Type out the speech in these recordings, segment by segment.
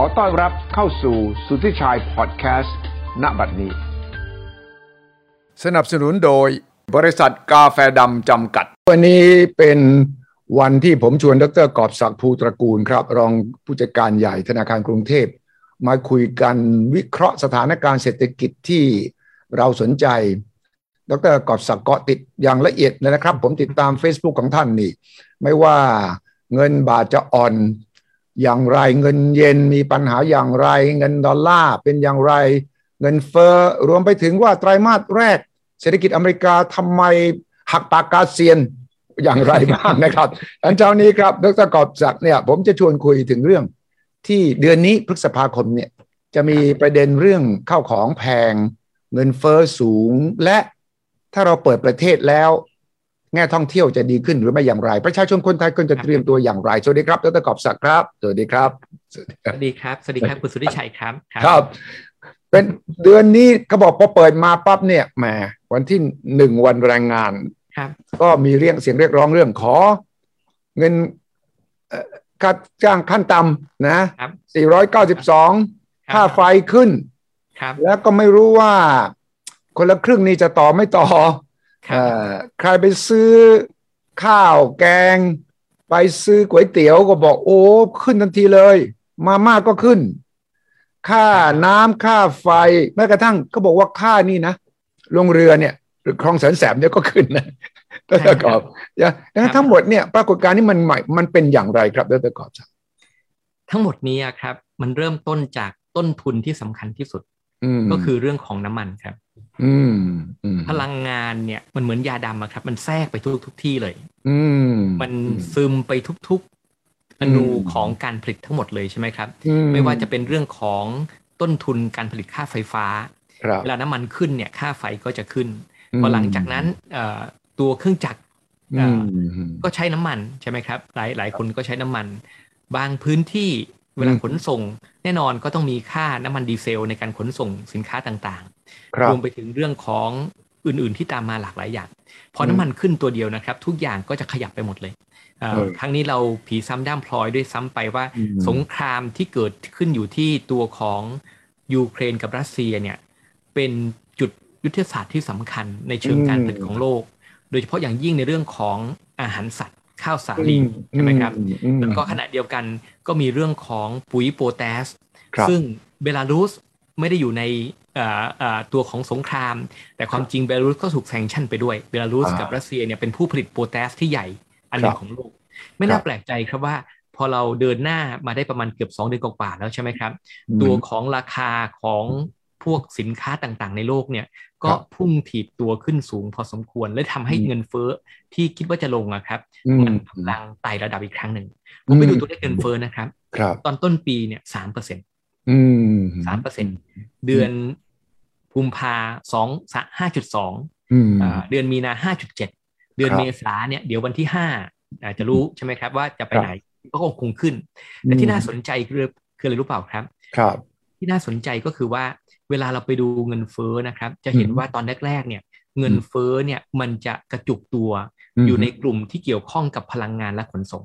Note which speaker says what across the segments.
Speaker 1: อต้อนรับเข้าสู่สุทธิชัยพอดแคสต์ณบัดนี้ สนับสนุนโดยบริษัทกาแฟดำจำกัด
Speaker 2: วันนี้เป็นวันที่ผมชวนดรกอบศักดิ์ภูตระกูลครับ รองผู้จัดการใหญ่ธนาคารกรุงเทพ มาคุยกันวิเคราะห์สถานการณ์เศรษฐกิจที่เราสนใจ ดรกอบศักดิ์เกาะติดอย่างละเอียดเลยนะครับ ผมติดตาม Facebook ของท่านนี่ ไม่ว่าเงินบาทจะอ่อน อย่างไรเงินเยนมีปัญหาอย่างไร เงินดอลลาร์เป็นอย่างไร เงินเฟอ้อรวมไปถึงว่าไตรามาสแรก เศรษฐกิจอเมริกาทำไมหักปากกาเซียนอย่างไรบ้าง นะครับ อันเช้านี้ครับดรกอบศักดิ์เนี่ยผมจะชวนคุยถึงเรื่อง ที่เดือนนี้พฤษภาคมเนี่ยจะมีประเด็นเรื่องข้าวของแพง เงินเฟอ้อสูง และถ้าเราเปิดประเทศแล้ว แง่ท่องเที่ยวจะดีขึ้นหรือไม่อย่างไร ประชาชนคนไทยควรจะเตรียมตัวอย่างไร สวัสดีครับดรกอบศักดิ์ครับสวัสดีครับ
Speaker 3: สวัสดีครับ สวัสดีครับคุณสุทธิชัยครับ
Speaker 2: ครับ เป็นเดือนนี้เขาบอกพอเปิดมาปั๊บเนี่ยแหมวันที่หนึ่งวันแรงงาน
Speaker 3: ครับ
Speaker 2: ก็มีเรียกเสียงเรียกร้องเรื่องขอ เงินเอ่อค่าจ้างขั้นต่ำนะครับ 492ค่าไฟขึ้น
Speaker 3: ครับ
Speaker 2: แล้วก็ไม่รู้ว่า คนละครึ่งนี่จะต่อไม่ต่อ
Speaker 3: ค
Speaker 2: เอ
Speaker 3: รับ
Speaker 2: อใครไปซื้อข้าวแกง ไปซื้อก๋วยเตี๋ยวก็บอกโอ้ขึ้นทันทีเลย มาม่าก็ขึ้น ค่าน้ำค่าไฟแม้กระทั่งก็บอกว่าค่านี่นะลงเรือเนี่ยหรือคลองแสนแสบเนี่ยก็ขึ้น นะด
Speaker 3: ใช่ค
Speaker 2: ร
Speaker 3: รับ
Speaker 2: กอบนะดัง
Speaker 3: ครั
Speaker 2: นั้น
Speaker 3: บ
Speaker 2: ทั้งหมดเนี่ยปรากฏการณ์นี้มันใหม่มันเป็นอย่างไรครับดรกอบครับ
Speaker 3: ทั้งหมดนี้อะครับ มันเริ่มต้นจากต้นทุนที่สำคัญที่สุด
Speaker 2: ม
Speaker 3: ก็คือเรื่องของน้ำมันครับ
Speaker 2: อืมอืม
Speaker 3: พลังงานเนี่ยมันเหมือนยาดำอะครับ มันแทรกไปทุกทุกที่เลย
Speaker 2: อืม
Speaker 3: มันซึมไปทุกๆอนู
Speaker 2: อืม
Speaker 3: ของการผลิตทั้งหมดเลยใช่ไหมครับ
Speaker 2: อื
Speaker 3: ไม่ว่าจะเป็นเรื่องของต้นทุนการผลิตค่าไฟฟ้า
Speaker 2: ครับ
Speaker 3: เวลาน้ำมันขึ้นเนี่ยค่าไฟก็จะขึ้นพอหลังจากนั้นเอ่อตัวเครื่องจักร
Speaker 2: อืม
Speaker 3: ก็ใช้น้ำมันใช่ไหมครับหลายหลายคนก็ใช้น้ำมัน บางพื้นที่เวลา
Speaker 2: อืม
Speaker 3: ขนส่ง แน่นอนก็ต้องมีค่าน้ำมันดีเซลในการขนส่งสินค้าต่าง
Speaker 2: ค
Speaker 3: ๆ
Speaker 2: รับ
Speaker 3: รวมไปถึงเรื่องของอื่นๆที่ตามมาหลากหลายอย่าง พอ
Speaker 2: อื
Speaker 3: น้ำ
Speaker 2: ม
Speaker 3: มันขึ้นตัวเดียวนะครับ ทุกอย่างก็จะขยับไปหมดเลยเอ่อ
Speaker 2: เออ
Speaker 3: ครั้งนี้เราผีซ้ำด้ามพลอยด้วยซ้ำไปว่า
Speaker 2: อืม
Speaker 3: สงครามที่เกิดขึ้นอยู่ที่ตัวของยูเครนกับรัสเซียเนี่ยเป็นจุดยุทธศาสตร์ที่สำคัญในเชิงการผลิตของโลก โดยเฉพาะอย่างยิ่งในเรื่องของอาหารสัตว์ข้าวสาลีใช่ไหมครับ
Speaker 2: อืม
Speaker 3: แล้วก็ขณะเดียวกันก็มีเรื่องของปุ๋ยโพแทส
Speaker 2: ครับ
Speaker 3: ซึ่งเบลารุสไม่ได้อยู่ในเอ่อเอ่อตัวของสงคราม แต่ความจริงเบลารุสก็ถูกแซงชั่นไปด้วยเบลารุส
Speaker 2: อ่ากั
Speaker 3: กับรัสเซียเนี่ยเป็นผู้ผลิตโพแทสที่ใหญ่อันห
Speaker 2: ค
Speaker 3: นึ่
Speaker 2: รั
Speaker 3: ง
Speaker 2: บ
Speaker 3: ของโลก
Speaker 2: ค
Speaker 3: ไม่
Speaker 2: รั
Speaker 3: น่า
Speaker 2: บ
Speaker 3: แปลกใจครับว่า พอเราเดินหน้ามาได้ประมาณเกือบ 2 เดือนกว่าๆแล้วใช่ไหมครับ ตัวของราคาของพวกสินค้าต่างๆ ในโลกเนี่ย
Speaker 2: ค
Speaker 3: ก็
Speaker 2: รับ
Speaker 3: พุ่งถีบตัวขึ้นสูงพอสมควร และทำให้
Speaker 2: อืม
Speaker 3: เงินเฟ้อที่คิดว่าจะลงอะครับ
Speaker 2: อืม
Speaker 3: มันกำลังไต่ระดับอีกครั้งหนึ่ง ผมไป
Speaker 2: อืม
Speaker 3: ดูตัวเลขเงินเฟ้อนะครับ
Speaker 2: ครับ
Speaker 3: ตอนต้นปีเนี่ยสามเปอร์เซ็น
Speaker 2: อืม
Speaker 3: สามเปอร์เซ็นเดือนกุมภาสองห้าจุดสอง
Speaker 2: อืม
Speaker 3: เดือนมีนาห้าจุดเจ็ดเดือน
Speaker 2: ครับ
Speaker 3: เมษาเนี่ยเดี๋ยววันที่ห้าอาจจะรู้ใช่ไหมครับ ว่าจะไป
Speaker 2: ครับ
Speaker 3: ไหนก็คงขึ้น แต่ที่น่าสนใจคือคืออะไรรู้เปล่าครับ
Speaker 2: ครับ
Speaker 3: ที่น่าสนใจก็คือว่าเวลาเราไปดูเงินเฟ้อนะครับ จะเห็น
Speaker 2: อืม
Speaker 3: ว่าตอนแรกๆเนี่ยเงินเฟ้อเนี่ยมันจะกระจุกตัว
Speaker 2: อืม
Speaker 3: อยู่ในกลุ่มที่เกี่ยวข้องกับพลังงานและขนส่ง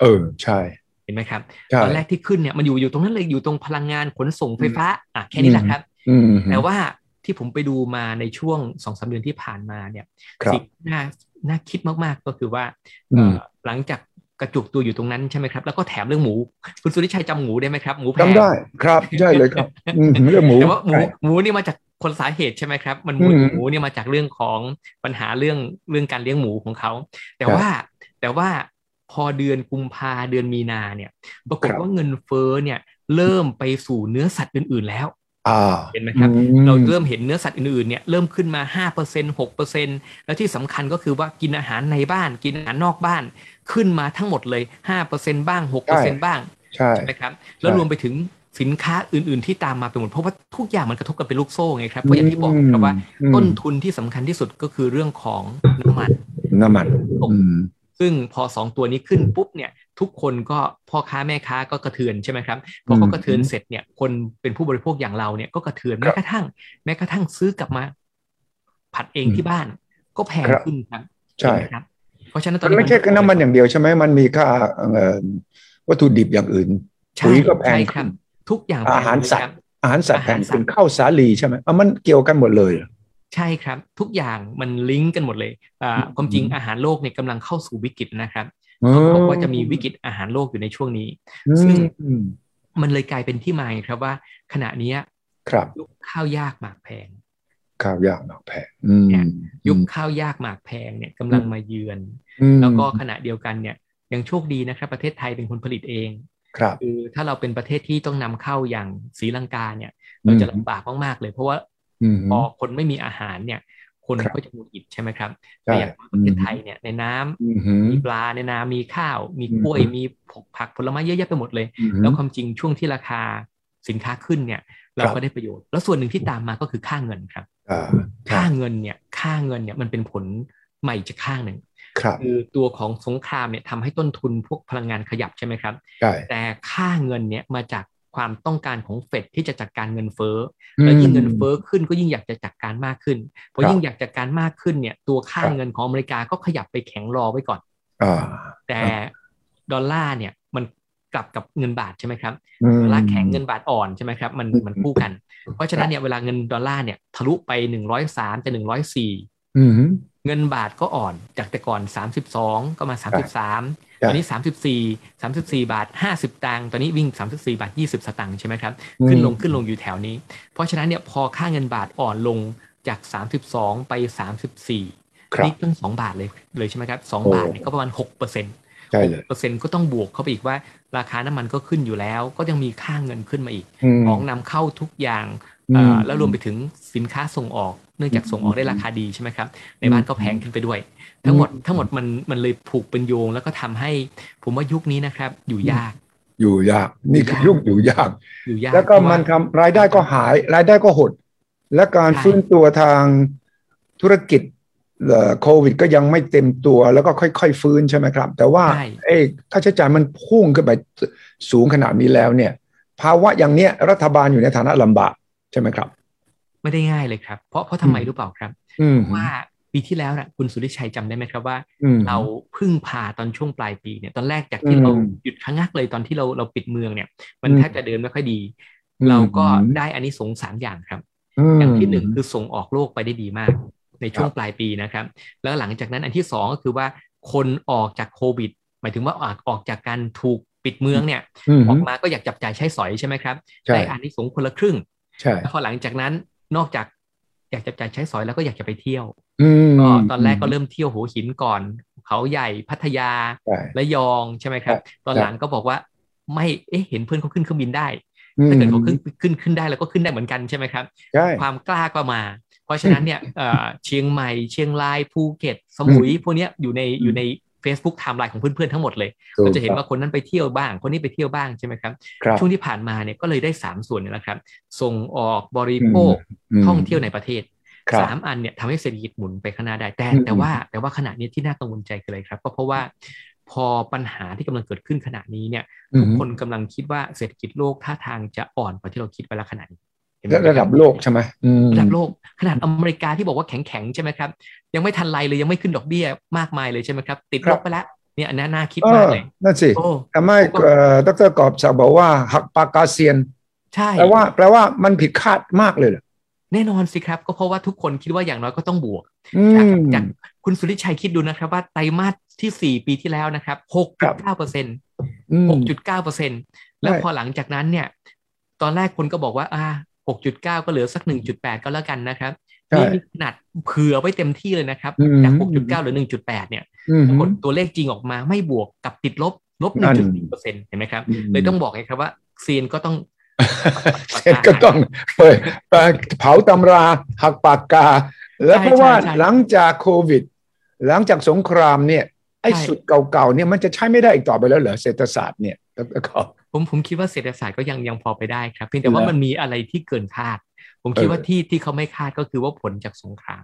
Speaker 2: เออ ใช่
Speaker 3: เห็นไหมครับ
Speaker 2: ใช่
Speaker 3: ตอนแรกที่ขึ้นเนี่ยมันอยู่อยู่ตรงนั้นเลยอยู่ตรงพลังงานขนส่งไฟฟ้าอ่ะแค่นี้แหละครับ
Speaker 2: อืม
Speaker 3: แต่ว่าที่ผมไปดูมาในช่วงสองสามเดือนที่ผ่านมาเนี่ย
Speaker 2: ครับ
Speaker 3: สิ่งที่น่าน่าคิดมากๆก็คือว่า
Speaker 2: อืม
Speaker 3: เอ่อหลังจากกระจุกตัวอยู่ตรงนั้นใช่ไหมครับ แล้วก็แถมเรื่องหมู คุณสุริชัยจำหมูได้ไหมครับหมูแพง
Speaker 2: จำได้ครับใช่เลยครับอืมเรื่องหมู
Speaker 3: แต่ว่าหมู
Speaker 2: ใช่
Speaker 3: หมูนี่มาจากคนสาเหตุใช่ไหมครับมันหมู
Speaker 2: อืม
Speaker 3: หมูเนี่ยมาจากเรื่องของปัญหาเรื่องเรื่องการเลี้ยงหมูของเขา แต่
Speaker 2: ครับ
Speaker 3: ว่าแต่ว่าพอเดือนกุมภาเดือนมีนาเนี่ย ปรากฏว่าเงินเฟ้อเนี่ยเริ่มไปสู่เนื้อสัตว์อื่น ๆ แล้ว
Speaker 2: อ่า
Speaker 3: เห็นไหมครับ
Speaker 2: อื
Speaker 3: เราเริ่มเห็นเนื้อสัตว์อื่นๆเนี่ยเริ่มขึ้นมา 5% 6%แล้วที่สำคัญก็คือว่ากินอาหารในบ้าน กินอาหารนอกบ้าน ขึ้นมาทั้งหมดเลย 5%บ้าง 6%บ้าง
Speaker 2: ใช่
Speaker 3: ใช่ไหมครับ แล้วรวมไปถึงสินค้าอื่นๆที่ตามมาเป็นหมดเพราะว่าทุกอย่างมันกระทบกันเป็นลูกโซ่ไงครับเพราะอย่างที่บอกครับว่า
Speaker 2: อืม
Speaker 3: ต้นทุนที่สำคัญที่สุดก็คือเรื่องของน้ำมัน
Speaker 2: น้ำมันอืม
Speaker 3: ซึ่งพอสองตัวนี้ขึ้นปุ๊บเนี่ยทุกคนก็พ่อค้าแม่ค้าก็กระเทือนใช่ไหมครับพอเขา
Speaker 2: อืม
Speaker 3: กระเทือนเสร็จเนี่ยคนเป็นผู้บริโภคอย่างเราเนี่ยก็กระเทือน
Speaker 2: ครั
Speaker 3: แม้
Speaker 2: บ
Speaker 3: กระทั่ง แม้กระทั่งซื้อกลับมา ผัดเอง
Speaker 2: อืม
Speaker 3: ที่บ้านก็แพง
Speaker 2: ครับ
Speaker 3: ขึ้นครับ
Speaker 2: ใช่
Speaker 3: เห็นไหมครับ เพราะฉะนั้นตอน
Speaker 2: มัน
Speaker 3: นี้
Speaker 2: ไม่ใช่แค่น้ำมันอย่างเดียวใช่ไหมมันมีค่าเอ่อวัตถุดิบอย่างอื่น
Speaker 3: ใช่
Speaker 2: ปุ๋ยก็แพง
Speaker 3: ใช่ค
Speaker 2: ขึ้
Speaker 3: รับ
Speaker 2: น
Speaker 3: ทุกอย่าง
Speaker 2: อาหารสัตว์
Speaker 3: แปลง
Speaker 2: อาหารสัตว์แพง
Speaker 3: อาหารสัต
Speaker 2: ขึ้
Speaker 3: ว์
Speaker 2: นข้าวสาลีใช่ไหมอ่ะมันเกี่ยวกันหมดเลยเหรอ
Speaker 3: ใช่ครับ ทุกอย่างมันลิงก์กันหมดเลยอ่า
Speaker 2: อืม
Speaker 3: ความจริงอาหารโลกเนี่ยกำลังเข้าสู่วิกฤตนะครับ
Speaker 2: อื
Speaker 3: บอกว่าจะมีวิกฤตอาหารโลกอยู่ในช่วงนี้
Speaker 2: อืมอืม
Speaker 3: มันเลยกลายเป็นที่มาไงครับว่า ขณะเนี้ย
Speaker 2: ครับ
Speaker 3: ยุคข้าวยากหมากแพง
Speaker 2: ข้าวยากหมากแพงอืม
Speaker 3: เนี่ย ยุคข้าวยากหมากแพงเนี่ยกำลังมาเยือน
Speaker 2: อืม
Speaker 3: แล้วก็ขณะเดียวกันเนี่ยยังโชคดีนะครับ ประเทศไทยเป็นคนผลิตเอง
Speaker 2: ครับ
Speaker 3: คือถ้าเราเป็นประเทศที่ต้องนำเข้าอย่างศรีลังกาเนี่ยเราจะลำบากมากๆเลย เพราะว่า
Speaker 2: อืม
Speaker 3: พอคนไม่มีอาหารเนี่ย คน
Speaker 2: ครับ
Speaker 3: ก็จะหงุดหงิดใช่ไหมครับ
Speaker 2: ใช่
Speaker 3: แต่อย่างประเทศไทยเนี่ยในน้ำ
Speaker 2: อืมอืม
Speaker 3: มีปลาในน้ำมีข้าว มี
Speaker 2: อืม
Speaker 3: กล้วยมีผกผักผลไม้เยอะแยะไปหมดเลย
Speaker 2: อืม
Speaker 3: แล้วความจริงช่วงที่ราคาสินค้าขึ้นเนี่ย เรา
Speaker 2: ครับ
Speaker 3: ก็ได้ประโยชน์ แล้วส่วนหนึ่งที่ตามมาก็คือค่าเงินครับ
Speaker 2: อ่า
Speaker 3: ค่าเงินเนี่ยค่าเงินเนี่ยมันเป็นผลใหม่จากข้างหนึ่ง
Speaker 2: ครับ
Speaker 3: คือตัวของสงครามเนี่ยทำให้ต้นทุนพวกพลังงานขยับใช่ไหมครับ
Speaker 2: ใช่
Speaker 3: แต่ค่าเงินเนี่ยมาจากความต้องการของเฟดที่จะจัดการเงินเฟ้อแล้วยิ่งเงินเฟ้อขึ้นก็ยิ่งอยากจะจัดการมากขึ้นพอยิ่งอยากจัดการมากขึ้นเนี่ยตัวค่าเงินของอเมริกาก็ขยับไปแข็งรอไว้ก่อน
Speaker 2: อ่า
Speaker 3: แต่ดอลลาร์เนี่ยมันกลับกับเงินบาทใช่ไหมครับ
Speaker 2: อืม
Speaker 3: ดอลลาร์แข็งเงินบาทอ่อนใช่ไหมครับมัน
Speaker 2: อืม
Speaker 3: มันคู่กัน เพราะฉะนั้นเนี่ยเวลาเงินดอลลาร์เนี่ยทะลุไป 103จะ104
Speaker 2: อืม
Speaker 3: เงินบาทก็อ่อนจากแต่ก่อน 32 ก็มา
Speaker 2: ใช่
Speaker 3: 33 ตอนนี้ 34 34 บาท 50 ตังค์ตอนนี้วิ่ง 34 บาท 20 สตังค์ใช่ไหมครับ
Speaker 2: อืม
Speaker 3: ขึ้นลงขึ้นลงอยู่แถวนี้ เพราะฉะนั้นเนี่ยพอค่าเงินบาทอ่อนลงจาก 32 ไป 34
Speaker 2: ครับ
Speaker 3: นี่ตั้ง2บาทเลยเลยใช่ไหมครับ
Speaker 2: โอ้
Speaker 3: 2 บาทเนี่ยก็ประมาณ 6%เปอร์เซ็นต์
Speaker 2: ใช่เลย
Speaker 3: เปอร์เซ็นต์ก็ต้องบวกเข้าไปอีกว่า ราคาน้ำมันก็ขึ้นอยู่แล้ว ก็ยังมีค่าเงินขึ้นมาอีก
Speaker 2: ม
Speaker 3: ของนำเข้าทุกอย่าง
Speaker 2: อืม
Speaker 3: เอ่อแล้วรวมไปถึงสินค้าส่งออก เนื่องจากส่งออกได้ราคาดีใช่ไหมครับ ในบ้านก็แพงขึ้นไปด้วย ทั้งหมดทั้งหมดมันมันเลยผูกเป็นโยง แล้วก็ทำให้ผมว่ายุคนี้นะครับ อยู่ยาก
Speaker 2: อยู่ยากนี่คือยุ่งอยู่ยาก
Speaker 3: อยู่ยาก
Speaker 2: แล้วก็
Speaker 3: เพราะา
Speaker 2: มันทำรายได้ก็หาย รายได้ก็หด และการ
Speaker 3: ใช่
Speaker 2: ฟื้นตัวทางธุรกิจเอ่อโควิดก็ยังไม่เต็มตัวแล้วก็ค่อยๆฟื้นใช่ไหมครับ แต่ว่าเอ้ยค่าใช้จ่ายมันพุ่งขึ้นไปสูงขนาดนี้แล้วเนี่ย ภาวะอย่างเนี้ยรัฐบาลอยู่ในฐานะลำบากใช่ไหมครับ
Speaker 3: ไม่ได้ง่ายเลยครับ เพราะเพราะทำไมรู้เปล่าครับ
Speaker 2: อืม
Speaker 3: ว่าปีที่แล้วนะคุณสุริชัยจำได้ไหมครับว่า
Speaker 2: อืม
Speaker 3: เราเพึ่งพาตอนช่วงปลายปีเนี่ยตอนแรกจากที่เรา
Speaker 2: อืม
Speaker 3: หยุดชะงักเลยตอนที่เราเราปิดเมืองเนี่ย มัน
Speaker 2: อืม
Speaker 3: แทบจะเดินไม่ค่อยดี เราก็ได้อันนี้สงส์สามอย่างครับ
Speaker 2: ม
Speaker 3: อย่างที่หนึ่งคือส่งออกโลกไปได้ดีมาก ในช่วงปลายปีนะครับ แล้วหลังจากนั้นอันที่สองก็คือว่าคนออกจากโควิด หมายถึงว่าออกออกจากการถูกปิดเมืองเนี่ย
Speaker 2: ม
Speaker 3: ออกมาก็อยากจับจ่ายใช้สอยใช่ไหมครับ
Speaker 2: ใช่
Speaker 3: ได้อันนี้สงส์คนละครึ่ง
Speaker 2: ใช่
Speaker 3: แล้วพอหลังจากนั้นนอกจากอยากจับจ่ายใช้สอยแล้วก็อยากจะไปเที่ยว
Speaker 2: อืม
Speaker 3: ก็ตอนแรกก็เริ่มเที่ยวหัวหินก่อน เขาใหญ่พัทยา
Speaker 2: ใช่
Speaker 3: ระยองใช่ไหมครับ ตอนหลังก็บอกว่าไม่เอ๊ะเห็นเพื่อนเขาขึ้นเครื่องบินได้
Speaker 2: อืม
Speaker 3: ถ้าเกิดเขาขึ้นขึ้นขึ้นได้เราก็ขึ้นได้เหมือนกันใช่ไหมครับ
Speaker 2: ใช่
Speaker 3: ความกล้าก็มา เพราะฉะนั้นเนี่ยเอ่อเชียงใหม่ เชียงราย ภูเก็ต สมุย พวกเนี้ยอยู่ในอยู่ใน Facebook ไทม์ไลน์ของเพื่อนๆทั้งหมดเลย เราจะเห็นว่าคนนั้นไปเที่ยวบ้าง คนนี้ไปเที่ยวบ้างใช่ไหมครับ
Speaker 2: ครับ
Speaker 3: ช่วงที่ผ่านมาเนี่ยก็เลยได้ 3 ส่วนเนี่ยแหละครับ ส่งออกบริโภค ท่องเที่ยวในประเทศ
Speaker 2: ครับ
Speaker 3: สามอันเนี่ยทำให้เศรษฐกิจหมุนไปข้างหน้าได้ แต่
Speaker 2: อืม
Speaker 3: แต่ว่าแต่ว่าขณะนี้ที่น่ากังวลใจคืออะไรครับ ก็เพราะว่าพอปัญหาที่กำลังเกิดขึ้นขณะนี้เนี่ย
Speaker 2: อืม
Speaker 3: คนกำลังคิดว่าเศรษฐกิจโลกท่าทางจะอ่อนกว่าที่เราคิดไปแล้วขนาดนี้เห็นไหมคบ
Speaker 2: ระดับโลกใช่ไหมอืม
Speaker 3: ระดับโลกขนาดอเมริกาที่บอกว่าแข็งๆ ใช่ไหมครับ ยังไม่ทันไรเลยยังไม่ขึ้นดอกเบี้ยมากมายเลยใช่ไหมครับ ติด
Speaker 2: ครั
Speaker 3: ล
Speaker 2: บ
Speaker 3: บไปแล้วเนี่ยอันน่าน่าคิด
Speaker 2: เอ
Speaker 3: มาก
Speaker 2: อ
Speaker 3: เลย
Speaker 2: นั่นสิ
Speaker 3: โอ้
Speaker 2: ทำให้เอ่อดรกอบศักดิ์บอกว่าหักปากกาเซียน
Speaker 3: ใช่
Speaker 2: แปลว่าแปลว่ามันผิดคาดมากเลยเหรอ
Speaker 3: แน่นอนสิครับ ก็เพราะว่าทุกคนคิดว่าอย่างน้อยก็ต้องบวก
Speaker 2: อื
Speaker 3: จาก
Speaker 2: ม
Speaker 3: จากคุณสุริชัยคิดดูนะครับว่าไตรมาสที่ 4 ปีที่แล้วนะครับ
Speaker 2: ครับ
Speaker 3: 6.9เปอร์เซ็นต์
Speaker 2: อืม
Speaker 3: 6.9%แล้วพอหลังจากนั้นเนี่ย ตอนแรกคนก็บอกว่า อ่า 6.9 ก็เหลือสัก 1.8 ก็แล้วกันนะครับ
Speaker 2: ใช่
Speaker 3: นี่มีขนาดเผื่อไว้เต็มที่เลยนะครับ
Speaker 2: อืม
Speaker 3: จาก 6.9 หรือ 1.8 เนี่ย
Speaker 2: อืม
Speaker 3: ปรากฏตัวเลขจริงออกมาไม่บวกกับติดลบ ลบ
Speaker 2: นั่น
Speaker 3: 1.4%เห็นไหมครับ เลยต้องบอกไงครับว่าเซียนก็ต้อง
Speaker 2: เสร็จ ก็ต้องเปิดเผาตำราหักปากกา แล้วเพราะว่า
Speaker 3: ใช่ใช่
Speaker 2: หลังจากโควิด หลังจากสงครามเนี่ย ไอ้
Speaker 3: ใช่
Speaker 2: สุดเก่าๆเนี่ยมันจะใช้ไม่ได้อีกต่อไปแล้วเหรอเศรษฐศาสตร์เนี่ยดรกอบ
Speaker 3: ผมผมคิดว่าเศรษฐศาสตร์ก็ยังยังพอไปได้ครับ เพียงแต่ว่า
Speaker 2: แล้ว
Speaker 3: มันมีอะไรที่เกินคาด ผมคิด
Speaker 2: เออ
Speaker 3: ว่าที่ที่เขาไม่คาดก็คือว่าผลจากสงคราม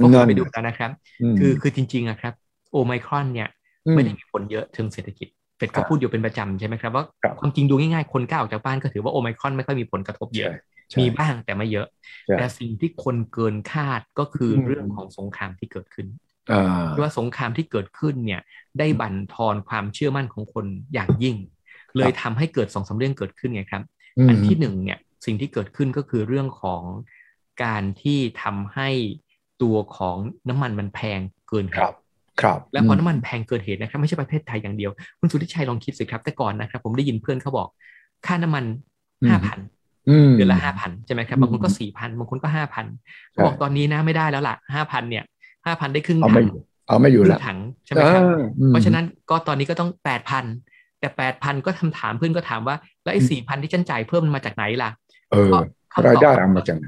Speaker 3: ก็ผ
Speaker 2: นั่
Speaker 3: ม
Speaker 2: น
Speaker 3: ไปดูแล้วนะครับ คือคือจริงๆอะครับโอไมครอนเนี่ย
Speaker 2: อืม
Speaker 3: ไม่ได้มีผลเยอะเชิงเศรษฐกิจเฟด
Speaker 2: ครั
Speaker 3: ก็
Speaker 2: บ
Speaker 3: พูดอยู่เป็นประจำใช่ไหมครับว่า
Speaker 2: ครับ
Speaker 3: ความจริงดูง่ายๆ คนก้าวออกจากบ้านก็ถือว่าโอไมครอนไม่ค่อยมีผลกระทบเยอะ
Speaker 2: ใช่
Speaker 3: มีบ้างแต่ไม่เยอะ
Speaker 2: ใช่
Speaker 3: แต่สิ่งที่คนเกินคาดก็คืออ
Speaker 2: ม
Speaker 3: เรื่องของสงครามที่เกิดขึ้น
Speaker 2: อ่า
Speaker 3: ที่ว่าสงครามที่เกิดขึ้นเนี่ยได้บั่นทอนความเชื่อมั่นของคนอย่างยิ่ง เลยทำให้เกิดสองสามเรื่องเกิดขึ้นไงครับ
Speaker 2: อืม
Speaker 3: อันที่หนึ่งเนี่ยสิ่งที่เกิดขึ้นก็คือเรื่องของการที่ทำให้ตัวของน้ำมันมันแพงเกินเห
Speaker 2: ครับ
Speaker 3: ตุ
Speaker 2: ครับ
Speaker 3: และพอน้ำมันแพงเกินเหตุนะครับ ไม่ใช่ประเทศไทยอย่างเดียว คุณสุทธิชัยลองคิดสิครับแต่ก่อนนะครับ ผมได้ยินเพื่อนเขาบอก ค่าน้ำมันห้าพัน
Speaker 2: ม
Speaker 3: เดือนละห้าพันใช่ไหมครับบางคนก็
Speaker 2: อืม
Speaker 3: สี่พันบางคนก็ห้าพัน
Speaker 2: ใช่
Speaker 3: บอกตอนนี้นะไม่ได้แล้วล่ะห้าพันเนี่ยห้าพันได้ครึ่ง
Speaker 2: เอา
Speaker 3: ถั
Speaker 2: ไม่อ
Speaker 3: ง
Speaker 2: ยู่เอาไม่อ
Speaker 3: ค
Speaker 2: ยู่
Speaker 3: รึ่
Speaker 2: แล้ว
Speaker 3: งถังใช่ไหมครับ
Speaker 2: อ่
Speaker 3: เพราะฉะนั้นก็ตอนนี้ก็ต้องแปดพันแต่แปดพันก็ทำถามเพื่อนก็ถามว่า แล้วไอ้สี่พันที่ฉันจ่ายเพิ่มมันมาจากไหนล่ะ
Speaker 2: เออ
Speaker 3: ก็คำตอบ
Speaker 2: รายได้เอามาจากไหน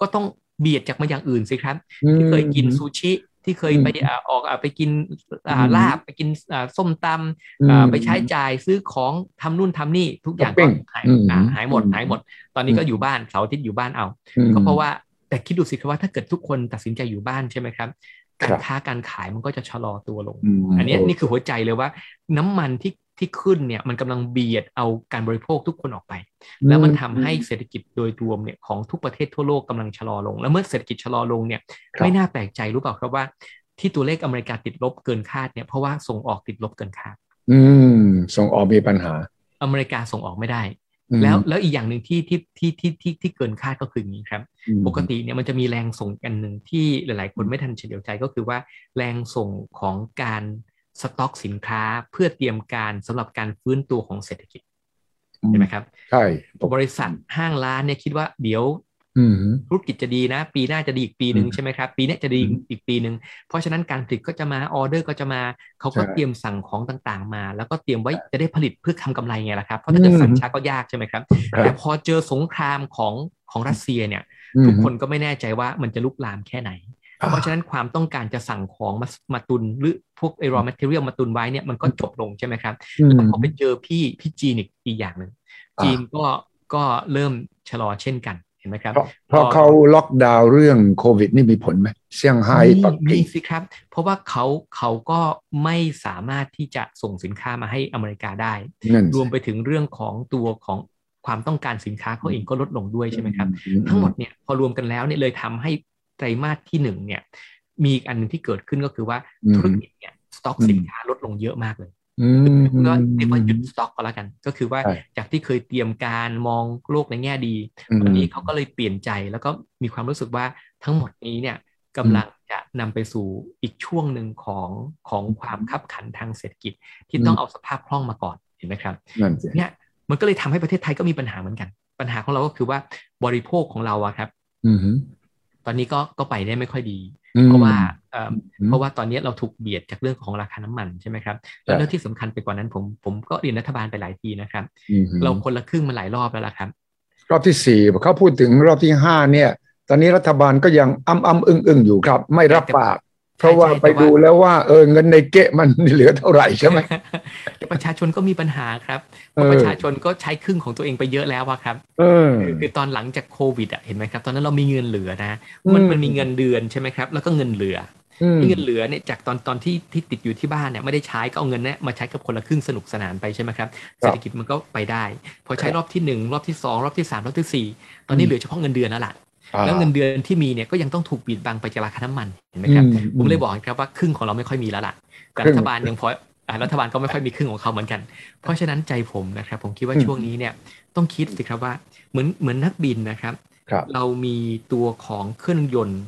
Speaker 3: ก็ต้องเบียดจากมาอย่างอื่นสิครับ
Speaker 2: อืม
Speaker 3: ที่เคยกินซูชิ ที่เคย
Speaker 2: อืม
Speaker 3: ไปอ่าออกอ่าไปกินอ่า
Speaker 2: อืม
Speaker 3: ลาบไปกินอ่าส้มตำ
Speaker 2: อืม
Speaker 3: อ่าไปใช้จ่ายซื้อของทำนู่นทำนี่ทุกอย่าง
Speaker 2: ช้อปปิ้ง
Speaker 3: ก็หาย
Speaker 2: อืม
Speaker 3: อ่าหายหมด
Speaker 2: อืม
Speaker 3: หายหมด ตอนนี้ก็
Speaker 2: อืม
Speaker 3: อยู่บ้านเสาร์อาทิตย์อยู่บ้านเอา
Speaker 2: อืม
Speaker 3: ก็เพราะว่าแต่คิดดูสิครับว่าถ้าเกิดทุกคนตัดสินใจอยู่บ้านใช่ไหมครับ
Speaker 2: ครั
Speaker 3: กา
Speaker 2: บ
Speaker 3: รค้าการขายมันก็จะชะลอตัวลง
Speaker 2: ม
Speaker 3: อันเนี้ย
Speaker 2: โ
Speaker 3: นี่คือหัวใจเลยว่าน้ำมันที่ที่ขึ้นเนี่ยมันกำลังเบียดเอาการบริโภคทุกคนออกไป แล้วมันทำให้เศรษฐกิจโดยรวมเนี่ยของทุกประเทศทั่วโลกกำลังชะลอลง แล้วเมื่อเศรษฐกิจชะลอลงเนี่ย
Speaker 2: ครับ
Speaker 3: ไม่น่าแปลกใจรู้เปล่าครับว่า ที่ตัวเลขอเมริกาติดลบเกินคาดเนี่ยเพราะว่าส่งออกติดลบเกินคาด
Speaker 2: อืมส่งออกมีปัญหา
Speaker 3: อเมริกาส่งออกไม่ได้
Speaker 2: อืม
Speaker 3: แล้วแล้วอีกอย่างหนึ่งที่ที่ที่ที่ที่ที่เกินคาดก็คืออย่างนี้ครับ
Speaker 2: อืม
Speaker 3: ปกติเนี่ยมันจะมีแรงส่งอันหนึ่งที่หลาย ๆ คนไม่ทันเฉลียวใจก็คือว่าแรงส่งของการสต็อกสินค้าเพื่อเตรียมการสำหรับการฟื้นตัวของเศรษฐกิจ
Speaker 2: อืม
Speaker 3: ใช่ไหมครับ
Speaker 2: ใช่ปก
Speaker 3: บริษัทห้างร้านเนี่ยคิดว่าเดี๋ยว
Speaker 2: อืม
Speaker 3: ธุรกิจจะดีนะ ปีหน้าจะดีอีกปีหนึ่ง
Speaker 2: อืม
Speaker 3: ใช่ไหมครับปีเนี้ยจะดี
Speaker 2: อืม
Speaker 3: อีกปีหนึ่งเพราะฉะนั้นการผลิตก็จะมาออเดอร์ก็จะมาเขาก็
Speaker 2: ใช่
Speaker 3: เตรียมสั่งของต่างๆมา แล้วก็เตรียมไว้จะได้ผลิตเพื่อทำกำไรไงล่ะครับเพราะถ้าเกิด
Speaker 2: อืม
Speaker 3: สั่งช้าก็ยากใช่ไหมครับ
Speaker 2: ครับ
Speaker 3: แต่พอเจอสงครามของของรัสเซียเนี่ย ทุกคนก็ไม่แน่ใจว่ามันจะลุกลามแค่ไหน
Speaker 2: อ่า
Speaker 3: เพราะฉะนั้นความต้องการจะสั่งของมามาตุนหรือพวกไอรอแมทเทอเรียลมาตุนไว้เนี่ยมันก็จบลงใช่ไหมครับแล้วก็พอไปเจอพี่พี่จีนอีกอีกอย่างหนึ่ง
Speaker 2: อ่า
Speaker 3: จีนก็ก็เริ่มชะลอเช่นกันเห็นไหมครับ
Speaker 2: เพราะเพราะเขาล็อกดาวน์เรื่องโควิดนี่มีผลไหมเซี่ยงไฮ้
Speaker 3: มี
Speaker 2: ปัก
Speaker 3: มี
Speaker 2: กิ่ง
Speaker 3: สิครับ เพราะว่าเขาเขาก็ไม่สามารถที่จะส่งสินค้ามาให้อเมริกาได้
Speaker 2: นั่น
Speaker 3: รวมไปถึงเรื่องของตัวของความต้องการสินค้าเขาเองก็ลดลงด้วยใช่ไหมครับ
Speaker 2: อื
Speaker 3: ทั้งหมดเนี่ยพอรวมกันแล้วเนี่ยเลยทำให้ไตรมาสที่หนึ่งเนี่ยมีอีกอันหนึงที่เกิดขึ้นก็คือว่าธุรกิจเนี่ยสต็อกสินค้าลดลงเยอะมากเลย
Speaker 2: อืม
Speaker 3: ก็เรียกว่าหยุดสต็อกก็แล้วกัน ก็คือว่า
Speaker 2: ใช่
Speaker 3: จากที่เคยเตรียมการมองโลกในแง่ดี
Speaker 2: อืม
Speaker 3: ตอนนี้เขาก็เลยเปลี่ยนใจแล้วก็มีความรู้สึกว่าทั้งหมดนี้เนี่ยกำลังจะนำไปสู่อีกช่วงหนึ่งของของความคับขันทางเศรษฐกิจที่ต้อง
Speaker 2: อืม
Speaker 3: เอาสภาพคล่องมาก่อนเห็นไหมครับ
Speaker 2: นั่นสิ
Speaker 3: เนี่ยมันก็เลยทำให้ประเทศไทยก็มีปัญหาเหมือนกัน ปัญหาของเราก็คือว่าบริโภคของเราอะครับ
Speaker 2: อืม
Speaker 3: ตอนนี้ก็ก็ไปได้ไม่ค่อยดี
Speaker 2: อืม
Speaker 3: เพราะว่าเอ่อ
Speaker 2: อืม
Speaker 3: เพราะว่าตอนนี้เราถูกเบียดจากเรื่องของราคาน้ำมันใช่ไหมครับแล้วเรื่องที่สำคัญไปกว่านั้นผมผมก็เรียนรัฐบาลไปหลายทีนะครับ
Speaker 2: อืม
Speaker 3: เราคนละครึ่งมาหลายรอบแล้วล่ะครับ
Speaker 2: รอบที่สี่เขาพูดถึงรอบที่ห้าเนี่ย ตอนนี้รัฐบาลก็ยังอ้ำอ้ำอึ้งอึ้งอยู่ครับ ไม่รับปาก เพราะว่า
Speaker 3: ใช่ใช่แต่
Speaker 2: ไป
Speaker 3: ว่า
Speaker 2: ดูแล้วว่าเออเงินในเกะมัน เหลือเท่าไหร่ใช่ไหม
Speaker 3: แต่ ประชาชนก็มีปัญหาครับเพ
Speaker 2: เอ
Speaker 3: ราะ
Speaker 2: อ
Speaker 3: ประชาชนก็ใช้ครึ่งของตัวเองไปเยอะแล้วอะครับ
Speaker 2: เออ
Speaker 3: คือตอนหลังจากโควิดอะเห็นไหมครับ ตอนนั้นเรามีเงินเหลือนะมัน
Speaker 2: อืม
Speaker 3: มันมีเงินเดือนใช่ไหมครับ แล้วก็เงินเหลือ
Speaker 2: อืม
Speaker 3: ที่เงินเหลือเนี่ยจากตอนตอนที่ที่ติดอยู่ที่บ้านเนี่ยไม่ได้ใช้ก็เอาเงินเนี่ยมาใช้กับคนละครึ่งสนุกสนานไปใช่ไหมครับเศรษฐกิจมันก็ไปได้ พอใช้รอบที่หนึ่งรอบที่สองรอบที่สามรอบที่สี่ตอนนี้
Speaker 2: อืม
Speaker 3: เหลือเฉพาะเงินเดือนแล้วล่ะแล้วเงินเดือนที่มีเนี่ยก็ยังต้องถูกบีดบังไปจากราคาน้ำมันเห็นไหมครับ
Speaker 2: อืม
Speaker 3: ผมเลยบอกครับว่าครึ่งของเราไม่ค่อยมีแล้วล่ะแต่
Speaker 2: ครึ่ง
Speaker 3: รัฐบาลยังพออ่ารัฐบาลก็ไม่ค่อยมีครึ่งของเขาเหมือนกัน เพราะฉะนั้นใจผมนะครับผมคิดว่า
Speaker 2: อืม
Speaker 3: ช่วงนี้เนี่ยต้องคิดสิครับว่าเหมือนเหมือนนักบินนะครับ
Speaker 2: ครับ
Speaker 3: เรามีตัวของเครื่องยนต์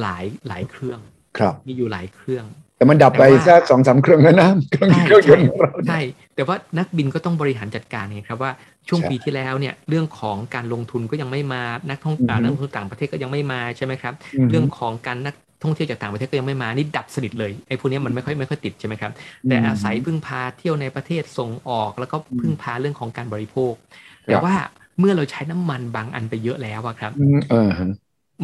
Speaker 3: หลายหลายเครื่อง
Speaker 2: ครับ
Speaker 3: มีอยู่หลายเครื่อง
Speaker 2: แต่มันดับไป
Speaker 3: แต่ว่า
Speaker 2: สักสองสามเครื่องแล้วนะเครื่อง
Speaker 3: ใช่
Speaker 2: เครื่องยนต์ของเรา
Speaker 3: ใช่ แต่ว่านักบินก็ต้องบริหารจัดการไงครับว่าช่วง
Speaker 2: ใช่
Speaker 3: ปีที่แล้วเนี่ยเรื่องของการลงทุนก็ยังไม่มานักท่อง
Speaker 2: อือฮึ
Speaker 3: อ่านักลงทุนต่างประเทศก็ยังไม่มาใช่ไหมครับ เรื่องของการนักท่องเที่ยวจากต่างประเทศก็ยังไม่มานี่ดับสนิทเลยไอ้พวกเนี้ยมันไม่ค่อยไม่ค่อยติดใช่ไหมครับแต่อาศัยพึ่งพาเที่ยวในประเทศส่งออก แล้วก็พึ่งพาเรื่องของการบริโภค แต่ว่าเมื่อเราใช้น้ำมันบางอันไปเยอะแล้วอะครับ
Speaker 2: อืมเออฮะ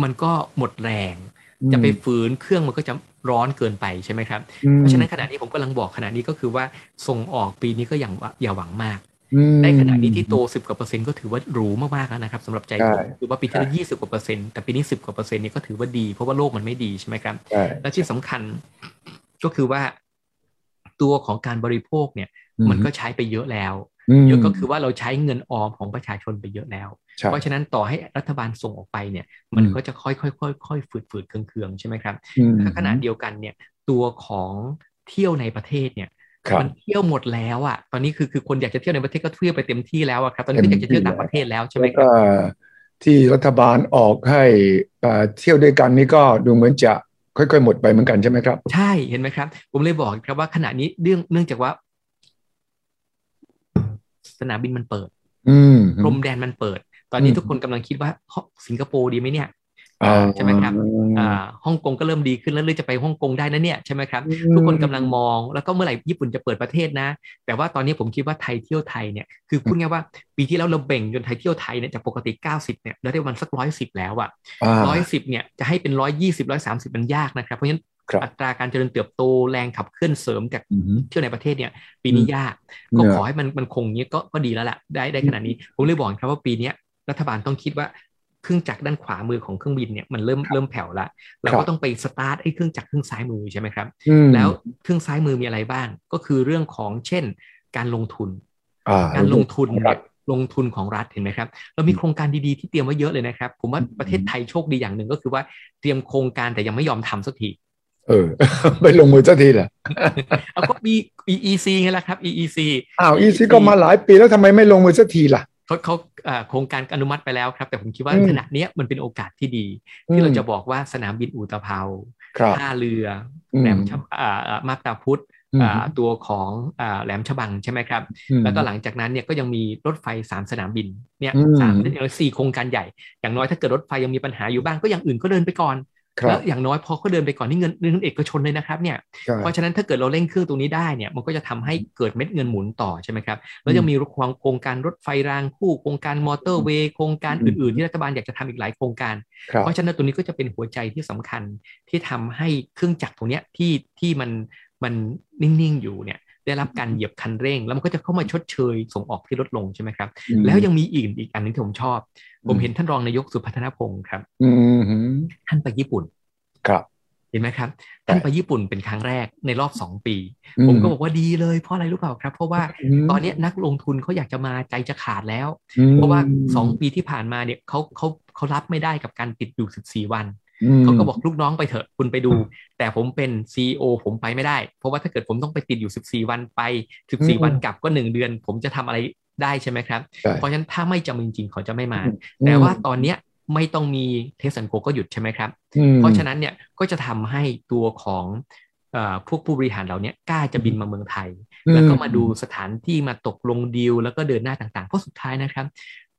Speaker 3: มันก็หมดแรง
Speaker 2: อืม
Speaker 3: จะไปฝืนเครื่องมันก็จะร้อนเกินไปใช่ไหมครับ
Speaker 2: อืม
Speaker 3: เพราะฉะนั้นขณะนี้ผมกำลังบอกขณะนี้ก็คือว่าส่งออกปีนี้ก็อย่างว่าอย่าหวังมาก
Speaker 2: อืม
Speaker 3: ในขณะนี้ที่โต 10 กว่าเปอร์เซ็นต์ก็ถือว่าหรูมากๆแล้วนะครับสำหรับใจผม
Speaker 2: ใช่
Speaker 3: ถือว่าปีที่แล้ว20 กว่าเปอร์เซ็นต์แต่ปีนี้ 10 กว่าเปอร์เซ็นต์เนี่ยก็ถือว่าดีเพราะว่าโลกมันไม่ดีใช่ไหมครับ
Speaker 2: ใช่
Speaker 3: และที่สำคัญก็คือว่า ตัวของการบริโภคเนี่ย มันก็ใช้ไปเยอะแล้ว
Speaker 2: ม
Speaker 3: เยอะก็คือว่าเราใช้เงินออมของประชาชนไปเยอะแล้ว
Speaker 2: ใช่
Speaker 3: เพราะฉะนั้นต่อให้รัฐบาลส่งออกไปเนี่ย มัน
Speaker 2: อืม
Speaker 3: ก็จะค่อยๆค่อยๆฝืดๆเคืองๆใช่ไหมครับ
Speaker 2: อืม
Speaker 3: ขณะเดียวกันเนี่ยตัวของเที่ยวในประเทศเนี่ย
Speaker 2: ครับ
Speaker 3: มันเที่ยวหมดแล้วอ่ะตอนนี้คือคือคนอยากจะเที่ยวในประเทศก็เที่ยวไปเต็มที่แล้วอ่ะครับตอนนี้ก็อยากจะเที่ยวต่างประเทศแล้วใช่ไหม
Speaker 2: แล้ว
Speaker 3: ครั
Speaker 2: ก็
Speaker 3: บ
Speaker 2: ที่รัฐบาลออกให้เอ่อเที่ยวด้วยกันนี่ก็ดูเหมือนจะค่อยๆ หมดไปเหมือนกันใช่ไหมครับ
Speaker 3: ใช่เห็นไหมครับ ผมเลยบอกครับว่าขณะนี้เรื่องเนื่องจากว่า สนามบินมันเปิด
Speaker 2: อืม
Speaker 3: พรมแดนมันเปิด ตอนนี้
Speaker 2: อืม
Speaker 3: ทุกคนกำลังคิดว่าเฮ้ยสิงคโปร์ดีไหมเนี่ย
Speaker 2: อ่า
Speaker 3: ใช่ไหมครับ อ่าฮ่องกงก็เริ่มดีขึ้นแล้วเลยจะไปฮ่องกงได้นะเนี่ยใช่ไหมครับ ทุกคนกำลังมองแล้วก็เมื่อไหร่ญี่ปุ่นจะเปิดประเทศนะ แต่ว่าตอนนี้ผมคิดว่าไทยเที่ยวไทยเนี่ยคือพูดง่ายๆว่าปีที่แล้วเราแบ่งจนไทยเที่ยวไทยเนี่ยจากปกติ 90เนี่ยเราได้วันสักร้อยสิบแล้วอะ
Speaker 2: อ่า
Speaker 3: ร้อยสิบเนี่ยจะให้เป็นร้อยยี่สิบร้อยสามสิบมันยากนะครับ เพราะฉะนั้น
Speaker 2: ครับ
Speaker 3: อัตราการเจริญเติบโตแรงขับเคลื่อนเสริมจาก
Speaker 2: อืม
Speaker 3: เที่ยวในประเทศเนี่ยปีนี้ยาก ก็
Speaker 2: เนี่ย
Speaker 3: ขอให้มันมันคงอย่างนี้ก็ก็ดีแล้วแหละได้ได้ขนาดนี้ผมเลยบอกครับว่าปีเนี้ยรัฐบาลต้องคิดว่าเครื่องจักรด้านขวามือของเครื่องบินเนี่ยมันเริ่มเริ่มแผ่วละเรา
Speaker 2: ครั
Speaker 3: ก็
Speaker 2: บ
Speaker 3: ต้องไปสตาร์ทไอ้เครื่องจักรเครื่องซ้ายมือใช่ไหมครับ
Speaker 2: อืม
Speaker 3: แล้วเครื่องซ้ายมือมีอะไรบ้าง ก็คือเรื่องของเช่น การลงทุน
Speaker 2: อ่า
Speaker 3: การลงทุน
Speaker 2: ครั
Speaker 3: เนี่ย
Speaker 2: บ
Speaker 3: ลงทุนของรัฐเห็นไหมครับ เรามีโครงการดีๆที่เตรียมไว้เยอะเลยนะครับ ผมว่า
Speaker 2: อืม
Speaker 3: ประเทศไทยโชคดีอย่างหนึ่งก็คือว่าเตรียมโครงการแต่ยังไม่ยอมทำสักที
Speaker 2: เออ ไปลงมือสักทีแหละ
Speaker 3: เอาก็มี EEC ไงล่ะครับ EEC
Speaker 2: อ้าวอีซี่ก็มาหลายปีแล้วทำไมไม่ลงมือสักทีล่ะ
Speaker 3: เขาเขาเอ่อโครงการอนุมัติไปแล้วครับ แต่ผมคิดว่า
Speaker 2: อืม
Speaker 3: ขณะเนี้ยมันเป็นโอกาสที่ดี
Speaker 2: อืม
Speaker 3: ที่เราจะบอกว่าสนามบินอู่ตะเภา
Speaker 2: ครับ
Speaker 3: ท่าเรือ
Speaker 2: อืม
Speaker 3: แหลมชะอ่าอ่ามาบตาพุธ
Speaker 2: อืม
Speaker 3: อ่าตัวของอ่าแหลมฉบังใช่ไหมครับ
Speaker 2: อืม
Speaker 3: แล้วก็หลังจากนั้นเนี่ยก็ยังมีรถไฟสามสนามบินเนี่ย
Speaker 2: อืม
Speaker 3: สามอย่างน้อยสี่โครงการใหญ่ อย่างน้อยถ้าเกิดรถไฟยังมีปัญหาอยู่บ้างก็อย่างอื่นก็เดินไปก่อน
Speaker 2: ครั
Speaker 3: แล้
Speaker 2: บ
Speaker 3: วอย่างน้อยพอเขาเดินไปก่อนนี่เงินเงินเอกชนเลยนะครับเนี่ย
Speaker 2: ใช่
Speaker 3: เพราะฉะนั้นถ้าเกิดเราเร่งเครื่องตรงนี้ได้เนี่ยมันก็จะทำให้เกิดเม็ดเงินหมุนต่อใช่ไหมครับแล้วยังมีโครงโครงการรถไฟรางคู่โครงการมอเตอร์เวย์โครงการอื่นๆที่รัฐบาลอยากจะทำอีกหลายโครงการ
Speaker 2: ครับ
Speaker 3: เพราะฉะนั้นตัวนี้ก็จะเป็นหัวใจที่สำคัญที่ทำให้เครื่องจักรตรงเนี้ยที่ที่มันมันนิ่ง ๆ อยู่เนี่ยได้รับการเหยียบคันเร่ง แล้วมันก็จะเข้ามาชดเชยส่งออกที่ลดลงใช่ไหมครับ แล้วยังมีอีกอีกอันหนึงที่ผมชอบ
Speaker 2: อืม
Speaker 3: ผมเห็นท่านรองนายกสุพัฒนพงศ์ครับ
Speaker 2: อืมอืม
Speaker 3: ท่านไปญี่ปุ่น
Speaker 2: ครับ
Speaker 3: เห็นไหมครับ ท่านไปญี่ปุ่นเป็นครั้งแรกในรอบ 2 ปี ผมก็บอกว่าดีเลยเพราะอะไรรู้เปล่าครับ เพราะว่าตอนเนี้ยนักลงทุนเขาอยากจะมาใจจะขาดแล้ว เพราะว่า 2 ปีที่ผ่านมาเนี่ยเขาเขาเขารับไม่ได้กับการติดอยู่ 14 วัน เขาก็บอกลูกน้องไปเถอะคุณไปดู แต่ผมเป็น CEO ผมไปไม่ได้ เพราะว่าถ้าเกิดผมต้องไปติดอยู่ 14 วันไป
Speaker 2: อืม
Speaker 3: 14 วันกลับก็ 1 เดือน ผมจะทำอะไรได้ใช่ไหมครับ
Speaker 2: ใช่
Speaker 3: เพราะฉะนั้นถ้าไม่จำเป็นจริงๆเขาจะไม่มา แต่ว่าตอนเนี้ยไม่ต้องมีเทสันโกก็หยุดใช่ไหมครับ
Speaker 2: อืม
Speaker 3: เพราะฉะนั้นเนี่ยก็จะทำให้ตัวของเอ่อพวกผู้บริหารเราเนี่ยกล้าจะบินมาเมืองไทย
Speaker 2: อืม
Speaker 3: แล้วก็มาดูสถานที่มาตกลงดีลแล้วก็เดินหน้าต่างๆ เพราะสุดท้ายนะครับ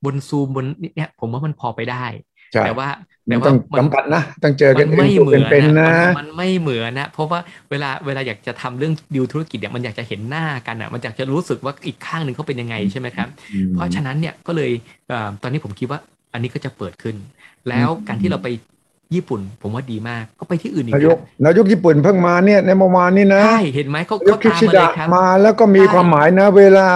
Speaker 3: บนซูมบนเนี่ยผมว่ามันพอไปได้
Speaker 2: ใช่
Speaker 3: แต่ว่า
Speaker 2: มัน
Speaker 3: แต่ว่า
Speaker 2: ต้อง
Speaker 3: มั
Speaker 2: สัมผัสนะ ต้องเจอกั
Speaker 3: มัน นไม่เหมือน
Speaker 2: เป็นๆ
Speaker 3: นะ
Speaker 2: นะ
Speaker 3: มันมันไม่เหมือนนะเพราะว่าเวลาเวลาอยากจะทำเรื่องดีลธุรกิจเนี่ยมันอยากจะเห็นหน้ากันอ่ะมันอยากจะรู้สึกว่าอีกข้างหนึ่งเขาเป็นยังไงใช่ไหมครับเพราะฉะนั้นเนี่ยก็เลยเอ่อตอนนี้ผมคิดว่าอันนี้ก็จะเปิดขึ้น แล้วการที่เราไปญี่ปุ่นผมว่าดีมากก็ไปที่อื่นอีก
Speaker 2: นายก
Speaker 3: ครับ
Speaker 2: นายกญี่ปุ่นเพิ่งมาเนี่ยในเมื่อวานนี่นะ
Speaker 3: ใช่เห็นไหมเขา
Speaker 2: นายก
Speaker 3: เขา
Speaker 2: คิ
Speaker 3: ตาม
Speaker 2: ชิ
Speaker 3: มาเล
Speaker 2: ดะ
Speaker 3: ยครับ
Speaker 2: มาแล้วก็มี
Speaker 3: ใช่
Speaker 2: ความหมายนะ เวลา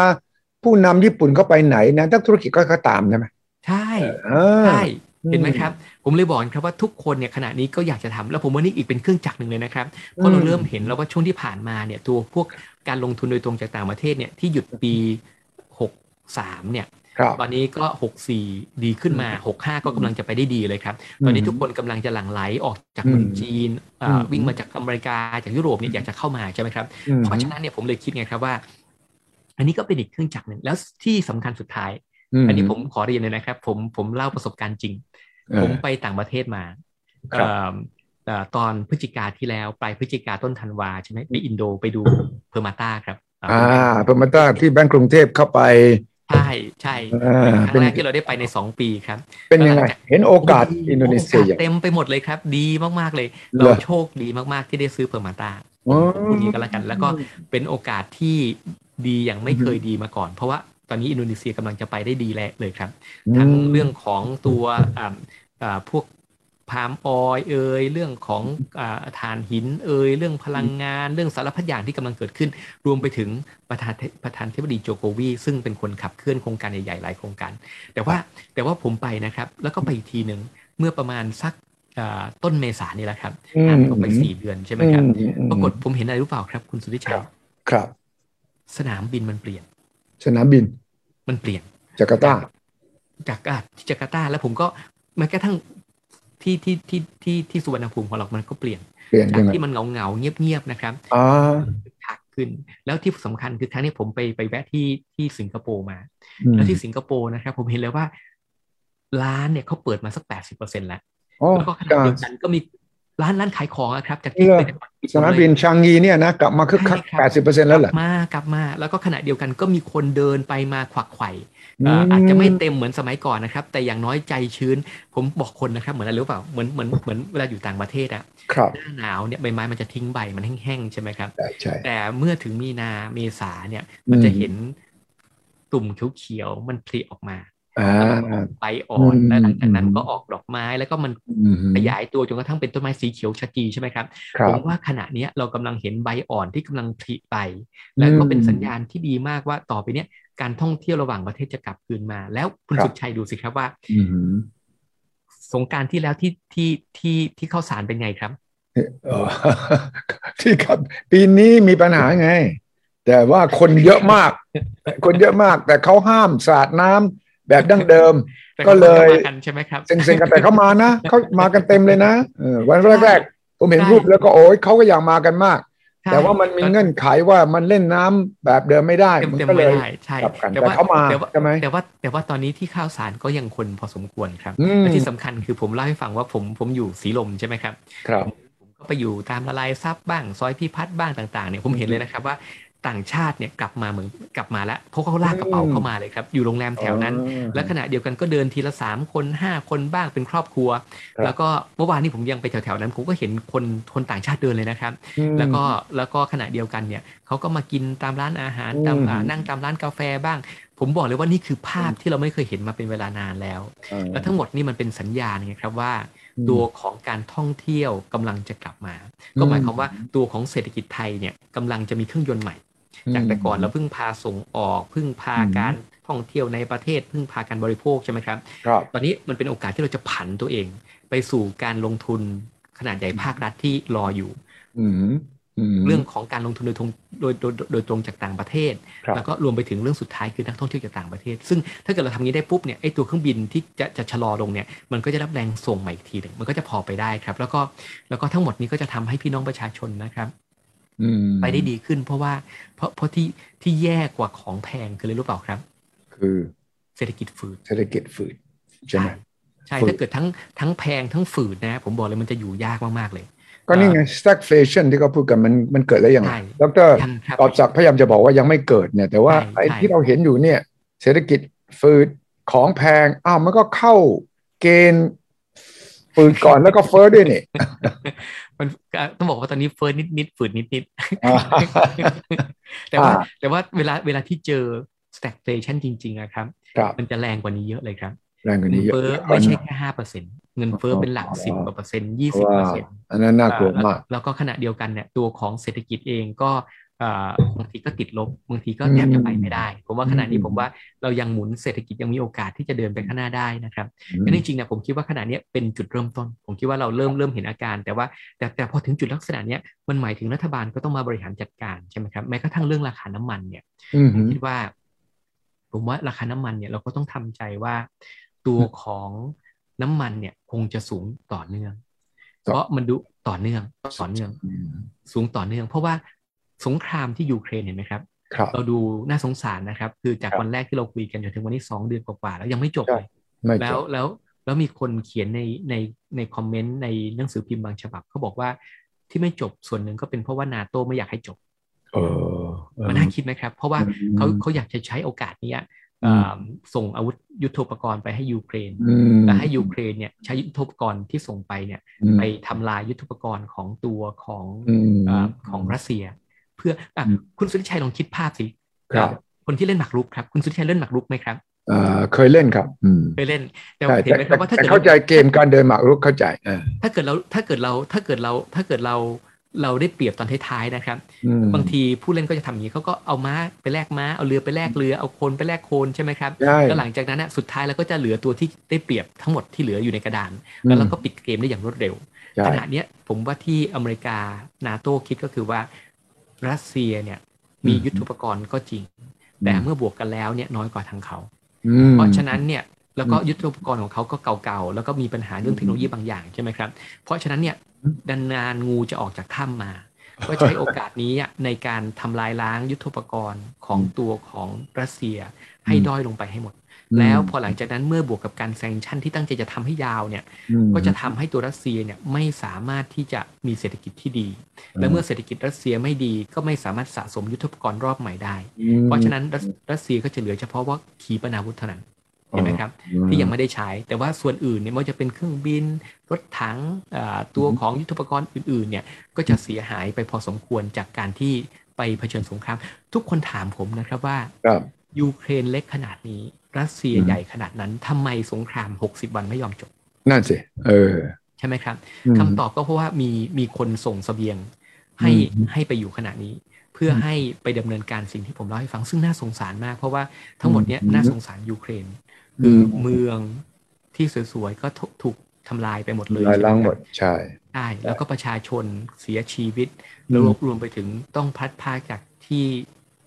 Speaker 2: ผู้นำญี่ปุ่นเข้าไปไหนนะนักธุรกิจก็ก็ตามใช่ไหม
Speaker 3: ใช่
Speaker 2: เออ
Speaker 3: ใช่เห็นไหมครับ ผมเลยบอกครับว่าทุกคนเนี่ยขณะนี้ก็อยากจะทำแล้วผมว่านี่อีกเป็นเครื่องจักรหนึ่งเลยนะครับ เพราะเราเริ่มเห็นแล้วว่าช่วงที่ผ่านมาเนี่ยตัวพวกการลงทุนโดยตรงจากต่างประเทศเนี่ยที่หยุดปี 63เนี่ย
Speaker 2: ครับ
Speaker 3: ตอนนี้ก็ 64 ดีขึ้นมา 65 ก็กำลังจะไปได้ดีเลยครับ ตอนนี้ทุกคนกำลังจะหลั่งไหลออกจากเมือง
Speaker 2: อืม
Speaker 3: จีนอ่า
Speaker 2: อืม
Speaker 3: วิ่งมาจากอเมริกาจากยุโรปเนี่ยอยากจะเข้ามาใช่ไหมครับ
Speaker 2: อืม
Speaker 3: เพราะฉะนั้นเนี่ยผมเลยคิดไงครับว่า อันนี้ก็เป็นอีกเครื่องจักรหนึ่งแล้วที่สำคัญสุดท้าย อันนี้ผมขอเรียนเลยนะครับ ผมผมเล่าประสบการณ์จริง
Speaker 2: เออ
Speaker 3: ผมไปต่างประเทศมา
Speaker 2: ครับ
Speaker 3: เอิ่มเอ่อตอนพฤศจิกาที่แล้วปลายพฤศจิกาต้นธันวาใช่ไหมไปอินโดไปดูเพอร์มาตาครับเอ่อ
Speaker 2: อ่าเพิ่มมาต้าที่แบงก์กรุงเทพเข้าไป
Speaker 3: ใช่ใช่
Speaker 2: เออ
Speaker 3: ครั้
Speaker 2: เป็
Speaker 3: ง
Speaker 2: น
Speaker 3: แรกที่เราได้ไปใน 2 ปีครับ
Speaker 2: เป็นยังไง เห็นโอกาสอินโดนีเซีย
Speaker 3: โอกา
Speaker 2: อย่าง
Speaker 3: สเต็มไปหมดเลยครับ ดีมากๆเลย
Speaker 2: เหรอ
Speaker 3: เราโชคดีมากๆที่ได้ซื้อเพอร์มาตา
Speaker 2: อ๋อ
Speaker 3: พูดอย่างนี้ก็แล้วกัน แล้วก็เป็นโอกาสที่ดีอย่างไม่เคยดีมาก่อน เพราะว่าตอนนี้อินโดนีเซียกำลังจะไปได้ดีแล้วเลยครับ ทั้งเรื่องของตัวอ่าอ่าพวกพาล์มออยล์เอ่ยเรื่องของอ่าถ่านหินเอ่ยเรื่องพลังงาน เรื่องสารพัดอย่างที่กำลังเกิดขึ้น รวมไปถึงประธานประธานเทบดีโจโกวีซึ่งเป็นคนขับเคลื่อนโครงการใหญ่ๆหลายโครงการ แต่ว่าแต่ว่าผมไปนะครับ แล้วก็ไปอีกทีหนึ่งเมื่อประมาณสักอ่าต้นเมษานี่แหละครับ
Speaker 2: อืม
Speaker 3: ห่างกันไปสี่เดือนใช่ไหมครับ
Speaker 2: อืมอืม
Speaker 3: ปรากฏผมเห็นอะไรรู้เปล่าครับคุณสุทธิชัย
Speaker 2: ครับ
Speaker 3: สนามบินมันเปลี่ยน
Speaker 2: สนามบิน
Speaker 3: มันเปลี่ยน
Speaker 2: จาการ์ตา
Speaker 3: จากอ่ะที่จาการ์ตาแล้วผมก็แม้กระทั่งที่ที่ที่ที่ที่สุวรรณภูมิของเรามันก็เปลี่ยน
Speaker 2: เปลี่ยน
Speaker 3: จา
Speaker 2: ยั
Speaker 3: ก
Speaker 2: งไง
Speaker 3: ที่มันเงาเงาๆเงียบๆนะครับ
Speaker 2: อ่า
Speaker 3: คึกคัก ขึ้น แล้วที่สำคัญคือครั้งนี้ผมไปไปแวะที่ที่สิงคโปร์มา
Speaker 2: อืม
Speaker 3: แล้วที่สิงคโปร์นะครับผมเห็นเลยว่าร้านเนี่ยเขาเปิดมาสักแปดสิบเปอร์เซ็นต์แล้ว
Speaker 2: โอ้
Speaker 3: แล้วก็ขณะเดียวกันก็มีร้านร้านขายของอะครับ จากที่
Speaker 2: เหรอ
Speaker 3: เป็นวัปิดหมดเลย
Speaker 2: สนามบินชางงีเนี่ยนะกลับมาคึกคัก
Speaker 3: ใช่ครับ
Speaker 2: แปดสิบเปอร์เซ็นต์แล้วเหรอก
Speaker 3: ลับมากลับมาแล้วก็ขณะเดียวกันก็มีคนเดินไปมาขวักไขว่ อ่าอาจจะไม่เต็มเหมือนสมัยก่อนนะครับ แต่อย่างน้อยใจชื้น ผมบอกคนนะครับ เหมือนอะไรรู้เปล่าเหมือนเหมือนเหมือนเวลาอยู่ต่างประเทศอะ
Speaker 2: ครับ
Speaker 3: หน้าหนาวเนี่ยใบไม้มันจะทิ้งใบมันแห้งๆใช่ไหมครับ
Speaker 2: ใช่ใช่
Speaker 3: แต่เมื่อถึงมีนาเมษาเนี่ย มันจะ
Speaker 2: อืม
Speaker 3: เห็นตุ่มเขียวๆมันพลิออกมา
Speaker 2: อ่า
Speaker 3: ใบอ่อน
Speaker 2: อืม
Speaker 3: แล้วหลังจากนั้นมันก็ออกดอกไม้แล้วก็มัน
Speaker 2: อืม
Speaker 3: ขยายตัวจนกระทั่งเป็นต้นไม้สีเขียวชะจีใช่ไหมครับ
Speaker 2: ครั
Speaker 3: ผ
Speaker 2: บ
Speaker 3: มว่าขณะเนี้ยเรากำลังเห็นใบอ่อนที่กำลังผลิไป แล้วก็เป็นสัญญาณที่ดีมากว่าต่อไปเนี้ยการท่องเที่ยวระหว่างประเทศจะกลับคืนมา แล้วคุณ
Speaker 2: ครับ
Speaker 3: สุดชัยดูสิครับว่า
Speaker 2: อืม
Speaker 3: สงกรารที่แล้วที่ที่ที่ที่เข้าสารเป็นไงครับ
Speaker 2: เออ ที่ครับ ปีนี้มีปัญหาไง แต่ว่าคนเยอะมาก คนเยอะมาก แต่เขาห้ามสาดน้ำแบบดั้งเดิม
Speaker 3: แต่
Speaker 2: ก็เลย
Speaker 3: มากันใช่ไหมครับ
Speaker 2: เซ็งๆกันแต่เขามานะเขามากันเต็มเลยนะเออวันแรกๆ ผมเห็นรูปแล้วก็โอ้ยเขาก็อยากมากันมาก
Speaker 3: ใช่
Speaker 2: แต่ว่ามันมีเงื่อนไขว่ามันเล่นน้ำแบบเดิมไม่ได้
Speaker 3: เต็ม
Speaker 2: มัน
Speaker 3: เต็ม
Speaker 2: ก็เล
Speaker 3: ไม่
Speaker 2: ย
Speaker 3: ได้ใช่
Speaker 2: กลับกันแต่เขามา
Speaker 3: แต่ว่า
Speaker 2: ใช่ไหม
Speaker 3: แต่ว่าแต่ว่าตอนนี้ที่เข้าวสารก็ยังคนพอสมควรครับ
Speaker 2: อืม
Speaker 3: และที่สำคัญคือผมเล่าให้ฟังว่าผมผมอยู่สีลมใช่ไหมครับ
Speaker 2: ครับ
Speaker 3: ผมก็ไปอยู่ตามละลายทรัพย์บ้าง ซอยพิพัฒน์บ้างต่างๆเนี่ยผมเห็นเลยนะครับว่าต่างชาติเนี่ยกลับมาเหมือนกลับมาแล้วเพราะเขาลากกระเป๋าเข้ามาเลยครับ อยู่โรงแรมแถวนั้น และขณะเดียวกันก็เดินทีละสามคนห้าคนบ้างเป็นครอบครัว
Speaker 2: ครับ
Speaker 3: แล้วก็เมื่อวานนี้ผมยังไปแถวๆนั้นผมก็เห็นคนคนต่างชาติเดินเลยนะครับ
Speaker 2: อืม
Speaker 3: แล้วก็แล้วก็ขณะเดียวกันเนี่ยเขาก็มากินตามร้านอาหารตาม
Speaker 2: อืม
Speaker 3: อ่านั่งตามร้านกาแฟบ้าง ผมบอกเลยว่านี่คือภาพที่เราไม่เคยเห็นมาเป็นเวลานานแล้ว
Speaker 2: อ่า
Speaker 3: และทั้งหมดนี่มันเป็นสัญญาณไงครับว่า
Speaker 2: อืม
Speaker 3: ตัวของการท่องเที่ยวกำลังจะกลับมา ก็หมายความว่าตัวของเศรษฐกิจไทยเนี่ยกำลังจะมีเครื่องยนต์ใหม่ จากแต่ก่อนเราเพิ่งพาส่งออกพึ่งพา
Speaker 2: อืม
Speaker 3: การท่องเที่ยวในประเทศพึ่งพาการบริโภคใช่ไหมครับ
Speaker 2: ครับ
Speaker 3: ตอนนี้มันเป็นโอกาสที่เราจะผันตัวเอง ไปสู่การลงทุนขนาดใหญ่ภาครัฐที่รออยู่
Speaker 2: อืมม
Speaker 3: เรื่องของการลงทุนโดยตรงโดยโดยโดยตรงจากต่างประเทศ
Speaker 2: ครับ
Speaker 3: แล้วก็รวมไปถึงเรื่องสุดท้ายคือนักท่องเที่ยวจากต่างประเทศ ซึ่งถ้าเกิดเราทำนี้ได้ปุ๊บเนี่ยไอ้ตัวเครื่องบินที่จะจะชะลอลงเนี่ยมันก็จะรับแรงส่งใหม่อีกทีหนึ่งมันก็จะพอไปได้ครับ แล้วก็แล้วก็ทั้งหมดนี้ก็จะทำให้พี่น้องประชาชนนะครับ
Speaker 2: อืม
Speaker 3: ไปได้ดีขึ้น เพราะว่าเพราะเพราะที่ที่แย่กว่าของแพงคือเลยรู้เปล่าครับ
Speaker 2: คือ
Speaker 3: เศรษฐกิจฝืด
Speaker 2: เศรษฐกิจฝืดใช่ไหม
Speaker 3: ใช่
Speaker 2: ฝืด
Speaker 3: ถ้าเกิดทั้งทั้งแพงทั้งฝืดนะผมบอกเลยมันจะอยู่ยากมากๆเลย
Speaker 2: ก็นี่ไง stagflation ที่เขาพูดกันมันมันเกิดแล้วยัง
Speaker 3: ใช่
Speaker 2: ดร
Speaker 3: ยังครับ
Speaker 2: ตอบศักดิ์พยายามจะบอกว่ายังไม่เกิดเนี่ย แต่ว่า
Speaker 3: ใช่
Speaker 2: ไอ้
Speaker 3: ใช่
Speaker 2: ที่เราเห็นอยู่เนี่ย เศรษฐกิจฝืดของแพงอ้าวมันก็เข้าเกณฑ์ฝืดก่อนแล้วก็เฟ้อด้วยนี่
Speaker 3: มันก็ต้องบอกว่าตอนนี้เฟิร์นนิดนิดๆฝืดนิด นิดๆ
Speaker 2: อ่า
Speaker 3: แต่ว่า
Speaker 2: อ่า
Speaker 3: แต่ว่าเวลาเวลาที่เจอ stagflation จริงๆนะครับ
Speaker 2: ครับ
Speaker 3: มันจะแรงกว่านี้เยอะเลยครับ
Speaker 2: แรงกว่า
Speaker 3: เงิ
Speaker 2: นี้
Speaker 3: น
Speaker 2: เยอะ
Speaker 3: เฟ้อไม่ใช่แค่ห้าเปอร์เซ็นต์เงินเฟ้อเป็นหลัก
Speaker 2: อ๋อ
Speaker 3: สิบกว่าเปอร์เซ็นต์ยี่สิบเปอร์เซ็นต์
Speaker 2: อันนั้นน่ากลัวมาก
Speaker 3: แล้วก็ขณะเดียวกันเนี่ยตัวของเศรษฐกิจเองก็เอ่อบางทีก็ติดลบบางทีก็แทบจะไปไม่ได้ ผมว่าขณะนี้
Speaker 2: อืม
Speaker 3: ผมว่าเรายังหมุนเศรษฐกิจยังมีโอกาสที่จะเดินไปข้างหน้าได้นะครับ อันนี้จริงๆนะผมคิดว่าขนาดนี้ยเป็นจุดเริ่มต้น ผมคิดว่าเราเริ่มเริ่มเห็นอาการ แต่ว่าแต่แต่พอถึงจุดลักษณะเนี้ยมันหมายถึงรัฐบาลก็ต้องมาบริหารจัดการใช่ไหมครับแม้กระทั่งเรื่องราคาน้ำมันเนี่ย
Speaker 2: อืม
Speaker 3: ผมคิดว่า ผมว่าราคาน้ำมันเนี่ยเราก็ต้องทำใจว่า ตัวของน้ำมันเนี่ยคงจะสูงต่อเนื่อง เพราะมันดูต่อเนื่องต่อเนื่อง
Speaker 2: อืม
Speaker 3: สูงต่อเนื่อง เพราะว่าสงครามที่ยูเครนเห็นไหมครับ
Speaker 2: ครับ
Speaker 3: เราดูน่าสงสารนะครับ คือจาก
Speaker 2: ครับ
Speaker 3: วันแรกที่เราคุยกันจนถึงวันนี้สองเดือนกว่าๆแล้วยังไม่จบ
Speaker 2: ใช่
Speaker 3: เลย
Speaker 2: ไม่
Speaker 3: แล้
Speaker 2: จ
Speaker 3: ว
Speaker 2: บ
Speaker 3: แล้วแล้วมีคนเขียนในในในคอมเมนต์ในหนังสือพิมพ์บางฉบับเขาบอกว่าที่ไม่จบส่วนหนึ่งก็เป็นเพราะว่านาโตไม่อยากให้จบ
Speaker 2: เออเออ
Speaker 3: มันน่าคิดไหมครับ เพราะว่าเขา
Speaker 2: อืม
Speaker 3: เขาอยากจะใช้โอกาสเนี้ย
Speaker 2: อืม
Speaker 3: เอ่อส่งอาวุธยุโทโธปกรณ์ไปให้ยูเครน
Speaker 2: อืม
Speaker 3: และให้ยูเครนเนี่ยใช้ยุโทโธปกรณ์ที่ส่งไปเนี่ย
Speaker 2: อืม
Speaker 3: ไปทำลายยุโทโธปกรณ์ของตัวของ
Speaker 2: อืม
Speaker 3: เอ่อของรัสเซีย เพื่ออ่ะ
Speaker 2: อืม
Speaker 3: คุณสุทธิชัยลองคิดภาพสิ
Speaker 2: ครับ
Speaker 3: คนที่เล่นหมากรุกครับคุณสุทธิชัยเล่นหมากรุกไหมครับ
Speaker 2: เอ่อเคยเล่นครับอืม
Speaker 3: เคยเล่นแต่
Speaker 2: ใช่
Speaker 3: เห็น
Speaker 2: แต่
Speaker 3: ไหมค
Speaker 2: แต่
Speaker 3: รับว่าถ้า
Speaker 2: แต่
Speaker 3: เกิด
Speaker 2: เข้าใจเกมการเดินหมากรุกเข้าใจอ่า
Speaker 3: ถ้าเกิดเราถ้าเกิดเราถ้าเกิดเราถ้าเกิดเราเราได้เปรียบตอนท้ายๆนะครับ
Speaker 2: อืม
Speaker 3: บางทีผู้เล่นก็จะทำอย่างนี้เขาก็เอาม้าไปแลกม้าเอาเรือไปแลกเรือเอาโคลนไปแลกโคลนใช่ไหมครับ
Speaker 2: ใช่
Speaker 3: แล้วหลังจากนั้นน่ะสุดท้ายเราก็จะเหลือตัวที่ได้เปรียบทั้งหมดที่เหลืออยู่ในกระดาน แล้วเราก็ปิดเกมได้อย่างรวดเร็ว
Speaker 2: ใช่
Speaker 3: ขณะเนี้ยผมว่าที่อเมริกานาโต้คิดก็คือว่ารัสเซียเนี่ยมียุทโธปกรณ์ก็จริง แต่เมื่อบวกกันแล้วเนี่ยน้อยกว่าทางเขา
Speaker 2: อืม
Speaker 3: เพราะฉะนั้นเนี่ยแล้วก็
Speaker 2: อืม
Speaker 3: ยุทธปกรณ์ของเขาก็เก่าๆ แล้วก็มีปัญหาเรื่องเทคโนโลยีบางอย่างใช่ไหมครับ เพราะฉะนั้นเนี่ย
Speaker 2: อืม
Speaker 3: ดันนานงูจะออกจากถ้ำมา ว่าใช้โอกาสนี้อะในการทำลายล้างยุทโธปกรณ์ของตัวของรัสเซียให้ด้อยลงไปให้หมด
Speaker 2: อืม
Speaker 3: แล้วพอหลังจากนั้นเมื่อบวกกับการแซงชั่นที่ตั้งใจจะทำให้ยาวเนี่ย
Speaker 2: อืม
Speaker 3: ก็จะทำให้ตัวรัสเซียเนี่ยไม่สามารถที่จะมีเศรษฐกิจที่ดี และเมื่อเศรษฐกิจรัสเซียไม่ดีก็ไม่สามารถสะสมยุทโธปกรณ์รอบใหม่ได้ เพราะฉะนั้นรัสรัสเซียก็จะเหลือเฉพาะว่าขีปนาวุธเท่านั้นเห็นไหมครับ ที่ยังไม่ได้ใช้ แต่ว่าส่วนอื่นเนี่ยไมันจะเป็นเครื่องบิน รถถังอ่าตัวของยุทโธปกรณ์อื่นๆเนี่ยก็จะเสียหายไปพอสมควรจากการที่ไปเผชิญสงคราม ทุกคนถามผมนะครับว่า
Speaker 2: ครับ
Speaker 3: ยูเครนเล็กขนาดนี้ รัสเซีย
Speaker 2: อืม
Speaker 3: ใหญ่ขนาดนั้นทำไมสงคราม 60 วันไม่ยอมจบ
Speaker 2: นั่นสิเออ
Speaker 3: ใช่ไหมครับ
Speaker 2: ม
Speaker 3: คำตอบก็เพราะว่ามีมีคนส่งเสบียงให้
Speaker 2: อืม
Speaker 3: ให้ไปอยู่ขณะนี้ เพื่ออให้ไปดำเนินการสิ่งที่ผมเล่าให้ฟังซึ่งน่าสงสารมาก เพราะว่าทั้งหมดเนี้ย
Speaker 2: อืม
Speaker 3: น่าสงสารยูเครน
Speaker 2: อื
Speaker 3: คือ
Speaker 2: ม
Speaker 3: เมืองที่สวยๆ ก็ถูกถูกทำลายไปหมดเลย
Speaker 2: ลายล้างหมดใช่
Speaker 3: ใช่แล้วก็ประชาชนเสียชีวิต แล้ว
Speaker 2: อืม
Speaker 3: รวมรวมไปถึงต้องพลัดพรากจากที่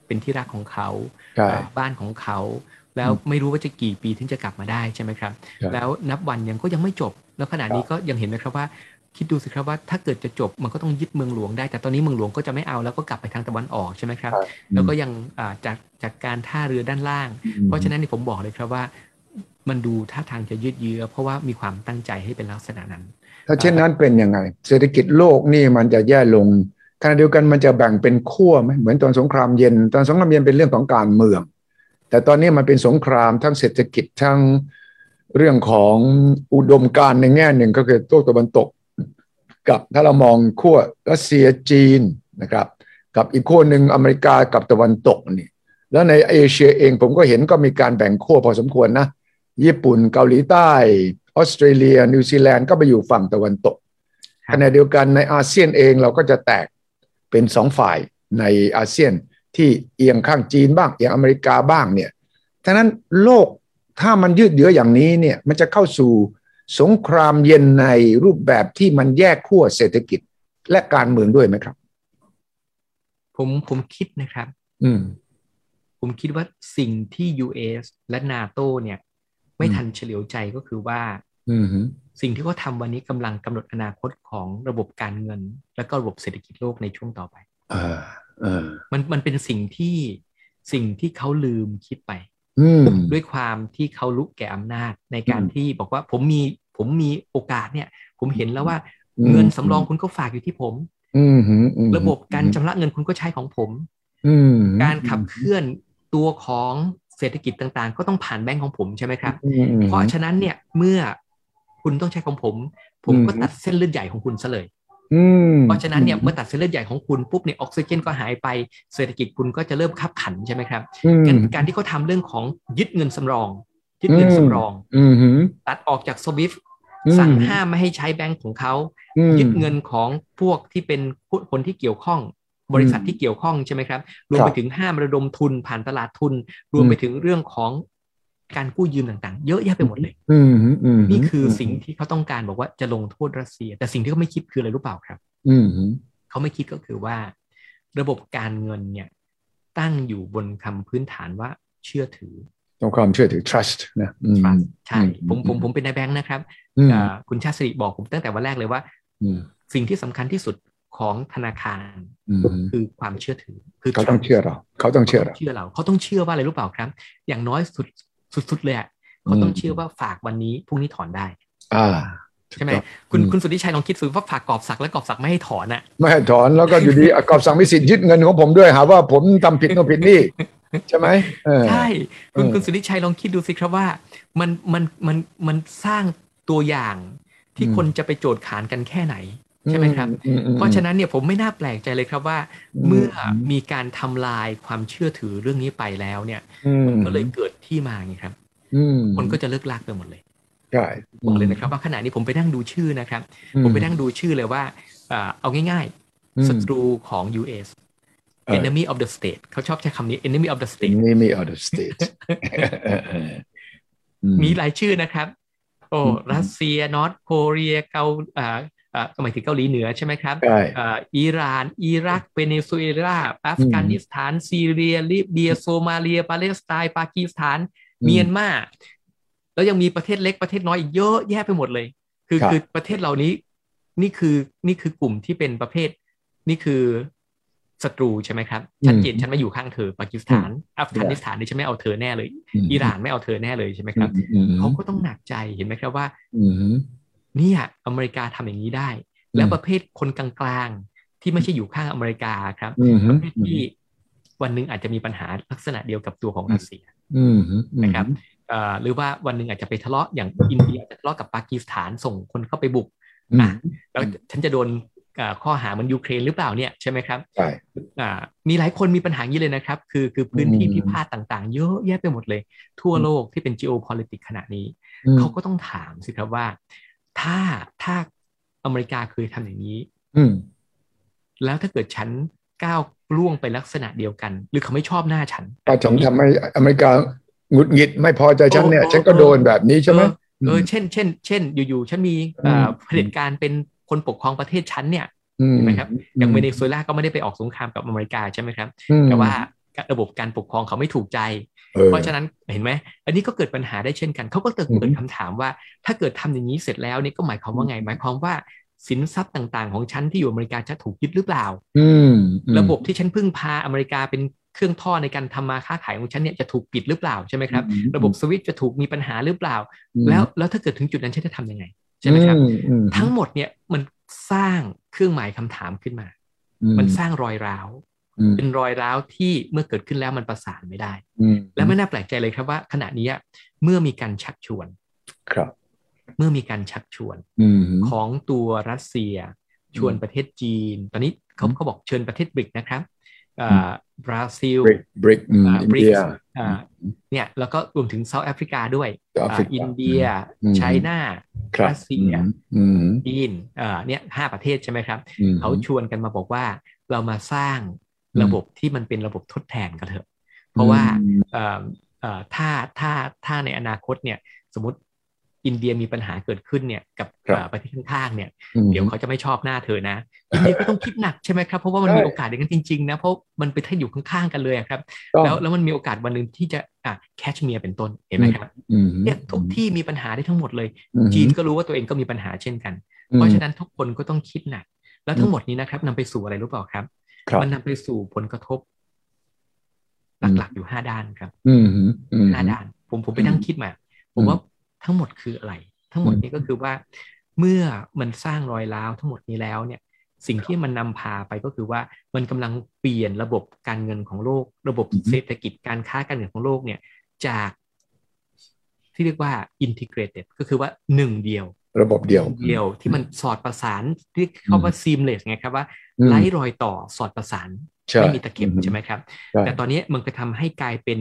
Speaker 3: เป็นที่รักของเขา
Speaker 2: ใช่
Speaker 3: อ่าบ้านของเขา แล้วไม่รู้ว่าจะกี่ปีถึงจะกลับมาได้ใช่ไหมครับ
Speaker 2: ใช่
Speaker 3: แล้วนับวันยังก็ยังไม่จบ แล้วขณะนี้ก็ยังเห็นไหมครับว่า คิดดูสิครับว่าถ้าเกิดจะจบมันก็ต้องยึดเมืองหลวงได้ แต่ตอนนี้เมืองหลวงก็จะไม่เอาแล้วก็กลับไปทางตะวันออกใช่ไหมครับ
Speaker 2: ใช่
Speaker 3: แล้วก็ยังอ่าจากจากการท่าเรือด้านล่าง เพราะฉะนั้นเนี่ยผมบอกเลยครับว่า มันดูท่าทางจะยืดเยื้อเพราะว่ามีความตั้งใจให้เป็นลักษณะนั้น
Speaker 2: ถ้าเช่นนั้นเป็นยังไง เศรษฐกิจโลกนี่มันจะแย่ลงขณะเดียวกันมันจะแบ่งเป็นขั้วไหมเหมือนตอนสงครามเย็น ตอนสงครามเย็นเป็นเรื่องของการเมือง แต่ตอนนี้มันเป็นสงครามทั้งเศรษฐกิจทั้งเรื่องของอุดมการณ์ในแง่หนึ่งก็คือโลกตะวันตก กับถ้าเรามองขั้วรัสเซียจีนนะครับ กับอีกขั้วหนึ่งอเมริกากับตะวันตกนี่แล้วในเอเชียเองผมก็เห็นก็มีการแบ่งขั้วพอสมควรนะ ญี่ปุ่นเกาหลีใต้ออสเตรเลีย นิวซีแลนด์ก็ไปอยู่ฝั่งตะวันตก
Speaker 3: ครับ
Speaker 2: ขณะเดียวกันในอาเซียนเองเราก็จะแตกเป็นสองฝ่ายในอาเซียนที่เอียงข้างจีนบ้างเอียงอเมริกาบ้างเนี่ยฉะนั้นโลกถ้ามันยืดเยื้ออย่างนี้เนี่ยมันจะเข้าสู่สงครามเย็นในรูปแบบที่มันแยกขั้วเศรษฐกิจและการเมืองด้วยไหมครับ
Speaker 3: ผมผมคิดนะครับ
Speaker 2: อืม
Speaker 3: ผมคิดว่าสิ่งที่ US และ NATO เนี่ย ไม่ทันเฉลียวใจก็คือว่า
Speaker 2: อืมฮึ
Speaker 3: สิ่งที่เขาทำวันนี้กำลังกำหนดอนาคตของระบบการเงิน และก็ระบบเศรษฐกิจโลกในช่วงต่อไป
Speaker 2: อ่าเอ่า
Speaker 3: มันมันเป็นสิ่งที่สิ่งที่เขาลืมคิดไป
Speaker 2: อืม
Speaker 3: ด้วยความที่เขารู้แก่อำนาจในการ
Speaker 2: อืม
Speaker 3: ที่บอกว่าผมมีผมมีโอกาสเนี่ย ผมเห็นแล้วว่า
Speaker 2: อืม
Speaker 3: เงินสำรองคุณก็ฝากอยู่ที่ผม
Speaker 2: อืมฮึอืมฮึ
Speaker 3: ระบบการชำระเงินคุณก็ใช้ของผม
Speaker 2: อืม
Speaker 3: การขับเคลื่อนตัวของเศรษฐกิจต่างๆ ก็ต้องผ่านแบงก์ของผมใช่ไหมครับ
Speaker 2: อืมอืม
Speaker 3: เพราะฉะนั้นเนี่ยเมื่อคุณต้องใช้ของผม ผมก็
Speaker 2: อืม
Speaker 3: ตัดเส้นเลือดใหญ่ของคุณซะเลย
Speaker 2: อืม
Speaker 3: เพราะฉะนั้นเนี่ยเมื่อตัดเส้นเลือดใหญ่ของคุณปุ๊บเนี่ยออกซิเจนก็หายไปเศรษฐกิจคุณก็จะเริ่มขับขันใช่ไหมครับ
Speaker 2: อืม
Speaker 3: งั้นการที่เขาทำเรื่องของยึดเงินสำรอง ยึดเงินสำรอง
Speaker 2: อืมหืม
Speaker 3: ตัดออกจากสวิฟ
Speaker 2: อืม
Speaker 3: สั่งห้ามไม่ให้ใช้แบงก์ของเขา
Speaker 2: อืม
Speaker 3: ยึดเงินของพวกที่เป็นผู้คนที่เกี่ยวข้อง บริษัทที่เกี่ยวข้องใช่ไหมครับ รวมไปถึงห้ามระดมทุนผ่านตลาดทุน รวมไปถึงเรื่องของการกู้ยืมต่างๆ เยอะแยะไปหมดเลย
Speaker 2: อืมหืมมหืม
Speaker 3: นี่คือสิ่งที่เขาต้องการบอกว่าจะลงโทษรัสเซีย แต่สิ่งที่เขาไม่คิดคืออะไรรู้เปล่าครับ
Speaker 2: อืมหืม
Speaker 3: เขาไม่คิดก็คือว่า ระบบการเงินเนี่ยตั้งอยู่บนคำพื้นฐานว่าเชื่อถือ
Speaker 2: ต้องความเชื่อถือ trust นะอื
Speaker 3: อ
Speaker 2: ม
Speaker 3: trust ใช่
Speaker 2: อืม
Speaker 3: ผมผม
Speaker 2: อืม
Speaker 3: ผมเป็นนายแบงค์นะครับ
Speaker 2: อืม
Speaker 3: อ่าคุณชาติสิริบอกผมตั้งแต่วันแรกเลยว่า
Speaker 2: อืม
Speaker 3: สิ่งที่สำคัญที่สุดของธนาคาร
Speaker 2: อืมหืม
Speaker 3: คือความเชื่อถือ คือ
Speaker 2: เขาต้องเชื่อเรา เขาต้องเชื่อเรา
Speaker 3: เชื่อเรา เขาต้องเชื่อว่าอะไรรู้เปล่าครับ อย่างน้อยสุดสุดสุดเลยอะเขาต้องเชื่อว่าฝากวันนี้พรุ่งนี้ถอนได้
Speaker 2: อ่า
Speaker 3: ใช่ไหม
Speaker 2: ถูกต้อง
Speaker 3: คุณ
Speaker 2: อืม
Speaker 3: คุณสุทธิชัยลองคิดสิว่าฝากกรอบสักดิ์และกรอบสักดิ์ไม่ให้ถอนอะ
Speaker 2: ไม่ให้ถอนแล้วก็ อยู่ดีกอบสังมิสิทธิ์ยึดเงินของผมด้วยหาว่าผมทำผิดโน่นผิดนี่ ใช่ไหมเออ
Speaker 3: ใช่คุณ
Speaker 2: เออ
Speaker 3: คุณสุทธิชัยลองคิดดูสิครับว่ามันมันมันมันสร้างตัวอย่างที่คนจะไปโจทย์ขานกันแค่ไหน ใช่ไหมครับ
Speaker 2: อือืม
Speaker 3: เพราะฉะนั้นเนี่ยผมไม่น่าแปลกใจเลยครับว่า
Speaker 2: อืม
Speaker 3: เมื่อมีการทำลายความเชื่อถือเรื่องนี้ไปแล้วเนี่ย
Speaker 2: อืม
Speaker 3: ก็เลยเกิดที่มาไงครับ
Speaker 2: อืม
Speaker 3: คนก็จะเลิกลากไปหมดเลย
Speaker 2: ใช่
Speaker 3: บอกเลยนะครับว่าขณะนี้ผมไปนั่งดูชื่อนะครับ ผมไปนั่งดูชื่อเลยว่าอ่าเอาง่าย
Speaker 2: อืม
Speaker 3: ๆศัตรูของ US
Speaker 2: เออ
Speaker 3: enemy of the state เขาชอบใช้คำนี้ enemy of the
Speaker 2: สิ่ง
Speaker 3: state
Speaker 2: นี้มี out of state เออเอออื
Speaker 3: มีหลายชื่อนะครับ โอ้
Speaker 2: อืม
Speaker 3: รัสเซียนอตโคเรียเกาอ่าอ่าหมายถึงเกาหลีเหนือใช่ไหมครับ
Speaker 2: ใช่
Speaker 3: อ่าอิหร่าน อิรักเวเนซุเอลาอัฟกานิสถาน ซีเรีย ลิเบีย โซมาเลีย ปาเลสไตน์ปากีสถาน เมียนมาแล้วยังมีประเทศเล็กประเทศน้อยอีกเยอะแยะไปหมดเลย คือ
Speaker 2: ครับ
Speaker 3: คือประเทศเหล่านี้ นี่คือนี่คือกลุ่มที่เป็นประเภท นี่คือศัตรูใช่ไหมครับ
Speaker 2: อืม
Speaker 3: ชัดเจนฉันไม่อยู่ข้างเธอปากีสถานอัฟกานิสถานนี่ฉันไม่เอาเธอแน่เลย
Speaker 2: อืม
Speaker 3: อิหร่านไม่เอาเธอแน่เลยใช่ไหมครับ
Speaker 2: อืม
Speaker 3: เขาก็ต้องหนักใจเห็นไหมครับว่า
Speaker 2: อืม
Speaker 3: เนี่ยอเมริกาทำอย่างนี้ได้
Speaker 2: ม
Speaker 3: แล้วประเภทคนกลางๆ ที่ไม่ใช่อยู่ข้างอเมริกาครับ
Speaker 2: อืม
Speaker 3: ประเภทที่วันหนึ่งอาจจะมีปัญหาลักษณะเดียวกับตัวของรัสเซีย
Speaker 2: อืม
Speaker 3: นะครับเอ่อหรือว่าวันหนึ่งอาจจะไปทะเลาะอย่างอินเดียอาจจะทะเลาะกับปากีสถานส่งคนเข้าไปบุก
Speaker 2: อืม
Speaker 3: แล้ว
Speaker 2: อืม
Speaker 3: ฉันจะโดนเอ่อข้อหาเหมันยูเครนหรือเปล่าเนี่ยใช่ไหมครับ
Speaker 2: ใช่
Speaker 3: อ่ามีหลายคนมีปัญหาอย่างนี้เลยนะครับ คือคือพื้นที่
Speaker 2: อืม
Speaker 3: พิพาทต่างๆ เยอะแยะไปหมดเลย ทั่วโลกที่เป็น geopolitics ขณะนี้
Speaker 2: อืม
Speaker 3: เขาก็ต้องถามสิครับว่า ถ้าถ้าอเมริกาเคยทำอย่างนี้
Speaker 2: อืม
Speaker 3: แล้วถ้าเกิดฉันก้าวล่วงไปลักษณะเเดียวกัน หรือเขาไม่ชอบหน้าฉัน
Speaker 2: ถ้าฉันทำให้อเมริกาหงุดหงิดไม่พอใจฉันเนี่ย ฉันก็โดนแบบนี้ใช่ไหม
Speaker 3: เออเช่นเช่นเช่น อยู่ๆฉันมีเอ่ออ
Speaker 2: ม
Speaker 3: เผด็จการเป็นคนปกครองประเทศฉันเนี่ย
Speaker 2: อืม
Speaker 3: เห็นไหมครับอย่างเวเนซุเอลาก็ไม่ได้ไปออกสงครามกับอเมริกาใช่ไหมครับ แต่ว่าระบบการปกครองเขาไม่ถูกใจ
Speaker 2: ออ
Speaker 3: เพราะฉะนั้นเห็นไหมอันนี้ก็เกิดปัญหาได้เช่นกัน เขาก็เกิด
Speaker 2: อืม
Speaker 3: เกิดคำถามว่า ถ้าเกิดทำอย่างนี้เสร็จแล้วเนี่ยก็หมายความว่าไง หมายความว่าสินทรัพย์ต่างๆ ของฉันที่อยู่อเมริกาจะถูกยึดหรือเปล่า
Speaker 2: อืม
Speaker 3: ระบบที่ฉันพึ่งพาอเมริกาเป็นเครื่องท่อในการทำมาค้าขายของฉันเนี่ยจะถูกปิดหรือเปล่าใช่ไหมครับระบบสวิตช์จะถูกมีปัญหาหรือเปล่า แล้วแล้วถ้าเกิดถึงจุดนั้นฉันจะทำยังไงใช่ไหมครับ
Speaker 2: อือืม
Speaker 3: ทั้งหมดเนี่ยมันสร้างเครื่องหมายคำถามขึ้นมา มันสร้างรอยร้าว
Speaker 2: อืม
Speaker 3: เป็นรอยร้าวที่เมื่อเกิดขึ้นแล้วมันประสานไม่ได้
Speaker 2: อืม
Speaker 3: และไม่น่าแปลกใจเลยครับว่าขณะนี้เมื่อมีการชักชวน
Speaker 2: ครับ
Speaker 3: เมื่อมีการชักชวน
Speaker 2: อืม
Speaker 3: ของตัวรัสเซีย ชวนประเทศจีน ตอนนี้เขา
Speaker 2: อืม
Speaker 3: เขาบอกเชิญประเทศบริกนะครับอ่า
Speaker 2: อืม
Speaker 3: บราซิล
Speaker 2: บริกบริกอืม
Speaker 3: อ่า
Speaker 2: อินเดี
Speaker 3: BRICS
Speaker 2: ย
Speaker 3: อ่าเนี่ยแล้วก็รวมถึงเซาท์แอฟริกาด้วย
Speaker 2: แอฟ
Speaker 3: อ่าก
Speaker 2: ริา
Speaker 3: อินเดีย
Speaker 2: อืม
Speaker 3: ไชน่า
Speaker 2: ครับ
Speaker 3: รัสเซีย
Speaker 2: อืม
Speaker 3: จีนอ่าเนี่ยห้าประเทศใช่ไหมครับ
Speaker 2: อืม
Speaker 3: เขาชวนกันมาบอกว่าเรามาสร้าง
Speaker 2: อืม
Speaker 3: ระบบที่มันเป็นระบบทดแทนกันเถอะ เพราะว่า เอ่อเอ่อถ้าถ้าถ้าในอนาคตเนี่ยสมมติอินเดียมีปัญหาเกิดขึ้นเนี่ยกับ
Speaker 2: ครับ
Speaker 3: เอ่อประเทศข้างๆเนี่ย
Speaker 2: อืม
Speaker 3: เดี๋ยวเขาจะไม่ชอบหน้าเธอนะ อินเดียก็ต้องคิดหนักใช่ไหมครับเพราะว่ามัน
Speaker 2: ใช่
Speaker 3: มีโอกาสอย่างนั้นจริงๆนะเพราะมันไปถ้าอยู่ข้างๆกันเลยอะครับ
Speaker 2: ต้อง
Speaker 3: แล้วแล้วมันมีโอกาสวันหนึ่งที่จะอ่ะแคชเมียร์เป็นต้นเห็นไหมครับ
Speaker 2: อืม
Speaker 3: เนี่ยทุกที่มีปัญหาได้ทั้งหมดเลย
Speaker 2: อืม
Speaker 3: จีนก็รู้ว่าตัวเองก็มีปัญหาเช่นกัน เพราะฉะนั้นทุกคนก็ต้องคิดหนัก แล้วทั้งหมดนี้นะครับนำไปสู่อะไรรู้เปล่าครับ
Speaker 2: ครับ
Speaker 3: มันนำไปสู่ผลกระทบ หลักๆอยู่ห้าด้านครับ
Speaker 2: อืมอืม
Speaker 3: ห้าด้านผมผมไปนั่งคิดมา ผ
Speaker 2: อื
Speaker 3: ม
Speaker 2: ม
Speaker 3: ว่าทั้งหมดคืออะไร ทั้งหมด
Speaker 2: อืม
Speaker 3: นี้ก็คือว่า เมื่อมันสร้างรอยร้าวทั้งหมดนี้แล้วเนี่ย สิ่งที่มันนำพาไปก็คือว่ามันกำลังเปลี่ยนระบบการเงินของโลก ระบบเศรษฐกิจการค้าการเงินของโลกเนี่ย จากที่เรียกว่า integrated ก็คือว่าหนึ่งเดียว
Speaker 2: ระบบเดียว
Speaker 3: เดียวที่มันสอดประสานเรียกเขาว่า seamless ไงครับว่าไร้รอยต่อสอดประสาน
Speaker 2: ใช่
Speaker 3: ไม่มีตะเข็บ
Speaker 2: อืม
Speaker 3: ใช่ไหมครับ
Speaker 2: ใช่
Speaker 3: แต่ตอนนี้มันก็ทำให้กลายเป็น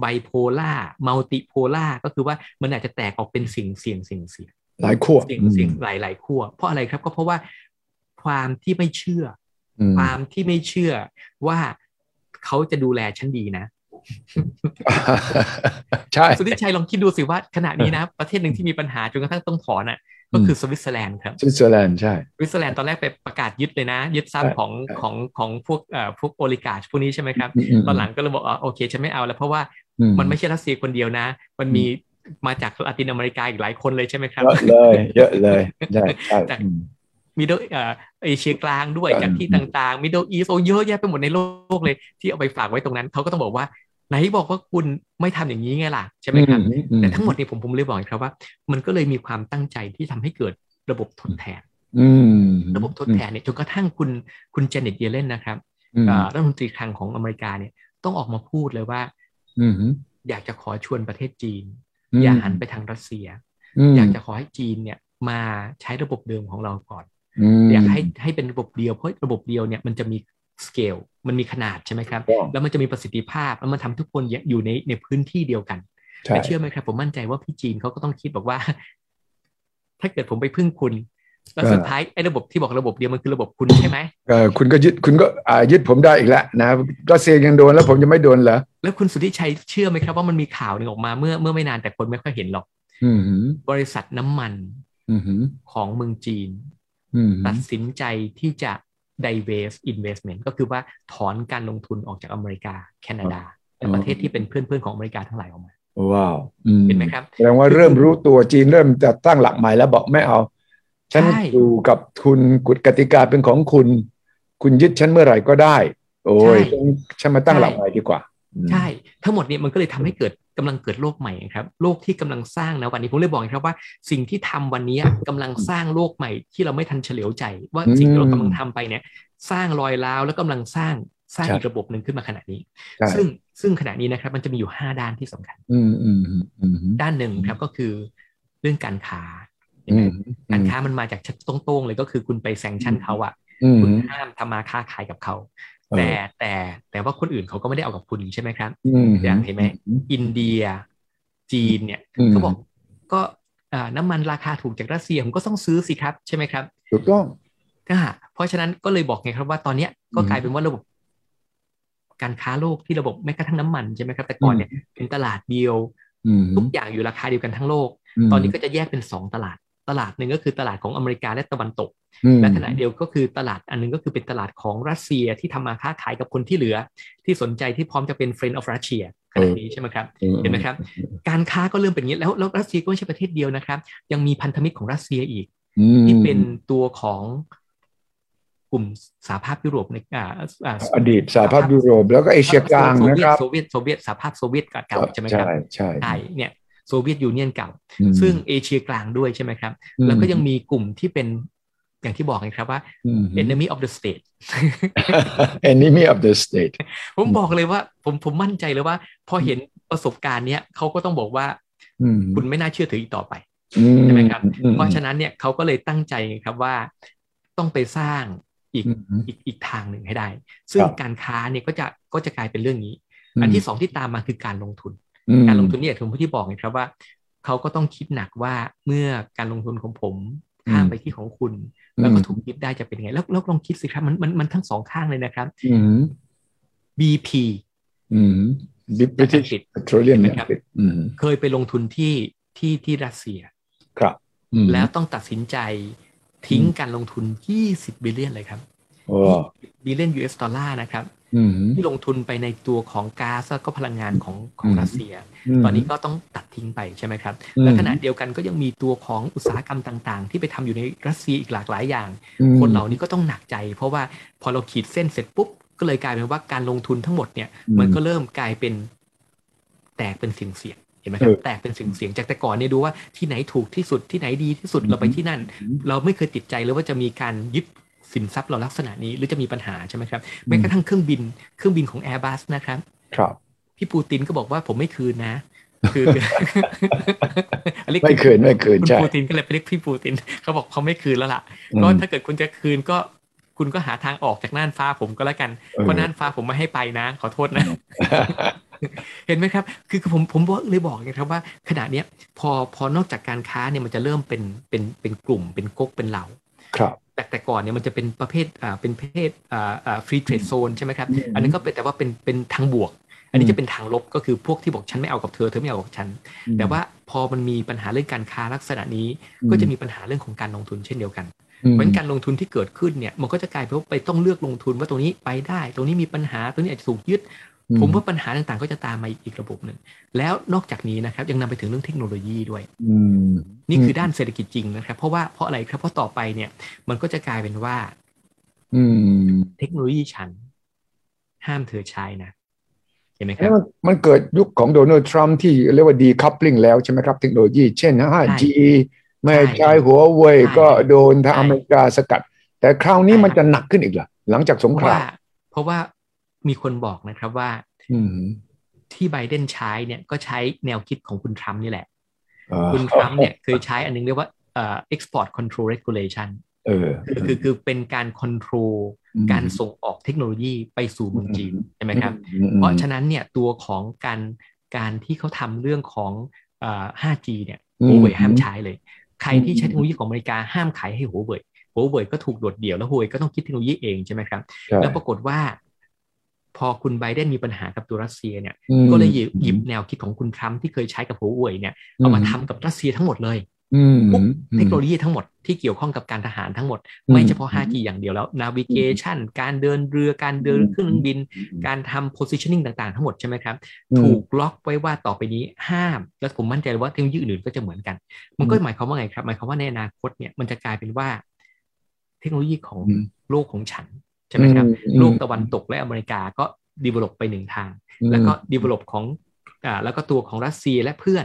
Speaker 3: ไบโพล่ามัลติโพล่าก็คือว่ามันอาจจะแตกออกเป็นเสียงเสียงเสียงเสียง
Speaker 2: หลายขั้ว
Speaker 3: เสียงเสียงหลายหลายขั้วเพราะอะไรครับก็เพราะว่าความที่ไม่เชื่อ
Speaker 2: อืม
Speaker 3: ความที่ไม่เชื่อว่าเขาจะดูแลฉันดีนะ
Speaker 2: ใช่
Speaker 3: สุทธิชัยลองคิดดูสิว่าขณะนี้นะ ประเทศหนึ่งที่มีปัญหาจนกระทั่งต้องถอนอ่ะก็คือสวิตเซอร์แลนด์ครับ
Speaker 2: สวิตเซอร์แลนด์ใช่
Speaker 3: สวิตเซอร์แลนด์ตอนแรกไปประกาศยึดเลยนะ ยึดทรัพย์ของ
Speaker 2: ใช่
Speaker 3: ของของพวกเอ่อพวกโอลิการชพวกนี้ใช่ไหมครับ
Speaker 2: ม
Speaker 3: ตอนหลังก็เลยบอกอ๋อโอเคฉันไม่เอาแล้วเพราะว่า
Speaker 2: อื
Speaker 3: มันไม่ใช่รัสเซียคนเดียวนะ มันมีมาจากลาตินอเมริกาอีกหลายคนเลยใช่ไหมครับ
Speaker 2: เยอะเลย เยอะเลยใช่ใช่
Speaker 3: จาก
Speaker 2: อืม
Speaker 3: มิดเดิลเอเชียกลางด้วย
Speaker 2: อืม
Speaker 3: จากที่ต่างๆมิดเดิลอีสโอเยอะแยะไปหมดในโลกเลย ที่เอาไปฝากไว้ตรงนั้น เขาก็ต้องบอกว่า ไหนบอกว่าคุณไม่ทำอย่างนี้ไงล่ะ ใช่ไหมครับ
Speaker 2: อือื
Speaker 3: แต่ทั้งหมดเนี่ยผมผมเลยบอกครับว่า มันก็เลยมีความตั้งใจที่ทำให้เกิดระบบทดแทน
Speaker 2: อืม
Speaker 3: ระบบทดแทนเนี่ยจนกระทั่งคุณคุณเจเน็ตเยเลนนะครับ
Speaker 2: อืม
Speaker 3: เอ่อรัฐมนตรีคลังของอเมริกาเนี่ยต้องออกมาพูดเลยว่า
Speaker 2: อืม
Speaker 3: อยากจะขอชวนประเทศจีน
Speaker 2: ม
Speaker 3: อย่าหันไปทางรัสเซีย
Speaker 2: ม
Speaker 3: อยากจะขอให้จีนเนี่ยมาใช้ระบบเดิมของเราก่อน
Speaker 2: ม
Speaker 3: อยากให้ให้เป็นระบบเดียวเพราะระบบเดียวเนี่ยมันจะมีสเกลมันมีขนาดใช่ไหมครับ
Speaker 2: ต้อง
Speaker 3: แล้วมันจะมีประสิทธิภาพแล้วมันทำทุกคนอยู่ในในพื้นที่เดียวกัน
Speaker 2: ใช่
Speaker 3: แต่เชื่อไหมครับ ผมมั่นใจว่าพี่จีนเขาก็ต้องคิดบอกว่า ถ้าเกิดผมไปพึ่งคุณแล้วสุดท้ายไอ้ระบบที่บอกระบบเดียวมันคือระบบคุณใช่ไหม
Speaker 2: เออคุณก็ยึดคุณก็อ่ายึดผมได้อีกแล้วนะครับรัสเซียยังโดนแล้วผมจะไม่โดนเหรอ
Speaker 3: แล้วคุณสุทธิชัยเชื่อไหมครับว่ามันมีข่าวหนึ่งออกมาเมื่อเมื่อไม่นานแต่คนไม่ค่อยเห็นหรอก
Speaker 2: อืม
Speaker 3: บริษัทน้ำมัน
Speaker 2: อืมอืม
Speaker 3: ของเมืองจีน
Speaker 2: อืม
Speaker 3: ตัดสินใจที่จะ divest investment ก็คือว่าถอนการลงทุนออกจากอเมริกา แคนาดาเป็นประเทศที่เป็นเพื่อนเพื่อนๆของอเมริกาทั้งหลายออกมา
Speaker 2: ว้าวอืม
Speaker 3: เห็นไหมครับ
Speaker 2: แสดงว่าเริ่มรู้ตัวจีนเริ่มจะตั้งหลักใหม่แล้วบอกไม่เอา ฉัน
Speaker 3: ใช่
Speaker 2: อยู่กับคุณกฎกติกาเป็นของคุณ คุณยึดฉันเมื่อไหร่ก็ได้ โอ้ย
Speaker 3: ใช่
Speaker 2: ต้องฉันมาตั้ง
Speaker 3: ใช่
Speaker 2: หลักใหม่ดีกว่าอืม
Speaker 3: ใช่ ทั้งหมดเนี่ยมันก็เลยทำให้เกิดกำลังเกิดโลกใหม่ครับ โลกที่กำลังสร้างนะวันนี้ผมเลยบอกไงครับว่าสิ่งที่ทำวันนี้กำลังสร้างโลกใหม่ที่เราไม่ทันเฉลียวใจ ว่าสิ่งที่เรากำลังทำไปเนี่ย สร้างรอยร้าวแล้วกำลังสร้างสร้างอีกระบบหนึ่งขึ้นมาขณะนี้
Speaker 2: ใช่
Speaker 3: ซึ่งซึ่งขณะนี้นะครับมันจะมีอยู่ 5 ด้านที่สำคัญ
Speaker 2: อืมอืมอืมอืม
Speaker 3: ด้านหนึ่งครับก็คือเรื่องการค้า
Speaker 2: อืม
Speaker 3: การค้ามันมาจากชัดโต้งๆเลยก็คือคุณไปแซงชั่นเขาอะ
Speaker 2: อืม
Speaker 3: คุณห้ามทำมาค้าขายกับเขา แต่แต่แต่ว่าคนอื่นเขาก็ไม่ได้เอากับคุณใช่ไหมครับ
Speaker 2: อืม
Speaker 3: อย่างเห็นไหม อินเดีย จีนเนี่ย
Speaker 2: ม
Speaker 3: เขาบอกก็อ่าน้ำมันราคาถูกจากรัสเซียผมก็ต้องซื้อสิครับใช่ไหมครับ
Speaker 2: ถูกต้อง
Speaker 3: ก็เพราะฉะนั้นก็เลยบอกไงครับว่าตอนเนี้ยก็
Speaker 2: อืม
Speaker 3: กลายเป็นว่าระบบ การค้าโลกที่ระบบแม้กระทั่งน้ำมันใช่ไหมครับแต่ก่อนเนี่ยเป็นตลาดเดียว
Speaker 2: อืม
Speaker 3: ทุกอย่างอยู่ราคาเดียวกันทั้งโลก ตอนนี้ก็จะแยกเป็นสองตลาด ตลาดหนึ่งก็คือตลาดของอเมริกาและตะวันตก
Speaker 2: อืม
Speaker 3: และขณะเดียวก็คือตลาดอันหนึงก็คือเป็นตลาดของรัสเซียที่ทำมาค้าขายกับคนที่เหลือ ที่สนใจที่พร้อมจะเป็น friend of Russia ขณะนี้ใช่ไหมครับ เห็นไหมครับ การค้าก็เริ่มเป็นอย่างนี้แล้วแล้วรัสเซียก็ไม่ใช่ประเทศเดียวนะครับ ยังมีพันธมิตรของรัสเซียอีก
Speaker 2: อืม
Speaker 3: ที่เป็นตัวของกลุ่มสหภาพยุโรปในอ่าอ่า
Speaker 2: อดีตสหภาพยุโรปแล้วก็เอเชียกลางนะครับ
Speaker 3: โซเวียตโซเวียตสหภาพโซเวียตเก่าๆใช่ไหมครับ
Speaker 2: ใช่ใช่
Speaker 3: ใช่เนี่ยโซเวียตยูเนียนเก่า
Speaker 2: อืม
Speaker 3: ซึ่งเอเชียกลางด้วยใช่ไหมครับ แล้วก็ยังมีกลุ่มที่เป็นอย่างที่บอกไงครับว่า
Speaker 2: อืม
Speaker 3: enemy of the state
Speaker 2: enemy of the state
Speaker 3: ผมบอกเลยว่าผมผมมั่นใจเลยว่า พอเห็นประสบการณ์เนี้ยเขาก็ต้องบอกว่า
Speaker 2: อืม
Speaker 3: คุณไม่น่าเชื่อถืออีกต่อไป
Speaker 2: อื
Speaker 3: ใช่ไหมครับ
Speaker 2: อืม
Speaker 3: เพราะฉะนั้นเนี่ยเขาก็เลยตั้งใจไงครับว่าต้องไปสร้างอีก
Speaker 2: อืม
Speaker 3: อีกอีกทางหนึ่งให้ได้ ซึ่ง
Speaker 2: ครับ
Speaker 3: การค้าเนี่ยก็จะก็จะกลายเป็นเรื่องนี้ อันที่สองที่ตามมาคือการลงทุน
Speaker 2: อืม
Speaker 3: การลงทุนเนี่ยผมที่บอกไงครับว่าเขาก็ต้องคิดหนักว่าเมื่อการลงทุนของผมข้ามไปที่ของคุณ แล้วก็ถูกยึดได้จะเป็นยังไงแล้วแล้วลองคิดสิครับมันมันมันทั้งสองข้างเลยนะครับ
Speaker 2: อืม
Speaker 3: BP
Speaker 2: อืม British
Speaker 3: จากอังกฤษ
Speaker 2: Petroleum
Speaker 3: ใช่
Speaker 2: นะ
Speaker 3: ไหมค
Speaker 2: ค
Speaker 3: รั
Speaker 2: รับ บอืม
Speaker 3: เคยไปลงทุนที่ที่ที่รัสเซีย
Speaker 2: ครับอืม
Speaker 3: แล้วต้องตัดสินใจทิ้งการลงทุน 20 บิลเลียนเลยครับ
Speaker 2: โอ้
Speaker 3: 20บิลเลียน US ดอลลาร์นะครับ
Speaker 2: อืม
Speaker 3: ที่ลงทุนไปในตัวของก๊าซแล้วก็พลังงานของของ
Speaker 2: อืม
Speaker 3: รัสเซีย ตอนนี้ก็ต้องตัดทิ้งไปใช่ไหมครับ
Speaker 2: อืม
Speaker 3: และขณะเดียวกันก็ยังมีตัวของอุตสาหกรรมต่างๆ ที่ไปทำอยู่ในรัสเซียอีกหลากหลายอย่าง
Speaker 2: อืม
Speaker 3: คนเหล่านี้ก็ต้องหนักใจ เพราะว่าพอเราขีดเส้นเสร็จปุ๊บ ก็เลยกลายเป็นว่าการลงทุนทั้งหมดเนี่ย
Speaker 2: อืม
Speaker 3: มันก็เริ่มกลายเป็นแตกเป็นสิ่งเสียงๆเห็นไหมครั
Speaker 2: เอบ อ
Speaker 3: แตกเป็นสิ่งเสียงๆจากแต่ก่อนเนี่ยดูว่าที่ไหนถูกที่สุดที่ไหนดีที่สุด
Speaker 2: อืม
Speaker 3: เราไปที่นั่น เราไม่เคยติดใจเลยว่าจะมีการยึดสินทรัพย์เราลักษณะนี้หรือจะมีปัญหาใช่ไหมครับแม้กระทั่งเครื่องบินเครื่องบินของ Airbus นะครับ
Speaker 2: ครับ
Speaker 3: พี่ปูตินก็บอกว่าผมไม่คืนนะ คือ อันนี้
Speaker 2: ไม่
Speaker 3: คือ
Speaker 2: คืนไม่คืน
Speaker 3: คุณ
Speaker 2: ใช่
Speaker 3: ปูตินก็เลยไปเรียกพี่ปูติน เขาบอกเขาไม่คืนแล้วล่ะ
Speaker 2: อืม
Speaker 3: ก็ถ้าเกิดคุณจะคืนก็คุณก็หาทางออกจากน่านฟ้าผมก็แล้วกัน
Speaker 2: เออ
Speaker 3: เพราะน่านฟ้าผมไม่ให้ไปนะ ขอโทษนะ เห็นไหมครับ คือคือผมผมบอกเลยบอกไงครับว่าขณะเนี้ยพอพอนอกจากการค้าเนี่ยมันจะเริ่มเป็นเป็นเป็นกลุ่ม เป็นก๊กเป็นเหล่า
Speaker 2: ครับ
Speaker 3: แต่แต่ก่อนเนี่ยมันจะเป็นประเภทอ่าเป็นประเภทอ่าอ่าฟรีเทรดโซนใช่ไหมครับ
Speaker 2: อืม
Speaker 3: อันนั้นก็เป็นแต่ว่าเป็นเป็นทางบวก อัน
Speaker 2: อื
Speaker 3: นี้
Speaker 2: ม
Speaker 3: จะเป็นทางลบก็คือพวกที่บอกฉันไม่เอากับเธอเธอไม่เอากับฉัน แต่ว่าพอมันมีปัญหาเรื่องการค้าลักษณะนี้ ก็จะมีปัญหาเรื่องของการลงทุนเช่นเดียวกัน
Speaker 2: อืม
Speaker 3: เพราะฉะนั้นการลงทุนที่เกิดขึ้นเนี่ยมันก็จะกลายเป็นว่าไปต้องเลือกลงทุนว่าตรงนี้ไปได้ ตรงนี้มีปัญหาตรงนี้อาจจะถูกยึด
Speaker 2: อื
Speaker 3: ผมว่าปัญหาต่างๆ ก็จะตามมาอีกอีกระบบหนึ่งแล้วนอกจากนี้นะครับยังนำไปถึงเรื่องเทคโนโลยีด้วย
Speaker 2: อืม
Speaker 3: นี่คือ
Speaker 2: ม
Speaker 3: ด้านเศรษฐกิจจริงนะครับ เพราะว่าเพราะอะไรครับเพราะต่อไปเนี่ยมันก็จะกลายเป็นว่า
Speaker 2: อืม
Speaker 3: เทคโนโลยีฉัน ห้ามเธอใช้นะ เห็นไหมค
Speaker 2: แล้
Speaker 3: รั
Speaker 2: ว
Speaker 3: บ
Speaker 2: มันมันเกิดยุคของโดนัลด์ทรัมป์ที่เรียกว่า decoupling แล้วใช่ไหมครับ เทคโนโลยีเช่น 5G ไม่ให้ใช้หัวเว่ย
Speaker 3: ใช่
Speaker 2: ก็โดนทาง
Speaker 3: ใช่
Speaker 2: อเมริกาสกัด แต่คราวนี้
Speaker 3: ใช่
Speaker 2: มันจะหนักขึ้นอีกเหรอหลังจากสงค
Speaker 3: เพราะ
Speaker 2: รา
Speaker 3: ว่า
Speaker 2: ม
Speaker 3: เพราะว่ามีคนบอกนะครับว่า
Speaker 2: อืม
Speaker 3: ที่ไบเดนใช้เนี่ยก็ใช้แนวคิดของคุณทรัมป์นี่แหละ
Speaker 2: เออ
Speaker 3: คุณทรัมป์เนี่ยเคยใช้อันนึงเรียกว่าเอ่อ export control regulation
Speaker 2: เออ
Speaker 3: คือคือคือเป็นการ control
Speaker 2: ม
Speaker 3: การส่งออกเทคโนโลยีไปสู่เมืองจีน
Speaker 2: อืม
Speaker 3: ใช่ไหมครับ
Speaker 2: อืม
Speaker 3: เพราะฉะนั้นเนี่ยตัวของการการที่เขาทำเรื่องของเอ่อ 5G เนี่ย
Speaker 2: อืม
Speaker 3: หัวเว่ยห้ามใช้เลย ใครที่ใช้
Speaker 2: อืม
Speaker 3: เทคโนโลยีของอเมริกาห้ามขายให้หัวเว่ยหัวเว่ยก็ถูกโดดเดี่ยวแล้วหัวเว่ยก็ต้องคิดเทคโนโลยีเองใช่ไหมครับ
Speaker 2: ใช่
Speaker 3: แล้วปรากฏว่า พอคุณไบเดนมีปัญหากับตัวรัสเซียเนี่ย
Speaker 2: อืม
Speaker 3: ก็เลยหยิบหยิบแนวคิดของคุณทรัมป์ที่เคยใช้กับหัวเว่ยเนี่ยเอามาทำกับรัสเซียทั้งหมดเลย
Speaker 2: อืม
Speaker 3: เทคโนโลยีทั้งหมดที่เกี่ยวข้องกับการทหารทั้งหมด
Speaker 2: อืม
Speaker 3: ไม่เฉพาะ 5G อย่างเดียวแล้ว navigation การเดินเรือการเดินเครื่องบิน การทำ positioning ต่างๆ ทั้งหมดใช่ไหมครับ
Speaker 2: อืม
Speaker 3: ถูกล็อกไว้ว่าต่อไปนี้ห้าม แล้วผมมั่นใจเลยว่าเทคโนโลยีอื่นๆก็จะเหมือนกัน มันก็หมายความว่าไงครับ หมายความว่าในอนาคตเนี่ยมันจะกลายเป็นว่า เทคโนโลยีของ
Speaker 2: อืม
Speaker 3: โลกของฉัน ใช่ไหมครับ
Speaker 2: อืม
Speaker 3: โลกตะวันตกและอเมริกาก็ดีเวล o อไปหนึ่งทาง แล้วก็ดีเวล o อของอ่าแล้วก็ตัวของรัสเซียและเพื่อน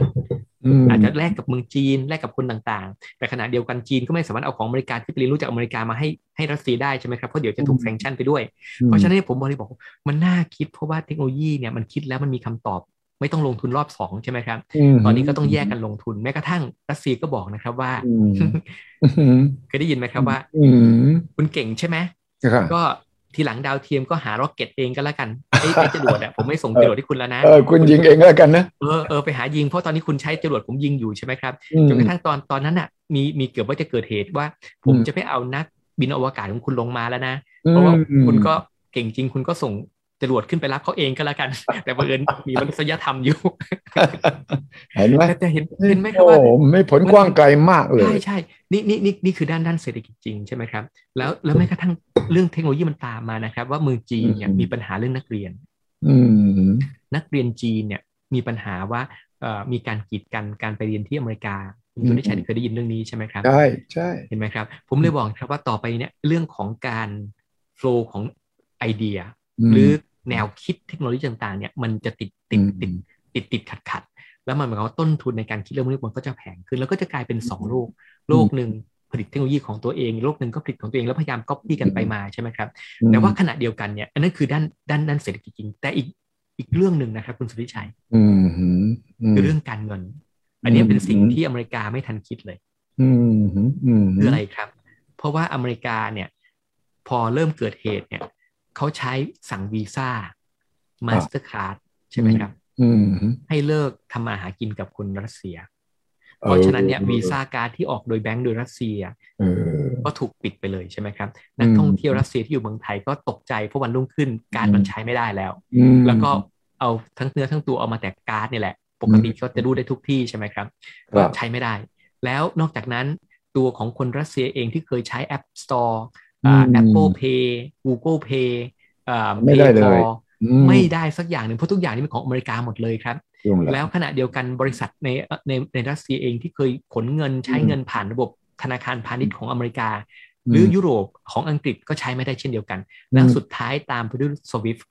Speaker 2: ม
Speaker 3: อาจจะแลกกับเมืองจีนแลกกับคนต่างๆ แต่ขณะเดียวกันจีนก็ไม่สามารถเอาของอเมริกาที่ไปเรียนรู้จากอเมริกามาให้ให้รัสเซียได้ใช่ไหมครับเพราะเดี๋ยวจะถูกแซงชั่นไปด้วย เพราะฉะนั้นผมบอกเลยบอกว่ามันน่าคิดเพราะว่าเทคโนโลยีเนี่ยมันคิดแล้วมันมีคำตอบ ไม่ต้องลงทุนรอบสองใช่ไหมครับ
Speaker 2: ม
Speaker 3: ตอนนี้ก็ต้องแยกกันลงทุนแม้กระทั่งรัสเซียก็บอกนะครับว่า
Speaker 2: อืมอืม
Speaker 3: เคยได้ยินไหมครับว่า
Speaker 2: อืม
Speaker 3: คุณเก่งใช่ไหม
Speaker 2: ค่ะ
Speaker 3: ก็ทีหลังดาวเทียมก็หาร็อกเก็ตเองก็แล้วกันไอ้ไอ้จรวดอะผมไม่ส่งจรวดให้คุณแล้วนะ
Speaker 2: เออคุณยิงเองแล้วกันนะ
Speaker 3: เออเออไปหายิงเพราะตอนนี้คุณใช้จรวดผมยิงอยู่ใช่ไหมครับ
Speaker 2: อืม
Speaker 3: จนกระทั่งตอนตอนนั้นน่ะมีมีเกือบว่าจะเกิดเหตุว่า ผม
Speaker 2: อืม
Speaker 3: จะไปเอานักบินอวกาศของคุณลงมาแล้วนะ เพราะว่าคุณก็เก่งจริงคุณก็ส่งจรวดขึ้นไปรับเขาเองก็แล้วกัน แต่บังเอิญมีมนุษยธรรมอยู่
Speaker 2: เห็นไหม
Speaker 3: แต่แต่เห็นเห็นไหมครับว่า
Speaker 2: โอ้ไม่ผลกว้างไกลมากเลย
Speaker 3: ใช่ใช่นี่นี่นี่นี่คือด้านด้านเศรษฐกิจจริงใช่ไหมครับ แล้วแล้วแม้กระทั่งเรื่องเทคโนโลยีมันตามมานะครับ ว่าเมืองจีนเนี่ย
Speaker 2: อืม
Speaker 3: มีปัญหาเรื่องนักเรียน
Speaker 2: อืม
Speaker 3: นักเรียนจีนเนี่ยมีปัญหาว่าเอ่อมีการกีดกันการไปเรียนที่อเมริกาคุณตุนิชัยเคยได้ยินเรื่องนี้ใช่ไหมครับ
Speaker 2: ใช่ใช่
Speaker 3: เห็นไหมครับ ผมเลยบอกครับว่าต่อไปเนี่ยเรื่องของการโฟล์ของไอเดีย หรือแนวคิดเทคโนโลยีต่างๆเนี่ยมันจะติดติดติดติดติดขัดขัดแล้วมันหมายความว่าต้นทุนในการคิดเรื่องพวกนี้มันก็จะแพงขึ้น แล้วก็จะกลายเป็น 2 โลก โลกหนึ่งผลิตเทคโนโลยีของตัวเองโลกหนึ่งก็ผลิตของตัวเองแล้วพยายามก๊อปปี้กันไปมาใช่ไหมครับ แต่ว่าขณะเดียวกันเนี่ยอันนั้นคือด้านด้านด้านเศรษฐกิจจริง แต่อีกอีกเรื่องหนึ่งนะครับคุณสุทธิชัย
Speaker 2: อืม
Speaker 3: คือเรื่องการเงิน อันเนี้ยเป็นสิ่งที่อเมริกาไม่ทันคิดเลย
Speaker 2: อืมอืม
Speaker 3: คืออะไรครับ เพราะว่าอเมริกาเนี่ยพอเริ่มเกิดเหตุเนี่ยเขาใช้สั่งวีซ่ามาสเตอร์การ์ดใช่ไหมครับ
Speaker 2: อืม
Speaker 3: ให้เลิกทำมาหากินกับคนรัสเซีย เพราะฉะนั้นเนี่ยวีซ่าการ์ดที่ออกโดยแบงก์โดยรัสเซีย
Speaker 2: เออ
Speaker 3: ก็ถูกปิดไปเลยใช่ไหมครับ นักท่องเที่ยวรัสเซียที่อยู่เมืองไทยก็ตกใจเพราะวันรุ่งขึ้นการ์ดมันใช้ไม่ได้แล้ว
Speaker 2: อืม
Speaker 3: แล้วก็เอาทั้งเนื้อทั้งตัวเอามาแต่การ์ดเนี่ยแหละ ปกติก็จะดูได้ทุกที่ใช่ไหมครับ
Speaker 2: ครั
Speaker 3: ก็
Speaker 2: บ
Speaker 3: ใช้ไม่ได้ แล้วนอกจากนั้นตัวของคนรัสเซียเองที่เคยใช้ App Store อ่า
Speaker 2: อืม
Speaker 3: Apple Pay Google Pay อ่า
Speaker 2: ไม่ได้เลย
Speaker 3: Paypal
Speaker 2: อื
Speaker 3: ไม่ได้สักอย่างหนึ่งเพราะทุกอย่างนี้เป็นของอเมริกาหมดเลยครับ
Speaker 2: ยุ่งะ
Speaker 3: แล้วขณะเดียวกันบริษัทในในในรัสเซียเองที่เคยขนเงินใช้
Speaker 2: อืม
Speaker 3: เงินผ่านระบบธนาคารพาณิชย์ของอเมริกา
Speaker 2: อืม
Speaker 3: หรือยุโรปของอังกฤษก็ใช้ไม่ได้เช่นเดียวกัน แล้ว
Speaker 2: อืม
Speaker 3: สุดท้ายตามไปด้วย SWIFT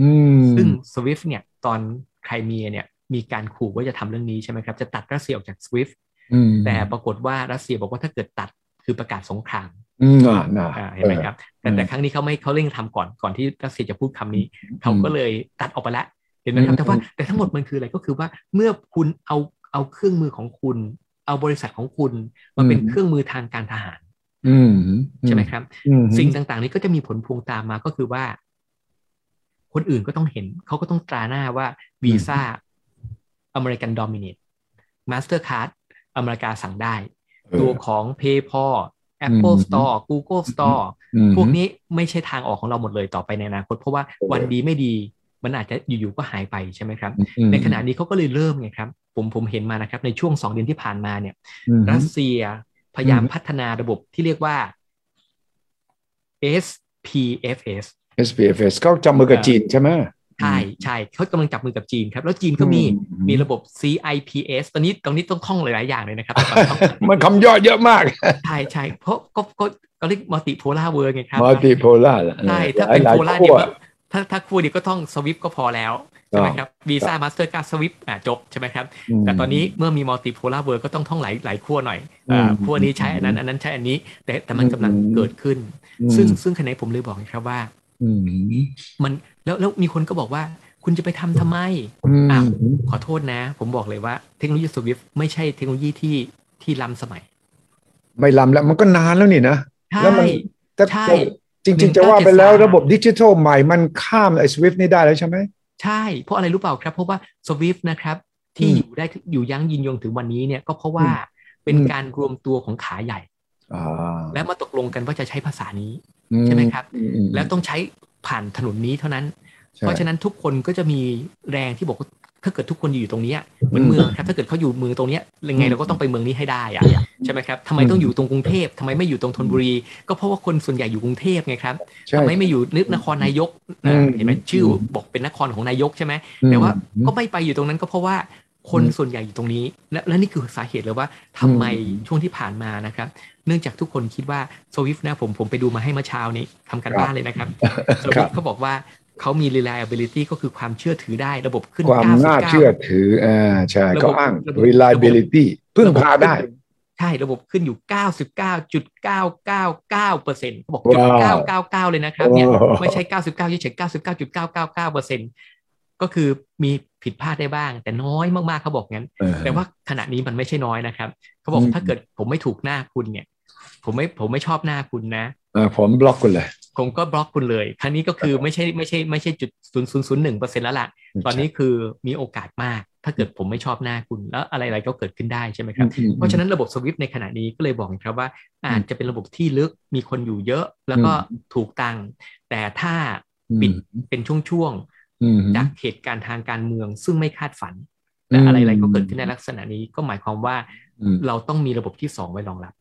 Speaker 2: อืม
Speaker 3: ซึ่ง SWIFT เนี่ยตอนไครเมียเนี่ยมีการขู่ว่าจะทำเรื่องนี้ใช่ไหมครับจะตัดรัสเซียออกจาก SWIFT
Speaker 2: อืม
Speaker 3: แต่ปรากฏว่ารัสเซียบอกว่าถ้าเกิดตัดคือประกาศสงคราม
Speaker 2: อืมน่ะน่ะ
Speaker 3: อ่าเห็นไหมครับแต่แต่
Speaker 2: อืม
Speaker 3: ครั้งนี้เขาไม่เขาเร่งทำก่อนก่อนที่รัสเซียจะพูดคำนี้ เขาก็เลยตัดออกไปละเห็นไหมครั
Speaker 2: อื
Speaker 3: บ
Speaker 2: ม
Speaker 3: แต่ว่าแต่ทั้งหมดมันคืออะไรก็คือว่าเมื่อคุณเอาเอาเครื่องมือของคุณ เอาบริษัทของคุณมาเป็น
Speaker 2: อืม
Speaker 3: เครื่องมือทางการทหาร
Speaker 2: อืม
Speaker 3: ใช่ไหมครับ
Speaker 2: อืม
Speaker 3: สิ่งต่างๆ นี้ก็จะมีผลพวงตามมาก็คือว่า คนอื่นก็ต้องเห็น เขาก็ต้องตราหน้าว่าวีซ่าอเมริกันดอมิเนตมาสเตอร์คาร์ดอเมริกาสั่งได้
Speaker 2: เออ
Speaker 3: ตัวของ PayPal Apple
Speaker 2: อืม
Speaker 3: Store Google Store
Speaker 2: อืม
Speaker 3: พวกนี้ไม่ใช่ทางออกของเราหมดเลยต่อไปในอนาคต เพราะว่าวันดีไม่ดีมันอาจจะอยู่ๆก็หายไปใช่ไหมครับ
Speaker 2: อืม
Speaker 3: ในขณะนี้เขาก็เลยเริ่มไงครับ ผมผมเห็นมานะครับ ในช่วง 2 เดือนที่ผ่านมาเนี่ย
Speaker 2: อืม
Speaker 3: รัสเซียพยายาม
Speaker 2: อืม
Speaker 3: พัฒนาระบบที่เรียกว่า SPFS
Speaker 2: SPFS เขาจับมือกับจีนใช่ไหม
Speaker 3: ใช่ใช่เขากำลังจับมือกับจีนครับ แล้วจีนก็มี
Speaker 2: อืม
Speaker 3: มีระบบ CIPS ตอนนี้ตอนนี้ต้องท่องหลายๆอย่างเลย นะครับ
Speaker 2: มันคำย่อเยอะมาก
Speaker 3: ใช่ใช่เพราะก็ก็ก็เรียกมัลติโพลาเวิร์ไงครับ
Speaker 2: มัลติโพลาร์
Speaker 3: ใช่ ถ้าเป็น
Speaker 2: หลย
Speaker 3: โค
Speaker 2: ๆ
Speaker 3: ลา
Speaker 2: ขั้
Speaker 3: เดียว วถ้าถ้าคู่เดียวก็ต้องสวิฟก็พอแล้ว ใช่ไหมครับวีซ่ามาสเตอร์การ์ดสวิฟอ่ะจบใช่ไหมครับ แต่ตอนนี้เมื่อมีมัลติโพลาร์เวิร์ก็ต้องท่องหลายหลายขั้วหน่อยอ่า
Speaker 2: อืม
Speaker 3: ขั้วนี้ใช้อันนั้น อันนั้นใช้อันนี้ แต่แต่มันกำลัง
Speaker 2: อืม
Speaker 3: เกิดขึ้น
Speaker 2: อืม
Speaker 3: ซึ่งซึ่งคะแนนผมเลยบอกไงครับว่า
Speaker 2: อืม
Speaker 3: มันแล้วแล้วมีคนก็บอกว่าคุณจะไปทำทำไม
Speaker 2: อืม
Speaker 3: ขอโทษนะ ผมบอกเลยว่าเทคโนโลยีสวิฟไม่ใช่เทคโนโลยีที่ที่ล้ำสมัย
Speaker 2: ไม่ล้ำแล้วมันก็นานแล้วนี่นะ
Speaker 3: ใช่
Speaker 2: แล้วมัน แต่
Speaker 3: ใช่
Speaker 2: จริง ๆ
Speaker 3: 1973
Speaker 2: จะว่าไปแล้วระบบดิจิทัลใหม่มันข้ามไอ้ Swift นี่ได้แล้วใช่ไหม
Speaker 3: ใช่ เพราะอะไรรู้เปล่าครับ เพราะว่าสวิฟนะครับที่
Speaker 2: อืม
Speaker 3: อยู่ได้อยู่ยั้งยืนยงถึงวันนี้เนี่ยก็เพราะว่าเป็น
Speaker 2: อืม
Speaker 3: การรวมตัวของขาใหญ่
Speaker 2: อ่า
Speaker 3: และมาตกลงกันว่าจะใช้ภาษานี้ ใช่ไหมครับ
Speaker 2: อือืม
Speaker 3: แล้วต้องใช้ผ่านถนนนี้เท่านั้น
Speaker 2: ใช่
Speaker 3: เพราะฉะนั้นทุกคนก็จะมีแรงที่บอกว่าถ้าเกิดทุกคนอยู่ตรงเนี้ยเหมือ
Speaker 2: อื
Speaker 3: น
Speaker 2: ม
Speaker 3: เมืองครับ ถ้าเกิดเขาอยู่เมืองตรงเนี้ยยังไงเราก็ต้องไปเมืองนี้ให้ได้อะใช่ไหมครับทำไมต้องอยู่ตรงกรุงเทพทำไมไม่อยู่ตรงธนบุรี ก็เพราะว่าคนส่วนใหญ่อยู่กรุงเทพไงครับ
Speaker 2: ใช่
Speaker 3: ทำไมไม่อยู่นึกนครนายก
Speaker 2: อืม
Speaker 3: เห็นไหมชื่อบอกเป็นนครของนายกใช่ไหม แต่ว่าก็ไม่ไปอยู่ตรงนั้นก็เพราะว่า คน
Speaker 2: อืม
Speaker 3: ส่วนใหญ่อยู่ตรงนี้ และและนี่คือสาเหตุเลยว่าทำไม
Speaker 2: อืม
Speaker 3: ช่วงที่ผ่านมานะครับ เนื่องจากทุกคนคิดว่าสวิฟนะผมผมไปดูมาให้เมื่อเช้านี้ทำกัน
Speaker 2: ครับ
Speaker 3: บ้านเลยนะครับส
Speaker 2: ครั
Speaker 3: วิ
Speaker 2: บ
Speaker 3: ฟเขาบอกว่าเขามี reliability ก็คือความเชื่อถือได้ระบบขึ้น
Speaker 2: ความน่าเชื่อถืออ่าใช่
Speaker 3: ระบบ
Speaker 2: ก็อ้าง
Speaker 3: ระบบ
Speaker 2: reliability พึ่งพาได้
Speaker 3: 99ใช่ระบบขึ้นอยู่ 99.999เปอร์เซ็นต์บอก
Speaker 2: ว้าว
Speaker 3: 999 เลยนะครับเนี่ย
Speaker 2: โอ้
Speaker 3: ไม่ใช่ 99เฉยๆ99.999เปอร์เซ็นต์ก็คือมีผิดพลาดได้บ้าง แต่น้อยมากๆเขาบอกงั้น
Speaker 2: เออ
Speaker 3: แต่ว่าขณะนี้มันไม่ใช่น้อยนะครับ เขาบอก
Speaker 2: อืม
Speaker 3: ถ้าเกิดผมไม่ถูกหน้าคุณเนี่ย ผมไม่ผมไม่ชอบหน้าคุณนะ
Speaker 2: เออผมบล็อกคุณเลย
Speaker 3: ผมก็บล็อกคุณเลย ครั้งนี้ก็คือไม่ใช่ไม่ใช่ไม่ใช่จุดศูนย์ศูนย์ศูนย์หนึ่งเปอร์เซ็นต์แล้วล่ะ ตอนนี้คือมีโอกาสมาก ถ้าเกิดผมไม่ชอบหน้าคุณแล้วอะไรอะไรก็เกิดขึ้นได้ใช่ไหมครับ
Speaker 2: อืม
Speaker 3: เพราะฉะนั้นระบบสวิฟในขณะนี้ก็เลยบอกครับว่า อาจจะเป็นระบบที่ลึกมีคนอยู่เยอะ แล้วก็
Speaker 2: อืม
Speaker 3: ถูกตังค์แต่ถ้า
Speaker 2: อืม
Speaker 3: ปิดเป็นช่วง
Speaker 2: อืม
Speaker 3: ๆจากเหตุการณ์ทางการเมืองซึ่งไม่คาดฝันและ
Speaker 2: อืม
Speaker 3: อะไรอะไรก็เกิดขึ้นในลักษณะนี้ก็หมายความว่า
Speaker 2: อืม
Speaker 3: เราต้องมีระบบที่ 2 ไว้รองรับ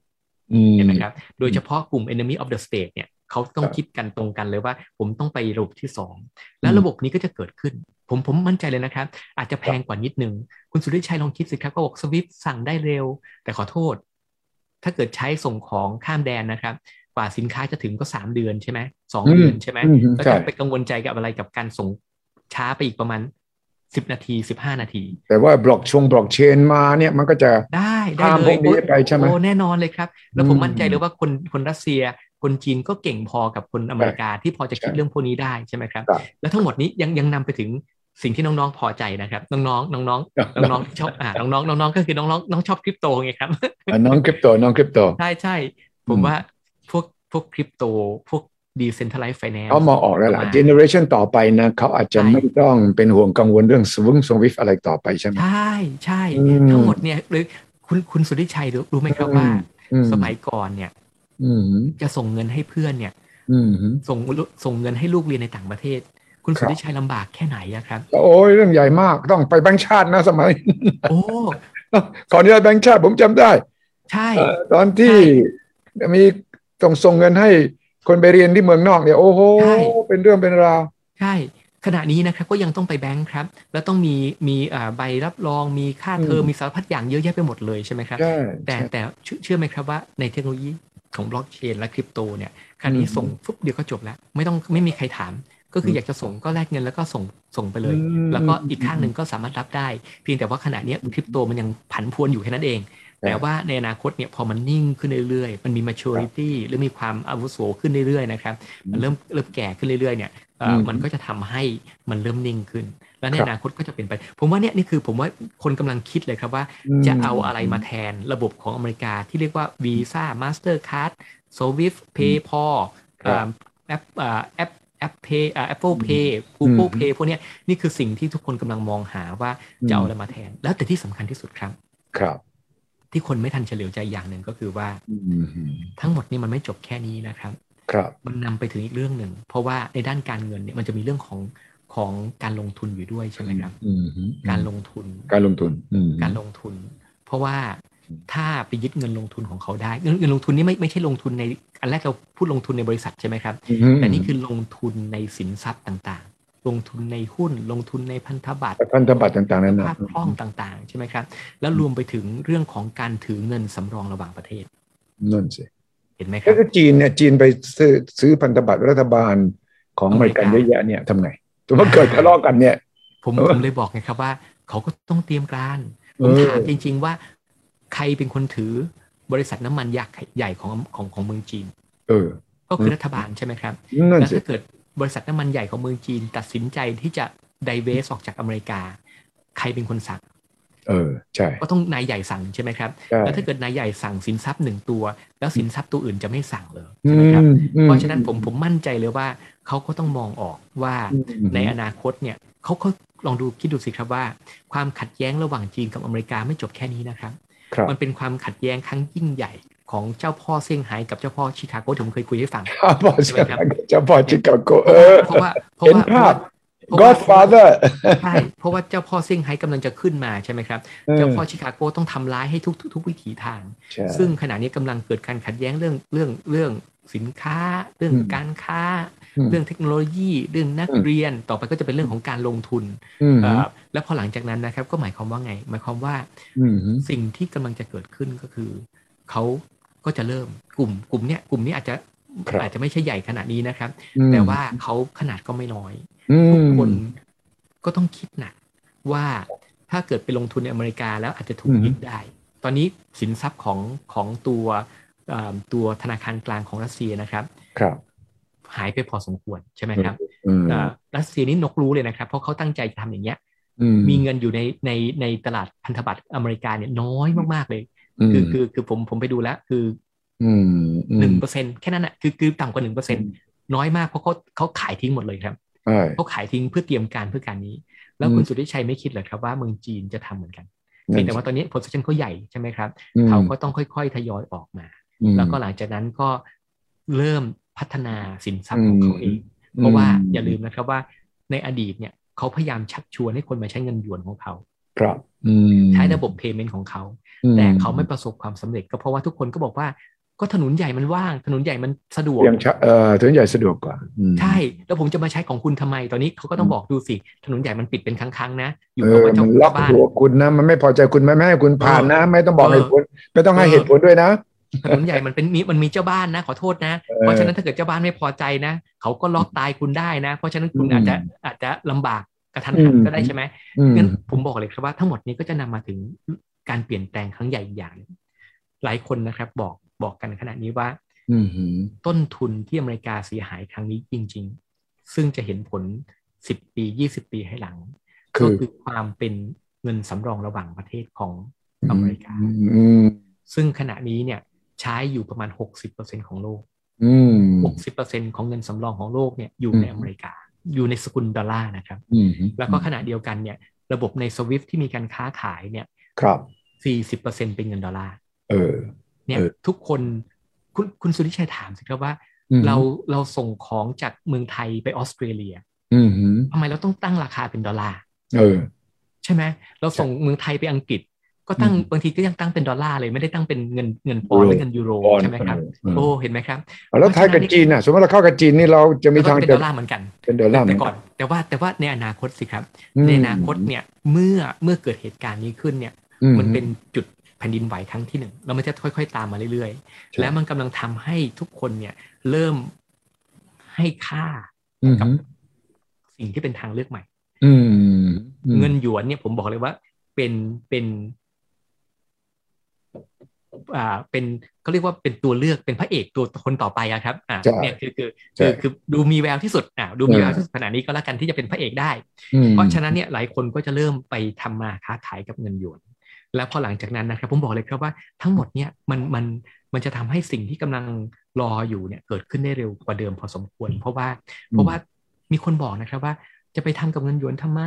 Speaker 2: อืม
Speaker 3: เห็นไหมครับ โดยเฉพาะกลุ่ม enemy of the state เนี่ยเขาต้อง
Speaker 2: ครับ
Speaker 3: คิดกันตรงกันเลยว่า ผมต้องไประบบที่ 2 แล้วระบบนี้ก็จะเกิดขึ้น ผมผมมั่นใจเลยนะครับ อาจจะแพงกว่านิดนึง คุณสุริชัยลองคิดสิครับก็บอกสวิฟสั่งได้เร็ว แต่ขอโทษ ถ้าเกิดใช้ส่งของข้ามแดนนะครับ กว่าสินค้าจะถึงก็ 3 เดือนใช่ไหมสองเดือนใช่ไหม
Speaker 2: อืม
Speaker 3: แล้ว
Speaker 2: ใช่
Speaker 3: จะไปกังวลใจกับอะไรกับการส่งช้าไปอีกประมาณ 10 นาที 15 นาที
Speaker 2: แต่ว่าบล็อกชงบล็อกเชนมาเนี่ยมันก็จะ
Speaker 3: ได้ได้
Speaker 2: ข้ามพ
Speaker 3: เล
Speaker 2: วย กนี้ไปใช่ไหม
Speaker 3: โอ้แน่นอนเลยครับ แล้ว
Speaker 2: อืม
Speaker 3: ผมมั่นใจเลยว่าคนคนรัสเซีย คนจีนก็เก่งพอกับคนอเมริกาที่พอจะคิด
Speaker 2: ใช่
Speaker 3: เรื่องพวกนี้ได้ใช่ไหมครับ
Speaker 2: ครับ
Speaker 3: แล้วทั้งหมดนี้ยังยังนำไปถึงสิ่งที่น้องๆพอใจนะครับ น้องๆน้องๆน้องๆที่ชอบอ่าน้องๆน้องๆก็คือน้องๆน้องชอบคริปโตไงครับ
Speaker 2: ะน้องคริปโตน้องคริปโต
Speaker 3: ใช่ใช่ผ
Speaker 2: อื
Speaker 3: ม
Speaker 2: ม
Speaker 3: ว่าพวกพวกคริปโตพวกดีเซนทัลไลซ์ไฟแนนซ์
Speaker 2: เขามองออกแล้วล่ะเจเนอเรชันต่อไปนะเขาอาจจะ
Speaker 3: ใช่
Speaker 2: ไม่ต้องเป็นห่วงกังวลเรื่องสวงสวิฟอะไรต่อไปใช่ไหม
Speaker 3: ใช่ใช่
Speaker 2: อืม
Speaker 3: ทั้งหมดเนี่ยหรือคุณคุณสุริชัยรู้รู้ไหมครับว่า
Speaker 2: อื
Speaker 3: สมัยก่อนเนี่ย
Speaker 2: อืม
Speaker 3: จะส่งเงินให้เพื่อนเนี่ย
Speaker 2: อืม
Speaker 3: ส่งลูกส่งเงินให้ลูกเรียนในต่างประเทศ คุณ
Speaker 2: ครั
Speaker 3: สุ
Speaker 2: บ
Speaker 3: ริชัยลำบากแค่ไหนอะครับ
Speaker 2: โอ้ยเรื่องใหญ่มากต้องไปแบงค์ชาตินะสมัย
Speaker 3: โอ้
Speaker 2: ก่อนที่จะแบงค์ชาติผมจำได้
Speaker 3: ใช่
Speaker 2: เอ่อตอนที่มีส่งส่งเงินให้คนไปเรียนที่เมืองนอกเนี่ยโอ้โห
Speaker 3: ใช่
Speaker 2: เป็นเรื่องเป็นราว
Speaker 3: ใช่ ขณะนี้นะครับก็ยังต้องไปแบงค์ครับ แล้วต้องมีมีอ่าใบรับรองมีค่าเทอม
Speaker 2: อืม
Speaker 3: มีสารพัดอย่างเยอะแยะไปหมดเลยใช่ไหมครับ
Speaker 2: ใช่
Speaker 3: แต่
Speaker 2: ใช่
Speaker 3: แต่เชื่อเชื่อไหมครับว่าในเทคโนโลยีของบล็อกเชนและคริปโตเนี่ยคราวนี้
Speaker 2: อืม
Speaker 3: ส่งฟุบเดียวก็จบแล้ว ไม่ต้องไม่มีใครถาม ก็คืออ
Speaker 2: ม
Speaker 3: อยากจะส่งก็แลกเงินแล้วก็ส่งส่งไปเลย
Speaker 2: อืม
Speaker 3: แล้วก็อีกข้างหนึ่งก็สามารถรับได้ เพียงแต่ว่าขณะเนี้ยคริปโตมันยังผันพวนอยู่แค่นั้นเอง
Speaker 2: ครับ
Speaker 3: แต่ว่าในอนาคตเนี่ยพอมันนิ่งขึ้นเรื่อยๆ มันมี maturity หรือมีความอาวุโสขึ้นเรื่อยๆนะครับมันเริ่มเริ่มแก่ขึ้นเรื่อยๆเนี่ยเอ่ออ
Speaker 2: ม
Speaker 3: มันก็จะทำให้มันเริ่มนิ่งขึ้น และใน
Speaker 2: ครับ
Speaker 3: อนาคตก็จะเป็นไป ผมว่าเนี่ยนี่คือผมว่าคนกำลังคิดเลยครับว่า จะเอาอะไรมาแทนระบบของอเมริกาที่เรียกว่า Visa Mastercard Swift PayPal
Speaker 2: ครับ
Speaker 3: อ่าแอปอ่าแอปแอป Pay อ่า Apple Pay Google
Speaker 2: อืม
Speaker 3: Pay พวกเนี้ยนี่คือสิ่งที่ทุกคนกำลังมองหาว่าจะเอาอะไรมาแทน แล้วแต่ที่สำคัญที่สุดครับ
Speaker 2: ครับ
Speaker 3: ที่คนไม่ทันเฉลียวใจอย่างหนึ่งก็คือว่า
Speaker 2: อืม
Speaker 3: ทั้งหมดนี่มันไม่จบแค่นี้นะครับ
Speaker 2: ครับ
Speaker 3: มันนำไปถึงอีกเรื่องหนึ่ง เพราะว่าในด้านการเงินเนี่ยมันจะมีเรื่องของของการลงทุนอยู่ด้วยใช่ไหมครับ
Speaker 2: อืม
Speaker 3: การลงทุน
Speaker 2: การลงทุนอืม
Speaker 3: การลงทุน เพราะว่า
Speaker 2: อืม
Speaker 3: ถ้าไปยึดเงินลงทุนของเขาได้ เงินเงินลงทุนนี่ไม่ไม่ใช่ลงทุนในอันแรกเราพูดลงทุนในบริษัทใช่ไหมครับ
Speaker 2: ม
Speaker 3: แต่นี่คือลงทุนในสินทรัพย์ต่างๆ ลงทุนในหุ้นลงทุนในพันธบัตร
Speaker 2: พันธบัตรต่างๆนั้นนะ
Speaker 3: ภาพคล่องต่างๆ ใช่ไหมครับ แล้วรวมไปถึงเรื่องของการถือเงินสำรองระหว่างประเทศ
Speaker 2: นั่นสิ
Speaker 3: เห็นไหมค
Speaker 2: แล้
Speaker 3: รั
Speaker 2: ว
Speaker 3: บ
Speaker 2: ก็จีนเนี่ยจีนไปซื้อซื้อพันธบัตรรัฐบาลของอ
Speaker 3: อ
Speaker 2: เม
Speaker 3: เมริ
Speaker 2: ริกั
Speaker 3: กา
Speaker 2: นเยอะแยะเนี่ยทำไงสมมติเกิดทะเลาะกันเนี่ย
Speaker 3: ผม
Speaker 2: เออ
Speaker 3: ผมเลยบอกไงครับว่า เขาก็ต้องเตรียมการ
Speaker 2: เอ
Speaker 3: ผม
Speaker 2: อ
Speaker 3: ถามจริง ๆ ว่าใครเป็นคนถือบริษัทน้ำมันยักษ์ใหญ่ของของของเมืองจีน
Speaker 2: เออ
Speaker 3: ก็คือรัฐบาลใช่ไหมครับ
Speaker 2: นั่น
Speaker 3: แล้ว
Speaker 2: สิ
Speaker 3: ถ้าเกิดบริษัทน้ำมันใหญ่ของเมืองจีน ตัดสินใจที่จะ i ดเวสออกจากอเมริกา ใครเป็นคนสั่ง
Speaker 2: เออใช่
Speaker 3: ก็ต้องนายใหญ่สั่งใช่ไหมครับ
Speaker 2: ใช่
Speaker 3: แล้วถ้าเกิดนายใหญ่สั่งสินทรัพย์หนึ่งตัว แล้วสินทรัพย์ตัวอื่นจะไม่สั่งเลย
Speaker 2: อื
Speaker 3: ใช่ไหมครับ
Speaker 2: มอืม
Speaker 3: เพราะฉะนั้นผมผมมั่นใจเลยว่าเขาก็ต้องมองออกว่า
Speaker 2: อืม
Speaker 3: ในอนาคตเนี่ยเขาเขาลองดูคิดดูสิครับว่า ความขัดแย้งระหว่างจีนกับอเมริกาไม่จบแค่นี้นะครับ
Speaker 2: ครับ
Speaker 3: มันเป็นความขัดแย้งครั้งยิ่งใหญ่ของเจ้าพ่อเซี่ยงไฮ้กับเจ้าพ่อชิคาโกที่ผมเคยคุยให้ฟัง
Speaker 2: ครับพอ
Speaker 3: ใช่
Speaker 2: เสี
Speaker 3: ไห
Speaker 2: ย
Speaker 3: มครับ
Speaker 2: เจ้าพอชิคาโก
Speaker 3: เพ
Speaker 2: เอ
Speaker 3: ราะว่า
Speaker 2: อ
Speaker 3: เพราะว่าเพราะ
Speaker 2: เห็นภาพ
Speaker 3: ว่าเพราะว่า
Speaker 2: Godfather
Speaker 3: ใช่ เพราะว่าเจ้าพ่อเซี่ยงไฮ้กำลังจะขึ้นมาใช่ไหมครับ
Speaker 2: เออ
Speaker 3: เจ้าพ่อชิคาโกต้องทำร้ายให้ทุกทุกทุกวิถีทาง
Speaker 2: ใช่
Speaker 3: ซึ่งขณะนี้กำลังเกิดการขัดแย้งเรื่องเรื่องเรื่องสินค้า เรื่อง
Speaker 2: อืม
Speaker 3: การค้า
Speaker 2: อืม
Speaker 3: เรื่องเทคโนโลยีเรื่องนัก
Speaker 2: อืม
Speaker 3: เรียนต่อไปก็จะเป็นเรื่องของการลงทุน
Speaker 2: อืม
Speaker 3: เอ่อแล้วพอหลังจากนั้นนะครับก็หมายความว่าไง หมายความว่า
Speaker 2: อืม
Speaker 3: สิ่งที่กำลังจะเกิดขึ้นก็คือเขาก็จะเริ่มกลุ่มกลุ่มเนี้ยกลุ่มนี้อาจจะ
Speaker 2: ครับ
Speaker 3: อาจจะไม่ใช่ใหญ่ขนาดนี้นะครับ
Speaker 2: อืม
Speaker 3: แต่ว่าเขาขนาดก็ไม่น้อย
Speaker 2: อืม
Speaker 3: ทุกคนก็ต้องคิดหนักว่าถ้าเกิดไปลงทุนในอเมริกาแล้วอาจจะถูก
Speaker 2: อืม
Speaker 3: ยึดได้ ตอนนี้สินทรัพย์ของของตัวเอ่อตัวธนาคารกลางของรัสเซียนะครับ
Speaker 2: ครับ
Speaker 3: หายไปพอสมควรใช่ไหมครับ
Speaker 2: อืม
Speaker 3: เอ่อรัสเซียนี่นกรู้เลยนะครับ เพราะเขาตั้งใจจะทำอย่างเงี้ย
Speaker 2: อื
Speaker 3: มีเงินอยู่ในในในตลาดพันธบัตรอเมริกาเนี่ยน้อยมากๆเลย
Speaker 2: ม
Speaker 3: คือคือคือผมผมไปดูแล้วคือ
Speaker 2: อืมอืม
Speaker 3: หนึ่งเปอร์เซ็นแค่นั้นอ่ะคือคือต่ำกว่าหนึ่งเปอร์เซ็นน้อยมากเพราะเขาเขาขายทิ้งหมดเลยครับ
Speaker 2: ใช่
Speaker 3: เขาขายทิ้งเพื่อเตรียมการเพื่อการนี้ แล้วคุณสุทธิชัยไม่คิดเหรอครับว่าเมืองจีนจะทำเหมือนกันเพียงแต่ว่าตอนนี้ position เขาใหญ่ใช่ไหมครับ
Speaker 2: อืม
Speaker 3: เขาก็ต้องค่อยๆ ทยอยออกมา
Speaker 2: อืม
Speaker 3: แล้วก็หลังจากนั้นก็เริ่มพัฒนาสินทรัพย์ของเขาเอง
Speaker 2: อืม
Speaker 3: เพราะว่าอย่าลืมนะครับว่าในอดีตเนี่ยเขาพยายามชักชวนให้คนมาใช้เงินหยวนของเขา
Speaker 2: ครับอืม
Speaker 3: ใช้ระบบ payment ของเขา
Speaker 2: อื
Speaker 3: แต่เขาไม่ประสบความสำเร็จก็เพราะว่าทุกคนก็บอกว่าก็ถนนใหญ่มันว่าง ถนนใหญ่มันสะดวก
Speaker 2: ยังใช้เอ่อถึงใหญ่สะดวกกว่าอืม
Speaker 3: ใช่ แล้วผมจะมาใช้ของคุณทำไม ตอนนี้เขาก็ต้องบอกดูสิ ถนนใหญ่มันปิดเป็นครั้งๆนะ อยู่
Speaker 2: เอ
Speaker 3: ตรง
Speaker 2: อ
Speaker 3: กับ
Speaker 2: มัน
Speaker 3: เจ้าของ
Speaker 2: ล็อก
Speaker 3: บ้าน
Speaker 2: หัวคุณนะ มันไม่พอใจคุณไม่ไม่ให้คุณผ่านนะ ไม่ต้องบอก
Speaker 3: เออ
Speaker 2: เหตุผล ไม่ต้องให้
Speaker 3: เออ
Speaker 2: เหตุผลด้วยนะ
Speaker 3: ถนนใหญ่มันเป็นมีมันมีเจ้าบ้านนะ ขอโทษนะ
Speaker 2: เออ
Speaker 3: เพราะฉะนั้นถ้าเกิดเจ้าบ้านไม่พอใจนะ เขาก็ล็อกตายคุณได้นะ เพราะฉะนั้นคุณ
Speaker 2: อืม
Speaker 3: อาจจะอาจจะลำบากกระทันหัน
Speaker 2: อืม
Speaker 3: ก็ได้ใช่ไหม
Speaker 2: อืม
Speaker 3: งั้นผมบอกเลยครับว่าทั้งหมดนี้ก็จะนำมาถึงการเปลี่ยนแปลงครั้งใหญ่อีกอย่างหนึ่งหลายคนนะครับบอกบอกกันขณะนี้ว่า
Speaker 2: อืมหืม
Speaker 3: ต้นทุนที่อเมริกาเสียหายครั้งนี้จริง ๆ ซึ่งจะเห็นผล 10 ปี 20 ปีให้หลัง
Speaker 2: คื
Speaker 3: ก็
Speaker 2: อ
Speaker 3: คือความเป็นเงินสำรองระหว่างประเทศของอเมริกา
Speaker 2: อืมอืม
Speaker 3: ซึ่งขณะนี้เนี่ยใช้อยู่ประมาณ 60%ของโลก
Speaker 2: อืม
Speaker 3: 60%ของเงินสำรองของโลกเนี่ยอยู่ใน
Speaker 2: อืม
Speaker 3: อเมริกา อยู่ในสกุลดอลลาร์นะครับ
Speaker 2: อืม
Speaker 3: แล้วก็ขณะเดียวกันเนี่ยระบบในสวิฟที่มีการค้าขายเนี่ย
Speaker 2: ครับ
Speaker 3: 40%เป็นเงินดอลลาร์
Speaker 2: เออ
Speaker 3: เนี่ย
Speaker 2: เออ
Speaker 3: ทุกคนคุณคุณสุทธิชัยถามสิครับว่า
Speaker 2: อืม
Speaker 3: เราเราส่งของจากเมืองไทยไปออสเตรเลีย
Speaker 2: อืมหืม
Speaker 3: ทำไมเราต้องตั้งราคาเป็นดอลลาร์
Speaker 2: เออ
Speaker 3: ใช่ไหมเราส่งเมืองไทยไปอังกฤษ ก็ตั้ง
Speaker 2: อืม
Speaker 3: บางทีก็ยังตั้งเป็นดอลลาร์เลยไม่ได้ตั้งเป็นเงินเงินปอนด์หรือเงินยูโร
Speaker 2: ปอนด์
Speaker 3: ใช่ไหมครับ
Speaker 2: เออ
Speaker 3: โอ้เห็นไหมครับ
Speaker 2: แล้วไทยกับจีนน่ะ สมมติเราเข้ากับจีนนี่เราจะมี
Speaker 3: ก็
Speaker 2: ทาง
Speaker 3: เป็นด
Speaker 2: จะ
Speaker 3: อลลาร์เหมือนกัน
Speaker 2: เป็นดอลลาร์เหมื
Speaker 3: แต่
Speaker 2: อน
Speaker 3: ก่อ
Speaker 2: กัน
Speaker 3: นแต่ว่าแต่ว่าในอนาคตสิครับ
Speaker 2: อืม
Speaker 3: ในอนาคตเนี่ยเมื่อเมื่อเกิดเหตุการณ์นี้ขึ้นเนี่ย
Speaker 2: อื
Speaker 3: มันเป็นจุดแผ่นดินไหวครั้งที่หนึ่งแล้วมันจะค่อย ๆ ตามมาเรื่อยๆ และมันกำลังทำให้ทุกคนเนี่ยเริ่มให้ค่า
Speaker 2: อืม
Speaker 3: กับ
Speaker 2: หืม
Speaker 3: สิ่งที่เป็นทางเลือกใหม่
Speaker 2: อืมอืม
Speaker 3: เงินหยวนเนี่ยผมบอกเลยว่าเป็นเป็นอ่าเป็นเขาเรียกว่าเป็นตัวเลือกเป็นพระเอกตัวคนต่อไปอะครับอ่า
Speaker 2: ใช่
Speaker 3: เนี่ยคือคือ
Speaker 2: ใช่
Speaker 3: คือคือดูมีแววที่สุดอ่าดูมี
Speaker 2: เออ
Speaker 3: แววที่สุดขนาดนี้ก็แล้วกันที่จะเป็นพระเอกได้
Speaker 2: อืม
Speaker 3: เพราะฉะนั้นเนี่ยหลายคนก็จะเริ่มไปทำมาค้าขายกับเงินหยวน แล้วพอหลังจากนั้นนะครับ ผมบอกเลยครับว่าทั้งหมดเนี่ยมันมันมันจะทำให้สิ่งที่กำลังรออยู่เนี่ยเกิดขึ้นได้เร็วกว่าเดิมพอสมควร เพราะว่า เพราะว่ามีคนบอกนะครับว่าจะไปทำกับเงินหยวนทำไม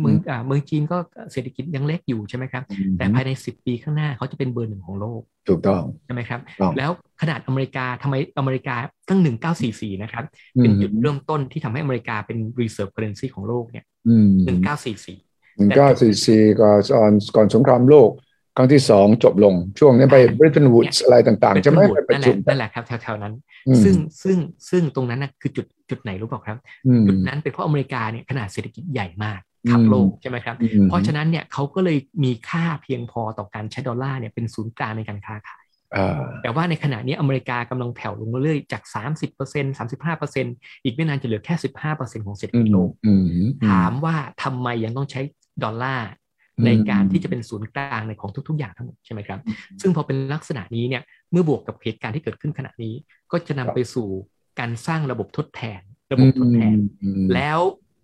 Speaker 3: เมืองอ่าเมืองจีนก็เศรษฐกิจยังเล็กอยู่ใช่ไหมครับ
Speaker 2: อืม
Speaker 3: แต่ภายใน 10 ปีข้างหน้าเขาจะเป็นเบอร์หนึ่งของโลก
Speaker 2: ถูกต้อง
Speaker 3: ใช่ไหมครับ
Speaker 2: ต้อง
Speaker 3: แล้วขนาดอเมริกาทำไมอเมริกาตั้ง 1944 นะครับ เป็นจุดเริ่มต้นที่ทำให้อเมริกาเป็น reserve currency ของโลกเนี่ย
Speaker 2: อืม
Speaker 3: 1944
Speaker 2: หนึ่งเก้าสี่สี่ก่อนก่อนก่อนสงครามโลก ครั้งที่สองจบลงช่วงนี้ไปบริตันวูด
Speaker 3: เนี่ย
Speaker 2: อะไรต่างๆ ใช่ไหมไป
Speaker 3: เป็
Speaker 2: ป
Speaker 3: น
Speaker 2: ระ
Speaker 3: จุด
Speaker 2: ชุม
Speaker 3: นั่นแหละนั่นแหละครับแถวๆนั้น
Speaker 2: อืม
Speaker 3: ซึ่งซึ่งซึ่งตรงนั้นนะคือจุดจุดไหนรู้เปล่าครับ
Speaker 2: อืม
Speaker 3: จุดนั้นเป็นเพราะอเมริกาเนี่ยขนาดเศรษฐกิจใหญ่มากขับ
Speaker 2: อืม
Speaker 3: โลกใช่ไหมครับ
Speaker 2: อืม
Speaker 3: เพราะฉะนั้นเนี่ยเขาก็เลยมีค่าเพียงพอต่อการใช้ดอลลาร์เนี่ยเป็นศูนย์กลางในการค้าขาย
Speaker 2: อ่า
Speaker 3: แต่ว่าในขณะนี้อเมริกากำลังแผ่วลงเรื่อยๆจาก 30% 35%อีกไม่นานจะเหลือแค่ 15%ของเศรษฐ
Speaker 2: อื
Speaker 3: กิ
Speaker 2: ม
Speaker 3: จโลก
Speaker 2: อืม
Speaker 3: ถามว่าทำไมยังต้องใช้ดอลลาร์ในการที่จะเป็นศูนย์กลางในของทุก ๆ อย่างทั้งหมดใช่ไหมครับ ซึ่งพอเป็นลักษณะนี้เนี่ยเมื่อบวกกับเหตุการณ์ที่เกิดขึ้นขณะนี้ ก็จะนำไปสู่การสร้างระบบทดแทน ระบบทดแทน
Speaker 2: อืม
Speaker 3: แล้ว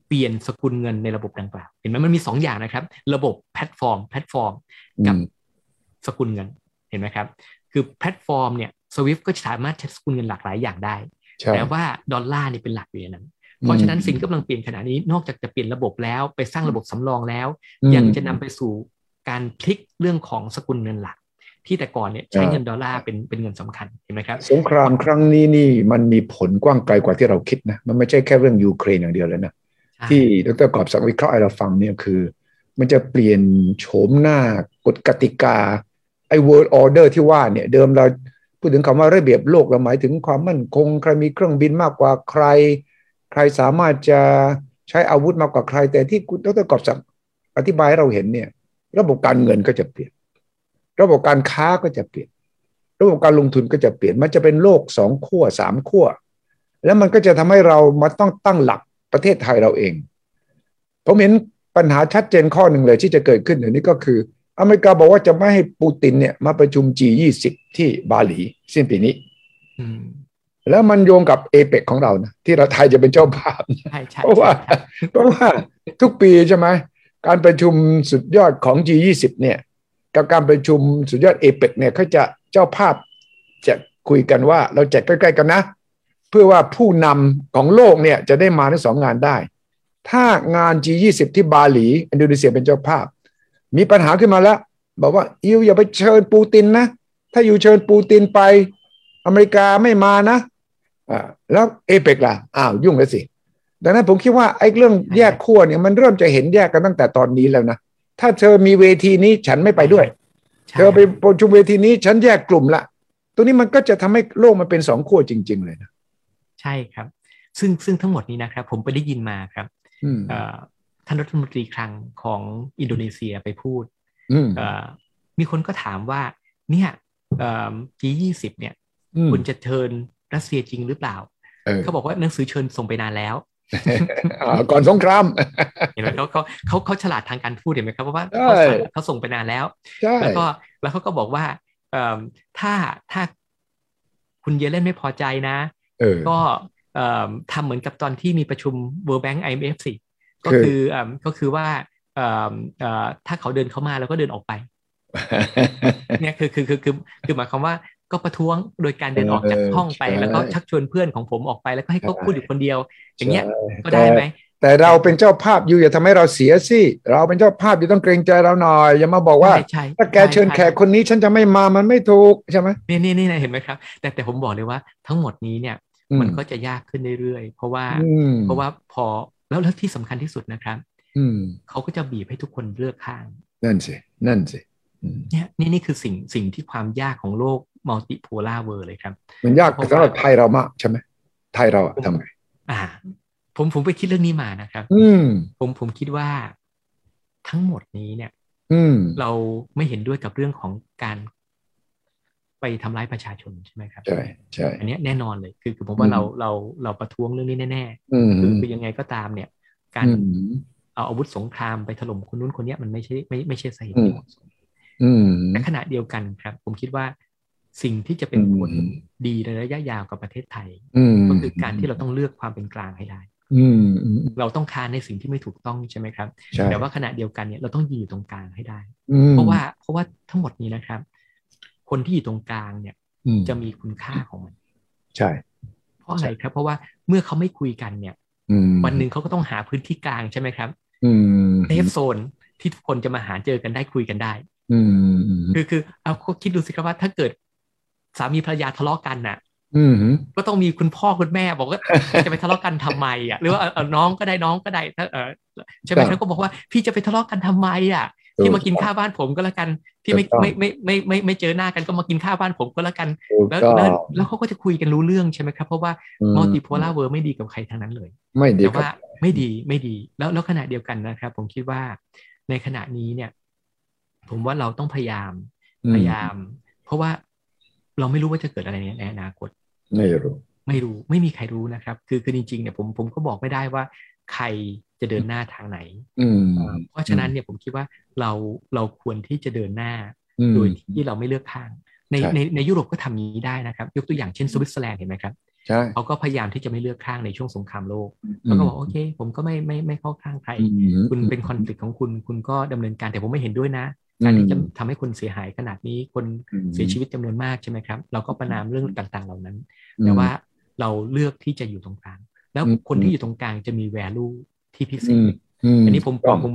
Speaker 3: เปลี่ยนสกุลเงินในระบบดังกล่าวเห็นไหมมันมี 2 อย่างนะครับ ระบบแพลตฟอร์มแพลตฟอร์ม กับ
Speaker 2: อืม
Speaker 3: สกุลเงินเห็นไหมครับ คือแพลตฟอร์มเนี่ยสวิฟก็สามารถใช้สกุลเงินหลากหลายอย่างได้
Speaker 2: ใช่
Speaker 3: แต่ว่าดอลลาร์เนี่ยเป็นหลักอยู่ในนั้น เพราะฉะนั้นสิ่งที่กำลังเปลี่ยนขณะนี้นอกจากจะเปลี่ยนระบบแล้วไปสร้างระบบสำรองแล้ว
Speaker 2: อืม
Speaker 3: ยังจะนำไปสู่การพลิกเรื่องของสกุลเงินหลัก ที่แต่ก่อนเนี่ยใช้
Speaker 2: ใช่
Speaker 3: เงินดอลลาร์เป็นเป็นเงินสำคัญเห็นไหมครับ
Speaker 2: สงครามครั้งนี้นี่มันมีผลกว้างไกลกว่าที่เราคิดนะ มันไม่ใช่แค่เรื่องยูเครนอย่างเดียวแล้วนะ ที่ดรกอบสังวิเคราะห์ให้เราฟังเนี่ยคือ มันจะเปลี่ยนโฉมหน้ากฎกติกา ไอ้ world order ที่ว่าเนี่ย เดิมเราพูดถึงคำว่าระเบียบโลกเราหมายถึงความมั่นคง ใครมีเครื่องบินมากกว่าใคร ใครสามารถจะใช้อาวุธมากกว่าใคร แต่ที่คุณดรกอบศักดิ์อธิบายให้เราเห็นเนี่ย ระบบการเงินก็จะเปลี่ยน ระบบการค้าก็จะเปลี่ยน ระบบการลงทุนก็จะเปลี่ยนมันจะเป็นโลกสองขั้วสามขั้วแล้วมันก็จะทำให้เรามาต้องตั้งหลักประเทศไทยเราเอง ผมเห็นปัญหาชัดเจนข้อหนึ่งเลยที่จะเกิดขึ้นเดี๋ยวนี้ก็คือ อเมริกาบอกว่าจะไม่ให้ปูตินเนี่ยมาประชุม G20 ที่บาหลีสิ้นปีนี้
Speaker 3: อืม
Speaker 2: แล้วมันโยงกับเอเปกของเรานะที่เราไทยจะเป็นเจ้าภาพ
Speaker 3: ใช่ใช่
Speaker 2: เพราะว่า
Speaker 3: ใช่
Speaker 2: เพราะว่าทุกปีใช่ไหมการประชุมสุดยอดของ G20 เนี่ยกับการประชุมสุดยอดเอเปกเนี่ยเขาจะเจ้าภาพจะคุยกันว่าเราจัดใกล้ๆกันนะ เพื่อว่าผู้นำของโลกเนี่ยจะได้มาทั้งสองงานได้ ถ้างาน G20 ที่บาหลี อินโดนีเซียเป็นเจ้าภาพ มีปัญหาขึ้นมาแล้ว บอกว่าอิวอย่าไปเชิญปูตินนะ ถ้าอยู่เชิญปูตินไปอเมริกาไม่มานะอ่าแล้วเอเปกล่ะอ้าวยุ่งแล้วสิ ดังนั้นผมคิดว่าไอ้เรื่องแยกขั้วเนี่ยมันเริ่มจะเห็นแยกกันตั้งแต่ตอนนี้แล้วนะ ถ้าเธอมีเวทีนี้ฉันไม่ไปด้วย
Speaker 3: ใช่
Speaker 2: เธอไปประชุมเวทีนี้ฉันแยกกลุ่มละตัวนี้มันก็จะทำให้โลกมันเป็นสองขั้วจริง ๆ เลยนะ
Speaker 3: ใช่ครับ ซึ่งซึ่งทั้งหมดนี้นะครับ ผมไปได้ยินมาครับ
Speaker 2: อืม
Speaker 3: เอ่อท่านรัฐมนตรีคลังของอินโดนีเซียไปพูด
Speaker 2: อืม
Speaker 3: เอ่อมีคนก็ถามว่าเนี่ยเอ่อ G20 เนี่ย
Speaker 2: อืม
Speaker 3: คุณจะเชิญรัสเซียจริงหรือเปล่า
Speaker 2: เออ
Speaker 3: เขาบอกว่าหนังสือเชิญส่งไปนานแล้ว
Speaker 2: อ่าก่อนสงคราม
Speaker 3: เห็นไหมเขาเขาเขาเขาฉลาดทางการพูดเห็นไหมครับเพราะว่า
Speaker 2: ใช่
Speaker 3: เขาสั่งเขาส่งไปนานแล้ว
Speaker 2: ใช่
Speaker 3: แล้วก็แล้วเขาก็บอกว่าเอิ่มถ้าถ้าคุณเยเลนไม่พอใจนะ
Speaker 2: เออ
Speaker 3: ก็เอิ่มทำเหมือนกับตอนที่มีประชุม World Bank IMF สิก็
Speaker 2: คือ
Speaker 3: คือเอิ่มก็คือว่าเอิ่มเอ่อถ้าเขาเดินเข้ามาแล้วก็เดินออกไป เนี่ยคือคือคือคือคือหมายความว่าก็ประท้วงโดยการเดินออกจาก
Speaker 2: เออ
Speaker 3: ห้องไป
Speaker 2: ใช่
Speaker 3: แล้วก็ชักชวนเพื่อนของผมออกไปแล้วก็ให้เขา
Speaker 2: ใช่
Speaker 3: พูดอยู่คนเดียว อย่างเงี้ย
Speaker 2: ใช่
Speaker 3: ก็ได้ไหม
Speaker 2: แต่เราเป็นเจ้าภาพอยู่อย่าทำให้เราเสียสิเราเป็นเจ้าภาพอยู่ต้องเกรงใจเราหน่อยอย่ามาบอกว่า
Speaker 3: ใช่ใช่
Speaker 2: ถ้าแก
Speaker 3: ใ
Speaker 2: เชิญแขกคนนี้ฉันจะไม่มามันไม่ถูกใช่ไหม
Speaker 3: นี่นี่นี่เห็นไหมครับ แต่แต่ผมบอกเลยว่าทั้งหมดนี้เนี่ย
Speaker 2: อื
Speaker 3: มันก็จะยากขึ้นเรื่อยๆ เพราะว่า
Speaker 2: อืม
Speaker 3: เพราะว่าพอแล้วแล้วที่สำคัญที่สุดนะครับ
Speaker 2: อืม
Speaker 3: เขาก็จะบีบให้ทุกคนเลือกข้าง
Speaker 2: นั่นสิ นั่นสิอืม
Speaker 3: เนี่ยนี่นี่คือสิ่งสิ่งที่ความยากของโลกมัลติโพลาร์เวิร์เลยครับ
Speaker 2: มันยาก
Speaker 3: เพราะว่า
Speaker 2: สำหรับไทยเรามากใช่ไหมไทยเราอะทำไง
Speaker 3: อ่า ผมผมไปคิดเรื่องนี้มานะครับ
Speaker 2: อืม
Speaker 3: ผมผมคิดว่าทั้งหมดนี้เนี่ย
Speaker 2: อืม
Speaker 3: เราไม่เห็นด้วยกับเรื่องของการไปทำร้ายประชาชนใช่ไหมครับ
Speaker 2: ใช่ใช่
Speaker 3: อันเนี้ยแน่นอนเลยคือคือผม
Speaker 2: อื
Speaker 3: ว่าม เราเราเราประท้วงเรื่องนี้แน่
Speaker 2: อืม
Speaker 3: ๆคือคือยังไงก็ตามเนี่ย การ
Speaker 2: อืม
Speaker 3: เอาอาวุธสงครามไปถล่มคนนู้นคนเนี้ยมันไม่ใช่ไม่ไม่ใช่สาเหตุ
Speaker 2: อืม
Speaker 3: ที่เหมาะสม
Speaker 2: อืม
Speaker 3: แต่ขณะเดียวกันครับ ผมคิดว่าสิ่งที่จะเป็น
Speaker 2: อืม
Speaker 3: ผลดีในระยะยาวกับประเทศไทย
Speaker 2: อืม
Speaker 3: ก็คือการที่เราต้องเลือกความเป็นกลางให้ได้
Speaker 2: อืมอืม
Speaker 3: เราต้องค้านในสิ่งที่ไม่ถูกต้องใช่ไหมครับ
Speaker 2: ใช่
Speaker 3: แต่ว่าขณะเดียวกันเนี่ยเราต้องยืนอยู่ตรงกลางให้ได้
Speaker 2: อืม
Speaker 3: เพราะว่าเพราะว่าทั้งหมดนี้นะครับ คนที่อยู่ตรงกลางเนี่ย
Speaker 2: อืม
Speaker 3: จะมีคุณค่าของมัน
Speaker 2: ใช่
Speaker 3: เพราะอะไรครับ เพราะว่าเมื่อเขาไม่คุยกันเนี่ย
Speaker 2: อืม
Speaker 3: วันหนึ่งเขาก็ต้องหาพื้นที่กลางใช่ไหมครับ
Speaker 2: อืม
Speaker 3: เซฟโซนที่ทุกคนจะมาหาเจอกันได้คุยกันได้
Speaker 2: อืมอืม
Speaker 3: คือคือเอาคิดดูสิครับว่าถ้าเกิดสามีภรรยาทะเลาะกันน่ะ
Speaker 2: อืม
Speaker 3: ก็ต้องมีคุณพ่อคุณแม่บอกว่า จะไปทะเลาะกันทำไมอ่ะหรือว่าเออเออน้องก็ได้น้องก็ได้ถ้าเออใช่ไหมแล้วก็บอกว่าพี่จะไปทะเลาะกันทำไมอ่ะ ที่มากินข้าวบ้านผมก็แล้วกัน ที่ไม่ไม่ไม่ไม่ไม่ไม่เจอหน้ากันก็มากินข้าวบ้านผมก็แล้วกัน
Speaker 2: ถูก
Speaker 3: แล้ว
Speaker 2: ต้อ
Speaker 3: แล้ว
Speaker 2: ง
Speaker 3: แล้วเขาก็จะคุยกันรู้เรื่องใช่ไหมครับ เพราะว่า
Speaker 2: อื
Speaker 3: มัลติโพลาร์เวิร์ไม่ดีกับใครทั้งนั้นเลย
Speaker 2: ไม่ดี
Speaker 3: แต่
Speaker 2: ครับ
Speaker 3: ว่าไม่ดีไม่ดี แล้วแล้วขณะเดียวกันนะครับ ผมคิดว่าในขณะนี้เนี่ย ผมว่าเราต้องพยายาม
Speaker 2: อื
Speaker 3: พยายาม เพราะว่าเราไม่รู้ว่าจะเกิดอะไรในในอนาคต
Speaker 2: ไม่รู้
Speaker 3: ไม่รู้ไม่มีใครรู้นะครับ คือคือจริงๆเนี่ยผมผมก็บอกไม่ได้ว่า ใครจะเดินหน้าทางไหน
Speaker 2: อืม
Speaker 3: เพราะฉะนั้นเนี่ยผมคิดว่าเราเราควรที่จะเดินหน้า
Speaker 2: อืม
Speaker 3: โดยที่เราไม่เลือกข้าง ใน
Speaker 2: ใช่
Speaker 3: ในในยุโรปก็ทำอย่างนี้ได้นะครับ ยกตัวอย่างเช่นสวิตเซอร์แลนด์เห็นไหมครับ
Speaker 2: ใช่
Speaker 3: เขาก็พยายามที่จะไม่เลือกข้างในช่วงสงครามโลกเขาก็บอกโอเค ผมก็ไม่ไม่ไม่เข้าข้างใคร
Speaker 2: อืม
Speaker 3: คุณเป็นคอนฟ lict ของคุณ คุณก็ดำเนินการแต่ผมไม่เห็นด้วยนะ การที่จะทำให้คนเสียหายขนาดนี้คน
Speaker 2: อืม
Speaker 3: เสียชีวิตจำนวนมากใช่ไหมครับ เราก็ประนามเรื่องต่างๆ เหล่านั้น แต่ว่าเราเลือกที่จะอยู่ตรงกลาง แล้ว
Speaker 2: อืม
Speaker 3: คนที่อยู่ตรงกลางจะมี value ที่พิเศ
Speaker 2: อื
Speaker 3: ษ
Speaker 2: มม
Speaker 3: อันนี้ผมผมผม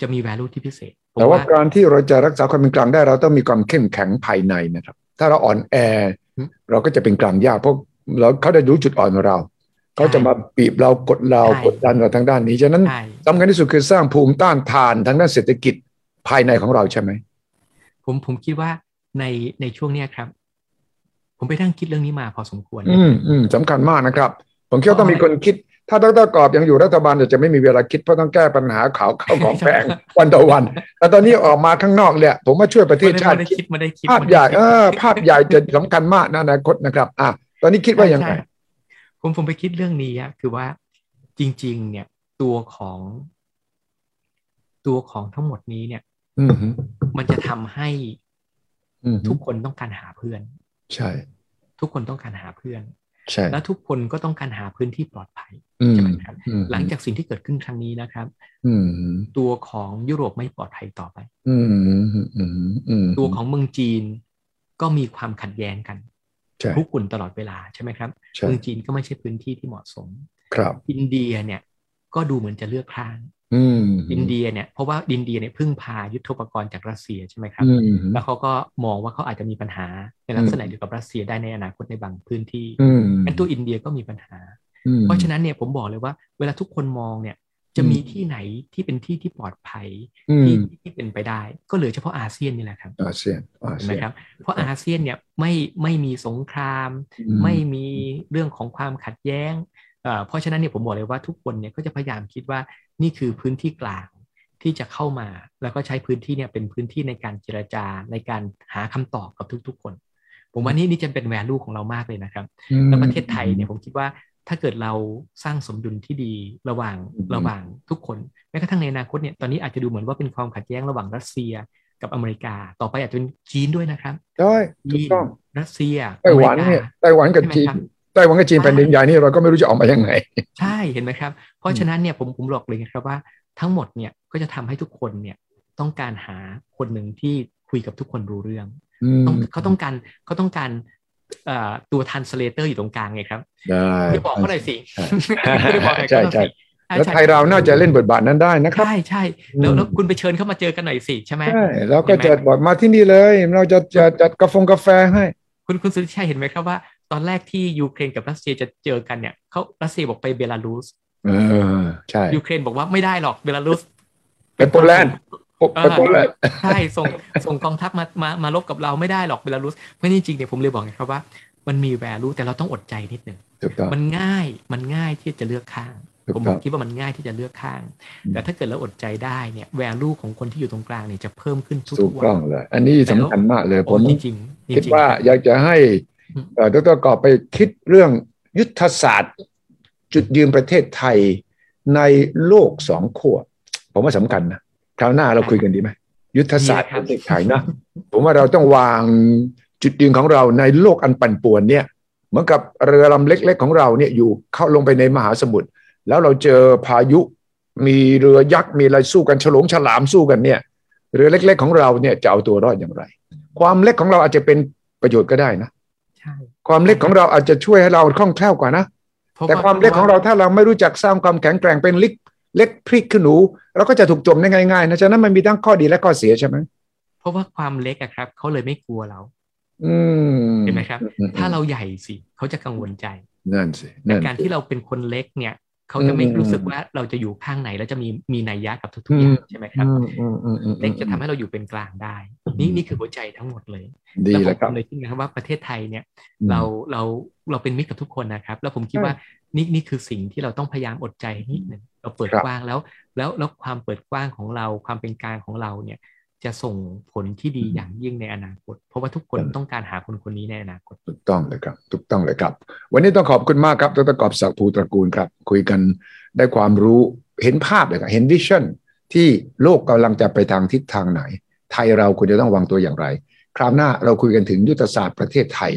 Speaker 3: จะมี value ที่พิเศษผม
Speaker 2: แต่ว่าการที่เราจะรักษาความเป็นกลางได้เราต้องมีความเข้มแข็งภายในนะครับ ถ้าเราอ่อนแอ เราก็จะเป็นกลางยากเพราะเราเขาได้รู้จุดอ่อนของเรา เขาจะมาบีบเรากดเรากดดันเราทางด้านนี้ฉะนั้น
Speaker 3: ใช่
Speaker 2: สำคัญที่สุดคือสร้างภูมิต้านทานทางด้านเศรษฐกิจภายในของเราใช่ไหม
Speaker 3: ผมผมคิดว่าในในช่วงเนี้ยครับ ผมไปนั่งคิดเรื่องนี้มาพอสมควร
Speaker 2: อืมอืมสำคัญมากนะครับ ผมคิดว่าต้องมีคนคิด ถ้าดรกรอบยังอยู่รัฐบาลเนี่ยจะไม่มีเวลาคิดเพราะต้องแก้ปัญหาข่าวข้าวของแพ ง วันต่อวัน แต่ตอนนี้ออกมาข้างนอกเนี่ยผมว่าช่วยประเทศชาติ
Speaker 3: ไม่ได้
Speaker 2: คิด
Speaker 3: คิดไม่ได้คิด
Speaker 2: ภาพ
Speaker 3: ไม่
Speaker 2: ให
Speaker 3: ได้
Speaker 2: ญ่
Speaker 3: คิด
Speaker 2: เออภาพใหญ่จะสำคัญมากในอนาคตนะครับ อ่ะตอนนี้คิดว่ายังไง
Speaker 3: ใช่ผมผมไปคิดเรื่องนี้อะคือว่าจริง ๆ เนี่ยตัวของ ตัวของทั้งหมดนี้เนี่ย
Speaker 2: อืมฮึ
Speaker 3: มันจะทำให้
Speaker 2: อืมฮึ
Speaker 3: ทุกคนต้องการหาเพื่อน
Speaker 2: ใช่
Speaker 3: ทุกคนต้องการหาเพื่อน
Speaker 2: ใช่
Speaker 3: และทุกคนก็ต้องการหาพื้นที่ปลอดภัย
Speaker 2: อืม
Speaker 3: ใช่ไหมครับ
Speaker 2: อืม
Speaker 3: หลังจากสิ่งที่เกิดขึ้นครั้งนี้นะครับ
Speaker 2: อืมฮึ
Speaker 3: ตัวของยุโรปไม่ปลอดภัยต่อไป
Speaker 2: อืมฮึอืมฮึอืมฮึ
Speaker 3: ตัวของเมืองจีนก็มีความขัดแย้งกัน
Speaker 2: ใช่
Speaker 3: คุกคุนตลอดเวลาใช่ไหมครับ
Speaker 2: ใช่
Speaker 3: เมืองจีนก็ไม่ใช่พื้นที่ที่เหมาะสม
Speaker 2: ครับ
Speaker 3: อินเดียเนี่ยก็ดูเหมือนจะเลือกข้าง
Speaker 2: อืม
Speaker 3: อินเดียเนี่ยเพราะว่าอินเดียเนี่ยพึ่งพายุทโธปกรณ์จากรัสเซียใช่ไหมครับ
Speaker 2: อืมฮึ
Speaker 3: แล้วเขาก็มองว่าเขาอาจจะมีปัญหาในลักษณะเดียวกับรัสเซียได้ในอนาคตในบางพื้นที่
Speaker 2: อืม
Speaker 3: งั้นตัวอินเดียก็มีปัญหา
Speaker 2: อืม
Speaker 3: เพราะฉะนั้นเนี่ยผมบอกเลยว่า เวลาทุกคนมองเนี่ยจะ
Speaker 2: อืม
Speaker 3: มีที่ไหนที่เป็นที่ที่ปลอดภัย
Speaker 2: อืม
Speaker 3: ที่ที่เป็นไปได้ ก็เหลือเฉพาะอาเซียนนี่แหละครับ
Speaker 2: อาเซียนอา
Speaker 3: ถูกไห
Speaker 2: เซี
Speaker 3: ม
Speaker 2: ยน
Speaker 3: ครับเพราะอาเซียนเนี่ยไม่ไม่มีสงคราม
Speaker 2: อื
Speaker 3: ไม่มีเรื่องของความขัดแย้งเอ่อเพราะฉะนั้นเนี่ยผมบอกเลยว่าทุกคนเนี่ยก็จะพยายามคิดว่านี่คือพื้นที่กลางที่จะเข้ามา แล้วก็ใช้พื้นที่เนี่ยเป็นพื้นที่ในการเจรจาในการหาคำตอบกับทุกๆ คน ผมว่านี่นี่จะเป็นแวลูของเรามากเลยนะครับ แล้วประเทศไทยเนี่ยผมคิดว่าถ้าเกิดเราสร้างสมดุลที่ดีระหว่างระหว่างทุกคนแม้กระทั่งในอนาคตเนี่ยตอนนี้อาจจะดูเหมือนว่าเป็นความขัดแย้งระหว่างรัสเซียกับอเมริกา ต่อไปอาจจะเป็นจีนด้วยนะครับ
Speaker 2: ใช่ถู
Speaker 3: จี
Speaker 2: ก
Speaker 3: น
Speaker 2: ต้อง
Speaker 3: รัสเซีย
Speaker 2: ไต้หวัน
Speaker 3: อมริกา
Speaker 2: เนี่ยไต้หวันกับ
Speaker 3: ใช่
Speaker 2: จีน
Speaker 3: ไหมครับ
Speaker 2: ไต้หวันกับจีนแผ่นดินใหญ่นี่เราก็ไม่รู้จะออกมายังไง
Speaker 3: ใช่เห็นไหมครับ เพราะฉะนั้นเนี่ยผมผมบอกเลยนะครับว่าทั้งหมดเนี่ยก็จะทำให้ทุกคนเนี่ยต้องการหาคนหนึ่งที่คุยกับทุกคนรู้เรื่องต้องเขาต้องการเขาต้องการเอ่อตัวทันสเลเตอร์อยู่ตรงกลางไงครับ
Speaker 2: ได้
Speaker 3: ไปบอกเขาหน่อยสิ
Speaker 2: ใช่
Speaker 3: ไปบอกเขาหน่อย
Speaker 2: ใช่ใช่
Speaker 3: สิอ่
Speaker 2: แล้วไทยเราน่าจะเล่นบทบาทนั้นได้นะครับ
Speaker 3: ใช่ใช่แล้วแล้ว
Speaker 2: อืม
Speaker 3: คุณไปเชิญเขามาเจอกันหน่อยสิใช่ไหม
Speaker 2: ใช่แล้วก็
Speaker 3: เห็นไหม
Speaker 2: จะบอกมาที่นี่เลย เราจะจะจัดกาแฟกาแฟให้
Speaker 3: คุณคุณสุทธิชัยเห็นไหมครับว่า ตอนแรกที่ยูเครนกับรัสเซียจะเจอกันเนี่ยเขารัสเซียบอกไปเบลารุส
Speaker 2: เออใช่
Speaker 3: ยูเครนบอกว่าไม่ได้หรอกเบลารุส
Speaker 2: เป็นโปแลนด์
Speaker 3: อ่า
Speaker 2: เป็นโปแลนด์
Speaker 3: ใช่ส่ง ส่งกองทัพมามามาลบกับเราไม่ได้หรอกเบลารุสเพราะจริงๆเนี่ยผมเลยบอกไงครับว่า มันมีแวลูแต่เราต้องอดใจนิดหนึ่ง
Speaker 2: ถูกต้อง
Speaker 3: มันง่ายมันง่ายที่จะเลือกข้าง
Speaker 2: ถูก
Speaker 3: ผม
Speaker 2: ต้อง
Speaker 3: คิดว่ามันง่ายที่จะเลือกข้าง
Speaker 2: อืม
Speaker 3: แต่ถ้าเกิดเราอดใจได้เนี่ยแวลูของคนที่อยู่ตรงกลางเนี่ยจะเพิ่มขึ้นทุ
Speaker 2: ถู
Speaker 3: ก
Speaker 2: ก
Speaker 3: ๆ
Speaker 2: ต้
Speaker 3: วั
Speaker 2: อน งเลย อันนี้สำคัญมากเลยผ
Speaker 3: โอ้
Speaker 2: ม
Speaker 3: จริงๆจริงๆ
Speaker 2: คิดว่า
Speaker 3: ครับ
Speaker 2: อยากจะให้
Speaker 3: อืม
Speaker 2: เอ่อดรกอบไปคิดเรื่องยุทธศาสตร์ จุดยืนประเทศไทยในโลกสองขั้วผมว่าสำคัญนะคราวหน้าเราคุยกันดีไหมยุทธศาสตร์ประเทศไทยนะ ผมว่าเราต้องวางจุดยืนของเราในโลกอันปั่นป่วนเนี่ย เหมือนกับเรือลำเล็กๆของเราเนี่ยอยู่เข้าลงไปในมหาสมุทรแล้วเราเจอพายุ มีเรือยักษ์มีอะไรสู้กันฉลงฉลามสู้กันเนี่ย เรือเล็ก ๆ ของเราเนี่ยจะเอาตัวรอดอย่างไร ความเล็กของเราอาจจะเป็นประโยชน์ก็ได้นะ
Speaker 3: ใช่
Speaker 2: ความเล็กของเราอาจจะช่วยให้เราคล่องแคล่วกว่านะ
Speaker 3: พระ
Speaker 2: แต่ความเล็กของเราถ้าเราไม่รู้จักสร้างความแข็งแกร่งเป็นเล็กเล็กพริกขี้หนูเราก็จะถูกจมได้ง่ายๆนะฉะนั้นมันมีทั้งข้อดีและข้อเสียใช่ไหม
Speaker 3: เพราะว่าความเล็กอะครับเขาเลยไม่กลัวเรา
Speaker 2: อืม
Speaker 3: เห็นไหมครับ
Speaker 2: อืม
Speaker 3: ถ้าเราใหญ่สิเขาจะกังวลใจ
Speaker 2: นั่นสิ
Speaker 3: แต่
Speaker 2: นั่น
Speaker 3: การที่เราเป็นคนเล็กเนี่ยเขาจะไม่
Speaker 2: อืม
Speaker 3: รู้สึกว่าเราจะอยู่ข้างไหนแล้วจะมีมีนัยยะกับทุ
Speaker 2: อื
Speaker 3: กๆอ
Speaker 2: ม
Speaker 3: ย่างใช่ไหมครับ
Speaker 2: อืมอืมอืมอืม
Speaker 3: เล็กจะทำให้เราอยู่เป็นกลางได้ นี่นี่คือหัวใจทั้งหมดเลย
Speaker 2: ดี
Speaker 3: แล้วผ
Speaker 2: แล้วค
Speaker 3: ม
Speaker 2: รับ
Speaker 3: เลยคิดนะครับว่าประเทศไทยเนี่ยเราเราเราเป็นมิตรกับทุกคนนะครับ แล้วผมคิดว่านี่นี่คือสิ่งที่เราต้องพยายามอดใจนิดหนึ่งเราเปิดกว้างแล้วแล้วแล้วความเปิดกว้างของเราความเป็นกลางของเราเนี่ยจะส่งผลที่ดีอย่างยิ่งในอนาคต เพราะว่าทุกคนต้องการหาคนคนนี้ในอนาคต
Speaker 2: ถูกต้องเลยครับถูกต้องเลยครับ วันนี้ต้องขอบคุณมากครับดรกอบศักดิ์ภูตระกูลครับ คุยกันได้ความรู้เห็นภาพเลยครับเห็นวิชั่นที่โลกกำลังจะไปทางทิศทางไหน ไทยเราควรจะต้องวางตัวอย่างไร คราวหน้าเราคุยกันถึงยุทธศาสตร์ประเทศไทย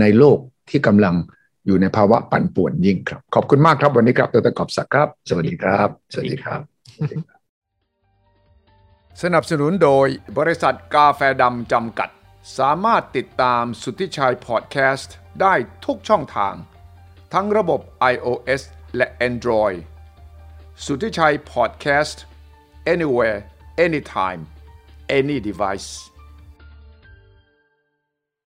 Speaker 2: ในโลกที่กำลังอยู่ในภาวะปั่นป่วนยิ่งครับ ขอบคุณมากครับวันนี้ครับดรกอบศักดิ์ครับ สวัสดีครับ สวัสดีครับ
Speaker 1: สนับสนุนโดยบริษัทกาแฟดำจำกัด สามารถติดตามสุทธิชัยพอดแคสต์ได้ทุกช่องทาง ทั้งระบบ iOS และ Android สุทธิชัยพอดแคสต์ anywhere anytime any device